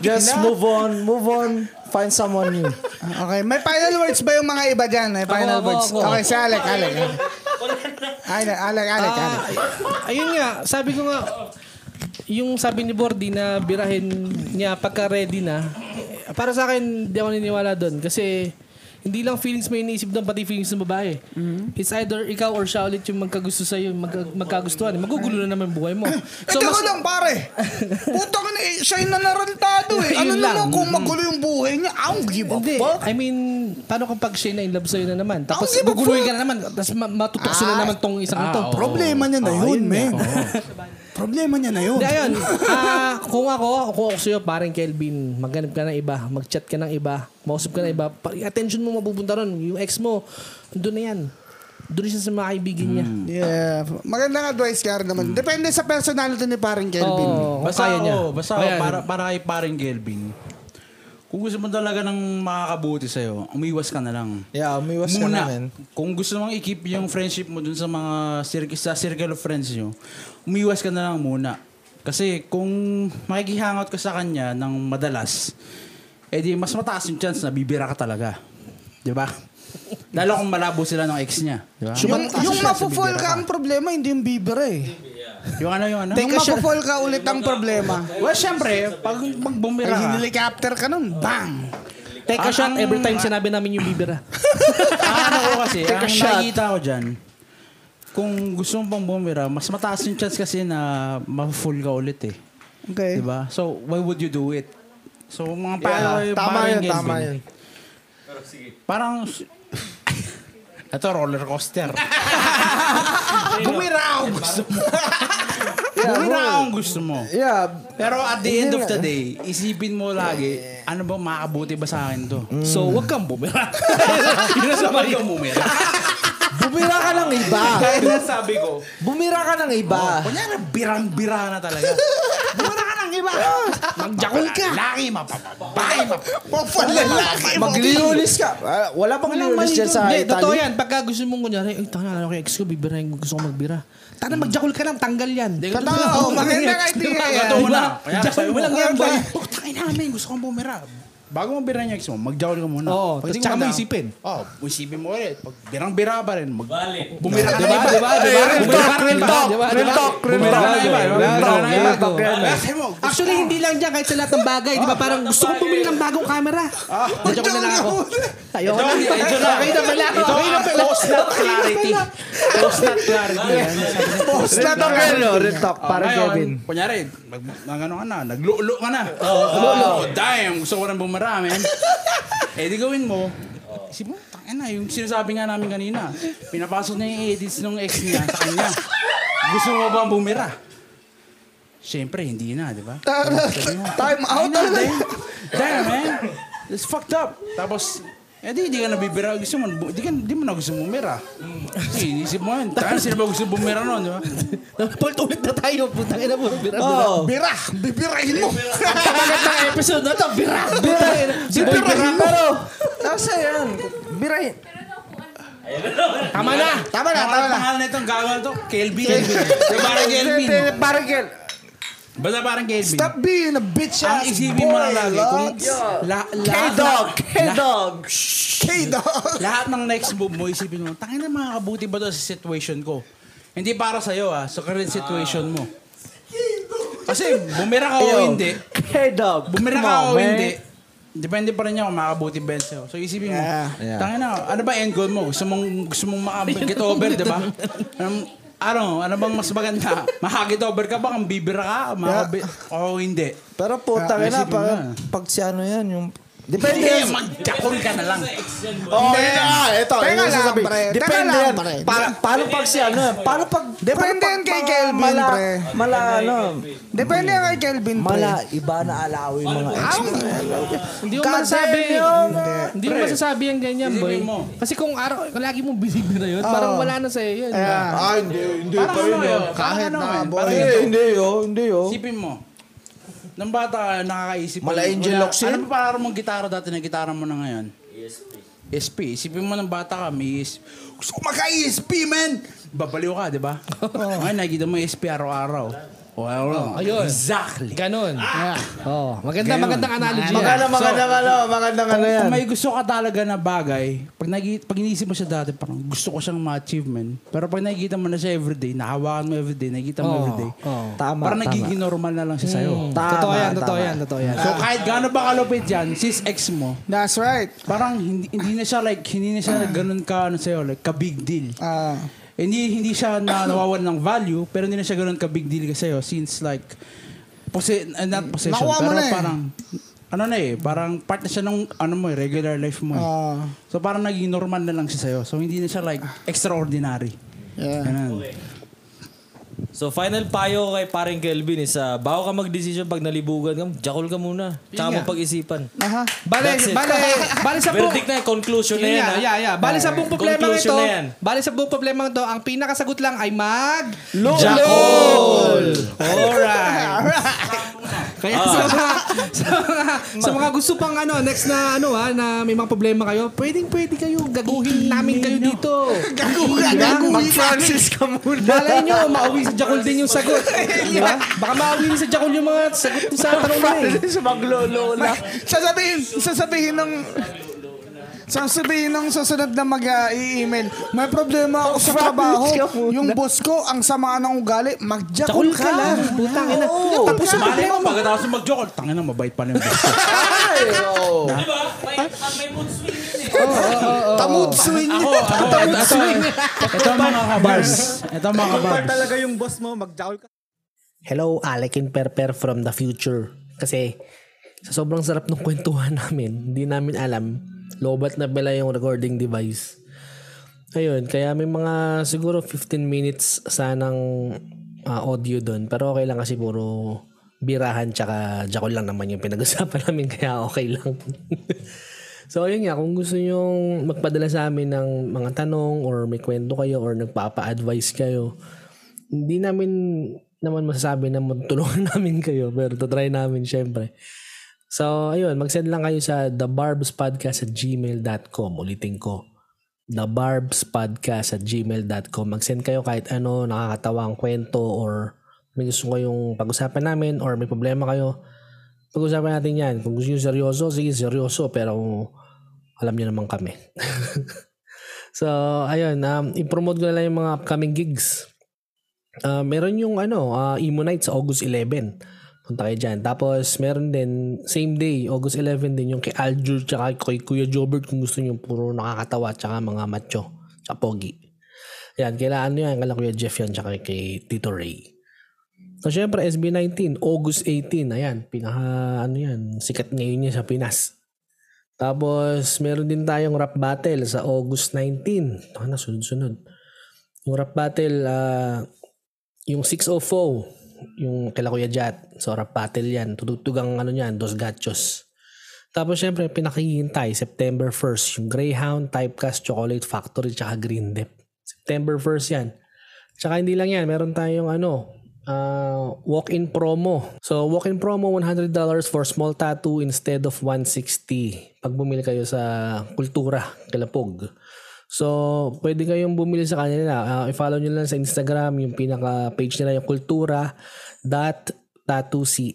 [SPEAKER 4] Just move on, move on. Find someone new.
[SPEAKER 2] Okay, may final words ba yung mga iba dyan? May final
[SPEAKER 3] ako,
[SPEAKER 2] words.
[SPEAKER 3] ako.
[SPEAKER 2] Okay, si Alec, Alec. Alec, Alec, Alec, Alec.
[SPEAKER 3] Ah, ayun nga, sabi ko nga, yung sabi ni Bordy na birahin niya pagka ready na, para sa akin, di ako niniwala doon. Kasi, hindi lang feelings mo iniisip doon, pati feelings ng babae.
[SPEAKER 2] Mm-hmm.
[SPEAKER 3] It's either ikaw or siya ulit yung magkagusto sa'yo, mag, magkagustuhan. Magugulo na naman yung buhay mo.
[SPEAKER 2] So, Ikaw lang, pare. Puta ko na, eh, siya yung nanarantado eh. Ano
[SPEAKER 3] Yun lang.
[SPEAKER 2] naman kung magulo yung buhay niya? I don't give a
[SPEAKER 3] Hindi.
[SPEAKER 2] fuck.
[SPEAKER 3] I mean, paano kapag siya na in love sa'yo na naman? Tapos
[SPEAKER 2] Ang iba,
[SPEAKER 3] guguluhin
[SPEAKER 2] fuck.
[SPEAKER 3] ka na naman. Tapos ma- matutukso
[SPEAKER 2] Ah.
[SPEAKER 3] na naman tong isang ito.
[SPEAKER 2] Problema niya na yun, men. Problema niya na yun.
[SPEAKER 3] Hindi, ayun. Ah, kung ako, kung ako sa'yo, parang Kelvin, maghanap ka ng iba, mag-chat ka ng iba, mausap ka ng iba, pa- attention mo mapupunta ron. Yung ex mo, doon na yan. Doon siya sa mga kaibigan niya.
[SPEAKER 2] Yeah. Magandang advice ka rin naman. Depende sa personality ni parang Kelvin.
[SPEAKER 3] Hmm. Oo, kung
[SPEAKER 5] Basta
[SPEAKER 3] kaya
[SPEAKER 5] ako,
[SPEAKER 3] niya.
[SPEAKER 5] basta ako,
[SPEAKER 3] Kaya niya.
[SPEAKER 5] para, para kay paring Gelbin. Kung gusto mo talaga ng makakabuti sa'yo, umiwas ka na lang.
[SPEAKER 4] Yeah, umiwas ka
[SPEAKER 5] Muna,
[SPEAKER 4] na men.
[SPEAKER 5] kung gusto mong i-keep yung friendship mo dun sa mga circle, sa circle of friends nyo, umiwas ka na lang muna. Kasi kung makikihangot ka sa kanya ng madalas, edi mas mataas yung chance na bibira ka talaga. Di ba? Lalo kung malabo sila ng ex niya. Di ba?
[SPEAKER 2] Yung, yung mapufall ka ang problema, hindi yung bibira eh.
[SPEAKER 5] Yung ano, yung ano.
[SPEAKER 2] Yung mapufall ka ulit ang problema.
[SPEAKER 5] Well, syempre, pag, pag bumira
[SPEAKER 2] Ay,
[SPEAKER 5] ka,
[SPEAKER 2] hinilikapter ka nun. Bang!
[SPEAKER 3] Take a
[SPEAKER 5] Ang-
[SPEAKER 3] shot
[SPEAKER 5] ang-
[SPEAKER 3] every time sinabi namin yung bibira.
[SPEAKER 5] ang ano ko kasi, ang nakikita ko dyan, kung gusto mong pang bumira, mas mataas yung chance kasi na ma-full ka ulit eh.
[SPEAKER 2] Okay.
[SPEAKER 5] Diba? So, why would you do it? So, mga
[SPEAKER 2] Yeah.
[SPEAKER 5] paano yung
[SPEAKER 2] Tama
[SPEAKER 5] parang
[SPEAKER 2] yun,
[SPEAKER 5] Gelbin?
[SPEAKER 2] tama yun.
[SPEAKER 5] Parang, ito roller coaster. bumira ako gusto mo. Diba? bumira
[SPEAKER 4] roll.
[SPEAKER 5] ako gusto mo.
[SPEAKER 4] Yeah.
[SPEAKER 5] Pero at the end
[SPEAKER 4] Hindi
[SPEAKER 5] of the
[SPEAKER 4] nga.
[SPEAKER 5] day, isipin mo lagi, ano ba makakabuti ba sa akin to?
[SPEAKER 3] So,
[SPEAKER 5] wag kang bumira. Yun ang sabi kang bumira.
[SPEAKER 4] Bumira ka ng iba.
[SPEAKER 5] Dahil na sabi ko,
[SPEAKER 4] Bumira ka ng iba.
[SPEAKER 5] Oh, kunyari, birang-bira na talaga. Bumira ka ng iba.
[SPEAKER 2] Ah!
[SPEAKER 5] Magjakol ka. Laki, mapababae, mapapalalaki.
[SPEAKER 4] Maglilinis ka. Ah, wala bang linis dyan sa
[SPEAKER 3] Hindi, totoo
[SPEAKER 4] Italy?
[SPEAKER 3] yan. Pagka gusto mong kunyari, ay, tanga na, ko yung ex ko, bibirahin ko, gusto ko magbira. Tanga, magjakol ka lang, tanggal yan. Diba?
[SPEAKER 2] Totoo, maganda ka idea yan.
[SPEAKER 5] Totoo na. Kaya
[SPEAKER 3] Jakol
[SPEAKER 5] sabi
[SPEAKER 3] mo diba? lang
[SPEAKER 5] mo,
[SPEAKER 3] yan, boy.
[SPEAKER 5] Putangin namin, gusto kong bumira. Bago mo birahin yung ex mo, magjakol ka muna.
[SPEAKER 3] Oo,
[SPEAKER 5] Pagdating
[SPEAKER 3] tsaka mo
[SPEAKER 5] down,
[SPEAKER 3] isipin.
[SPEAKER 5] Oo, oh, isipin mo ulit. Pag birang-bira pa rin, mag-
[SPEAKER 8] Bali.
[SPEAKER 5] bumira ka na
[SPEAKER 3] Diba,
[SPEAKER 5] iba.
[SPEAKER 3] diba, diba? Bumira ka na iba, diba, diba? Bumira ka na iba, diba? Bumira ka na iba. Actually, hindi lang dyan kahit sa lahat ng bagay. Di ba parang gusto kong bumili ng bagong camera. Medyo ko na lang ako. Ayoko na. Medyo na. Okay na pala. Okay na pala.
[SPEAKER 5] Post not clarity. Post not clarity. yan.
[SPEAKER 4] Post na to, Ken. Red talk, para
[SPEAKER 5] Ayun,
[SPEAKER 4] Kevin.
[SPEAKER 5] Ah, Kunyari, mag, mag, ano ka na, naglulo ka na. Oo. Oh, damn, gusto ko rin bumara, man. eh, di gawin mo. Isipin mo, tangin na, yung sinasabi nga namin kanina. Pinapasok niya yung edits ng ex niya sa kanya. Gusto mo bang bumira? Siyempre, hindi na, di ba? Ano
[SPEAKER 2] Time out.
[SPEAKER 5] Ayun na, damn. Damn, man. It's fucked up. Tapos, eh di, di ka nabibira. Gusto mo, bu- di, ka, di mo na gusto bumira. Eh, inisip mo yun. Tangan sila ba gusto bumira nun, di ba?
[SPEAKER 3] Paul, ulit na tayo. Putangin na po. Bira,
[SPEAKER 2] Oh.
[SPEAKER 3] bira.
[SPEAKER 4] Oo.
[SPEAKER 2] Bira, bibirahin mo.
[SPEAKER 3] Pagkat na episode na to, bira. Bira. Si Boy Bira.
[SPEAKER 4] Pero, nasa yan. Birahin.
[SPEAKER 3] Tama na.
[SPEAKER 4] Tama na, tama na.
[SPEAKER 5] Pangalan na itong gagawa to, Kelvin. Di ba, parang Kelvin.
[SPEAKER 4] Parang Kel.
[SPEAKER 5] Basta parang Kelvin.
[SPEAKER 2] Stop being a bitch
[SPEAKER 5] Ang
[SPEAKER 2] ass
[SPEAKER 5] isipin mo lang
[SPEAKER 2] boy,
[SPEAKER 5] lagi kung
[SPEAKER 2] Lods.
[SPEAKER 5] la, la,
[SPEAKER 4] K-Dog.
[SPEAKER 5] la-
[SPEAKER 4] K-Dog.
[SPEAKER 2] K-Dog.
[SPEAKER 5] lahat ng next move mo, isipin mo, tangin na makakabuti ba to sa situation ko? Hindi para sa'yo ah, sa current situation mo. Kasi bumira ka
[SPEAKER 4] Yo.
[SPEAKER 5] o hindi,
[SPEAKER 4] K-Dog.
[SPEAKER 5] bumira
[SPEAKER 4] Come
[SPEAKER 5] ka
[SPEAKER 4] on,
[SPEAKER 5] o
[SPEAKER 4] man.
[SPEAKER 5] hindi, depende pa rin yan kung makakabuti ba yan sa'yo. So isipin mo,
[SPEAKER 2] Yeah.
[SPEAKER 4] Yeah.
[SPEAKER 5] tangin na, ano ba end goal mo? Gusto mong, gusto mong maka-get over, di ba? Um, ano, ano bang mas maganda? Maka-get over ka ba? Kang bibira ka? Makabi- O hindi.
[SPEAKER 4] Pero puta ka na,
[SPEAKER 5] Isipin
[SPEAKER 4] pag,
[SPEAKER 5] mo na.
[SPEAKER 4] pag si ano yan, yung... Depende
[SPEAKER 5] Eh,
[SPEAKER 4] yan.
[SPEAKER 5] magjakol ka na lang.
[SPEAKER 4] Oh, yun na nga, ito.
[SPEAKER 2] Teka
[SPEAKER 4] yun ang
[SPEAKER 2] lang,
[SPEAKER 4] Ano sasabihin.
[SPEAKER 2] pre. Teka
[SPEAKER 4] Depende
[SPEAKER 2] lang,
[SPEAKER 4] yan.
[SPEAKER 2] pre.
[SPEAKER 4] Pa- paano pag si ano yan? Paano pag...
[SPEAKER 2] Depende
[SPEAKER 4] paano
[SPEAKER 2] yan
[SPEAKER 4] pag-
[SPEAKER 2] kay
[SPEAKER 4] mga
[SPEAKER 2] Kelvin,
[SPEAKER 4] mala,
[SPEAKER 2] pre.
[SPEAKER 4] Mala, ano?
[SPEAKER 2] Depende yan kay Kelvin, pre.
[SPEAKER 4] Mala, iba na alawin mga ex.
[SPEAKER 3] Hindi mo
[SPEAKER 4] God
[SPEAKER 3] masasabi.
[SPEAKER 4] damn yun,
[SPEAKER 3] Hindi mo masasabi ang ganyan, boy.
[SPEAKER 5] Isipin mo.
[SPEAKER 3] Kasi kung araw, lagi mong binibira yun, parang wala na sa'yo yun.
[SPEAKER 2] Ah,
[SPEAKER 5] Parang ano
[SPEAKER 4] eh.
[SPEAKER 5] yun? Parang
[SPEAKER 2] kahit
[SPEAKER 5] ano
[SPEAKER 2] na,
[SPEAKER 5] yun?
[SPEAKER 2] boy.
[SPEAKER 5] Parang
[SPEAKER 4] Hindi,
[SPEAKER 5] ganito.
[SPEAKER 4] hindi yun, hindi yun.
[SPEAKER 5] Isipin mo. Nang bata ka, nakakaisip mo.
[SPEAKER 4] Mala Angel
[SPEAKER 5] wala-
[SPEAKER 4] Locsin?
[SPEAKER 5] Ano pa parang mong gitara dati na gitara mo na ngayon? ESP. Isipin mo nang bata ka, may ESP. Gusto ko maka-ESP, man! Babaliw ka, di ba? Ngayon, nakikita mo ESP araw-araw. Oh, araw
[SPEAKER 3] Ayun.
[SPEAKER 5] Exactly.
[SPEAKER 3] Ganon. Oh, maganda,
[SPEAKER 5] Ganun.
[SPEAKER 3] magandang analogy. yan.
[SPEAKER 4] Maganda, maganda, ano, maganda ano yan.
[SPEAKER 5] Kung may gusto ka talaga na bagay, pag, nag- pag iniisip mo siya dati, parang gusto ko siyang ma-achieve, man. Pero pag nakikita mo na siya everyday, nahawakan mo everyday, nakikita mo
[SPEAKER 3] Oo,
[SPEAKER 5] everyday,
[SPEAKER 3] oo.
[SPEAKER 4] Oh, Tama,
[SPEAKER 5] parang
[SPEAKER 4] tama. Hmm.
[SPEAKER 5] nagiging normal na lang siya sa'yo.
[SPEAKER 4] Tama,
[SPEAKER 3] totoo yan, totoo
[SPEAKER 4] tama.
[SPEAKER 3] yan, totoo yan.
[SPEAKER 5] So kahit gaano ba kalupit yan, sis ex mo,
[SPEAKER 2] That's right.
[SPEAKER 5] parang hindi, hindi na siya like, hindi na siya ganun ka, ano sa'yo, like, ka big deal.
[SPEAKER 2] Ah,
[SPEAKER 5] Hindi, hindi siya na nawawalan ng value, pero hindi na siya ganun ka big deal ka sa'yo since like, posi- uh, not possession,
[SPEAKER 2] Nakuha mo
[SPEAKER 5] pero
[SPEAKER 2] na eh.
[SPEAKER 5] parang, ano na eh, parang part na siya ng, ano mo eh, regular life mo eh.
[SPEAKER 2] ah,
[SPEAKER 5] So parang naging normal na lang siya sa'yo. So hindi na siya like, extraordinary.
[SPEAKER 2] yeah.
[SPEAKER 5] Ganun.
[SPEAKER 8] So final payo ko kay paring Kelvin is ah, bago ka magdesisyon pag nalibugan ka, jakol ka muna. Tsaka mo pag-isipan.
[SPEAKER 2] Aha.
[SPEAKER 3] Bale,
[SPEAKER 8] That's it.
[SPEAKER 3] bale, bale sa buong...
[SPEAKER 8] Verdict na yan, conclusion na
[SPEAKER 3] Yun
[SPEAKER 8] yan.
[SPEAKER 3] nga,
[SPEAKER 8] ha?
[SPEAKER 3] yeah, yeah. Bale sa buong problema
[SPEAKER 8] Conclusion
[SPEAKER 3] ito,
[SPEAKER 8] na yan.
[SPEAKER 3] bale sa buong problema ito, ang pinakasagot lang ay mag...
[SPEAKER 8] Jackal!
[SPEAKER 3] Alright. Kaya sa
[SPEAKER 8] Ah.
[SPEAKER 3] mga, sa mga, sa mga gusto pang ano, next na ano ha, na may mga problema kayo, pwedeng pwede kayo, gaguhin namin kayo dito.
[SPEAKER 2] Gaguhan, gaguhan.
[SPEAKER 4] Francis ka muna.
[SPEAKER 3] Malay nyo, mauwi sa Jackal din yung sagot. Di ba? Baka mauwi sa Jackal yung mga sagot sa tanong na eh.
[SPEAKER 4] Francis, maglolo na.
[SPEAKER 2] Sasabihin, sasabihin ng... Sasabihin ng susunod na mag-i-email, may problema ako sa trabaho.
[SPEAKER 4] ka muna.
[SPEAKER 2] Yung boss ko, ang sama ng ugali,
[SPEAKER 3] Jackal
[SPEAKER 2] magjakol
[SPEAKER 3] ka
[SPEAKER 2] ka lang.
[SPEAKER 3] Putang ina.
[SPEAKER 5] Tapos malay mo, pagkatapos yung mag-joke, tangin na, mabait pa na yung boss.
[SPEAKER 4] Ay, oo.
[SPEAKER 8] Diba? May, may mood swing yun eh.
[SPEAKER 2] Tama mood swing
[SPEAKER 11] Ako,
[SPEAKER 2] niya.
[SPEAKER 11] ako,
[SPEAKER 2] Ang mood
[SPEAKER 11] ito-
[SPEAKER 2] swing niya.
[SPEAKER 5] Ito ang mga kabars. Ito ang mga kabars.
[SPEAKER 12] talaga yung boss mo, magjakol ka.
[SPEAKER 3] Hello, Alec and Perper from the future. Kasi sa sobrang sarap ng kwentuhan namin, hindi namin alam, lobat na pala yung recording device. Ayun, kaya may mga siguro 15 minutes sanang ah, audio doon. Pero okay lang kasi puro birahan tsaka jakol lang naman yung pinag-usapan namin. Kaya okay lang. so ayun nga, kung gusto nyong magpadala sa amin ng mga tanong or may kwento kayo or nagpapa-advise kayo, hindi namin naman masasabi na matulungan namin kayo pero tatry namin syempre. So, ayun, mag-send lang kayo sa thebarbspodcast at gmail.com. Ulitin ko, thebarbspodcast at gmail.com. Mag-send kayo kahit ano, nakakatawa ang kwento or may gusto kayong pag-usapan namin or may problema kayo. Pag-usapan natin yan. Kung gusto nyo seryoso, sige seryoso. Pero alam nyo naman kami. so, ayun, um, ipromote ko na lang yung mga upcoming gigs. Ah, meron yung ano, ah, Emo Night sa August 11. Punta kayo dyan. Tapos meron din, same day, August 11 din, yung kay Aljur tsaka kay Kuya Jobert kung gusto nyo puro nakakatawa tsaka mga macho. Tsaka pogi. Yan, kailangan nyo yan. Kailangan Kuya Jeff yan tsaka kay Tito Ray. So syempre, SB19, August 18. Ayan, pinaka ano yan, sikat ngayon yan sa Pinas. Tapos, meron din tayong rap battle sa August 19. Ano, sunod-sunod. Yung rap battle, ah, yung 604, yung kila Kuya Jat, so rap battle yan. Tutugang ano yan, Dos Gachos. Tapos syempre, pinakihintay, September 1st, yung Greyhound, Typecast, Chocolate Factory, tsaka Green Dep. September 1st yan. Tsaka hindi lang yan, meron tayong ano, ah, walk-in promo. So, walk-in promo, $100 for small tattoo instead of $160 pag bumili kayo sa Kultura, Kalapog. So, pwede kayong bumili sa kanila. Ah, i-follow nyo lang sa Instagram, yung pinaka-page nila, yung kultura.tattooca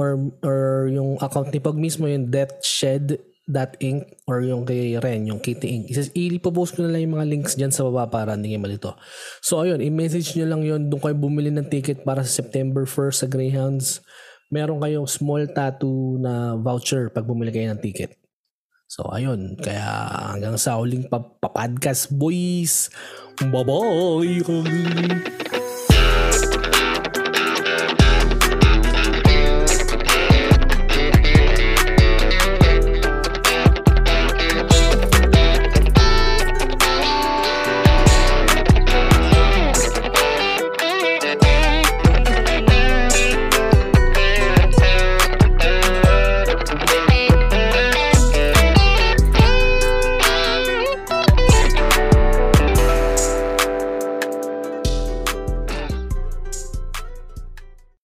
[SPEAKER 3] or, or yung account ni Pog mismo, yung deathshed.inc or yung kay Ren, yung Kitty Inc. Isas, ilipopost ko na lang yung mga links dyan sa baba para hindi kayo malito. So, ayun, i-message nyo lang yun. Doon kayo bumili ng ticket para sa September 1 sa Greyhounds. Meron kayong small tattoo na voucher pag bumili kayo ng ticket. So, ayun. Kaya hanggang sa huling pa- pa-podcast, boys. Bye-bye.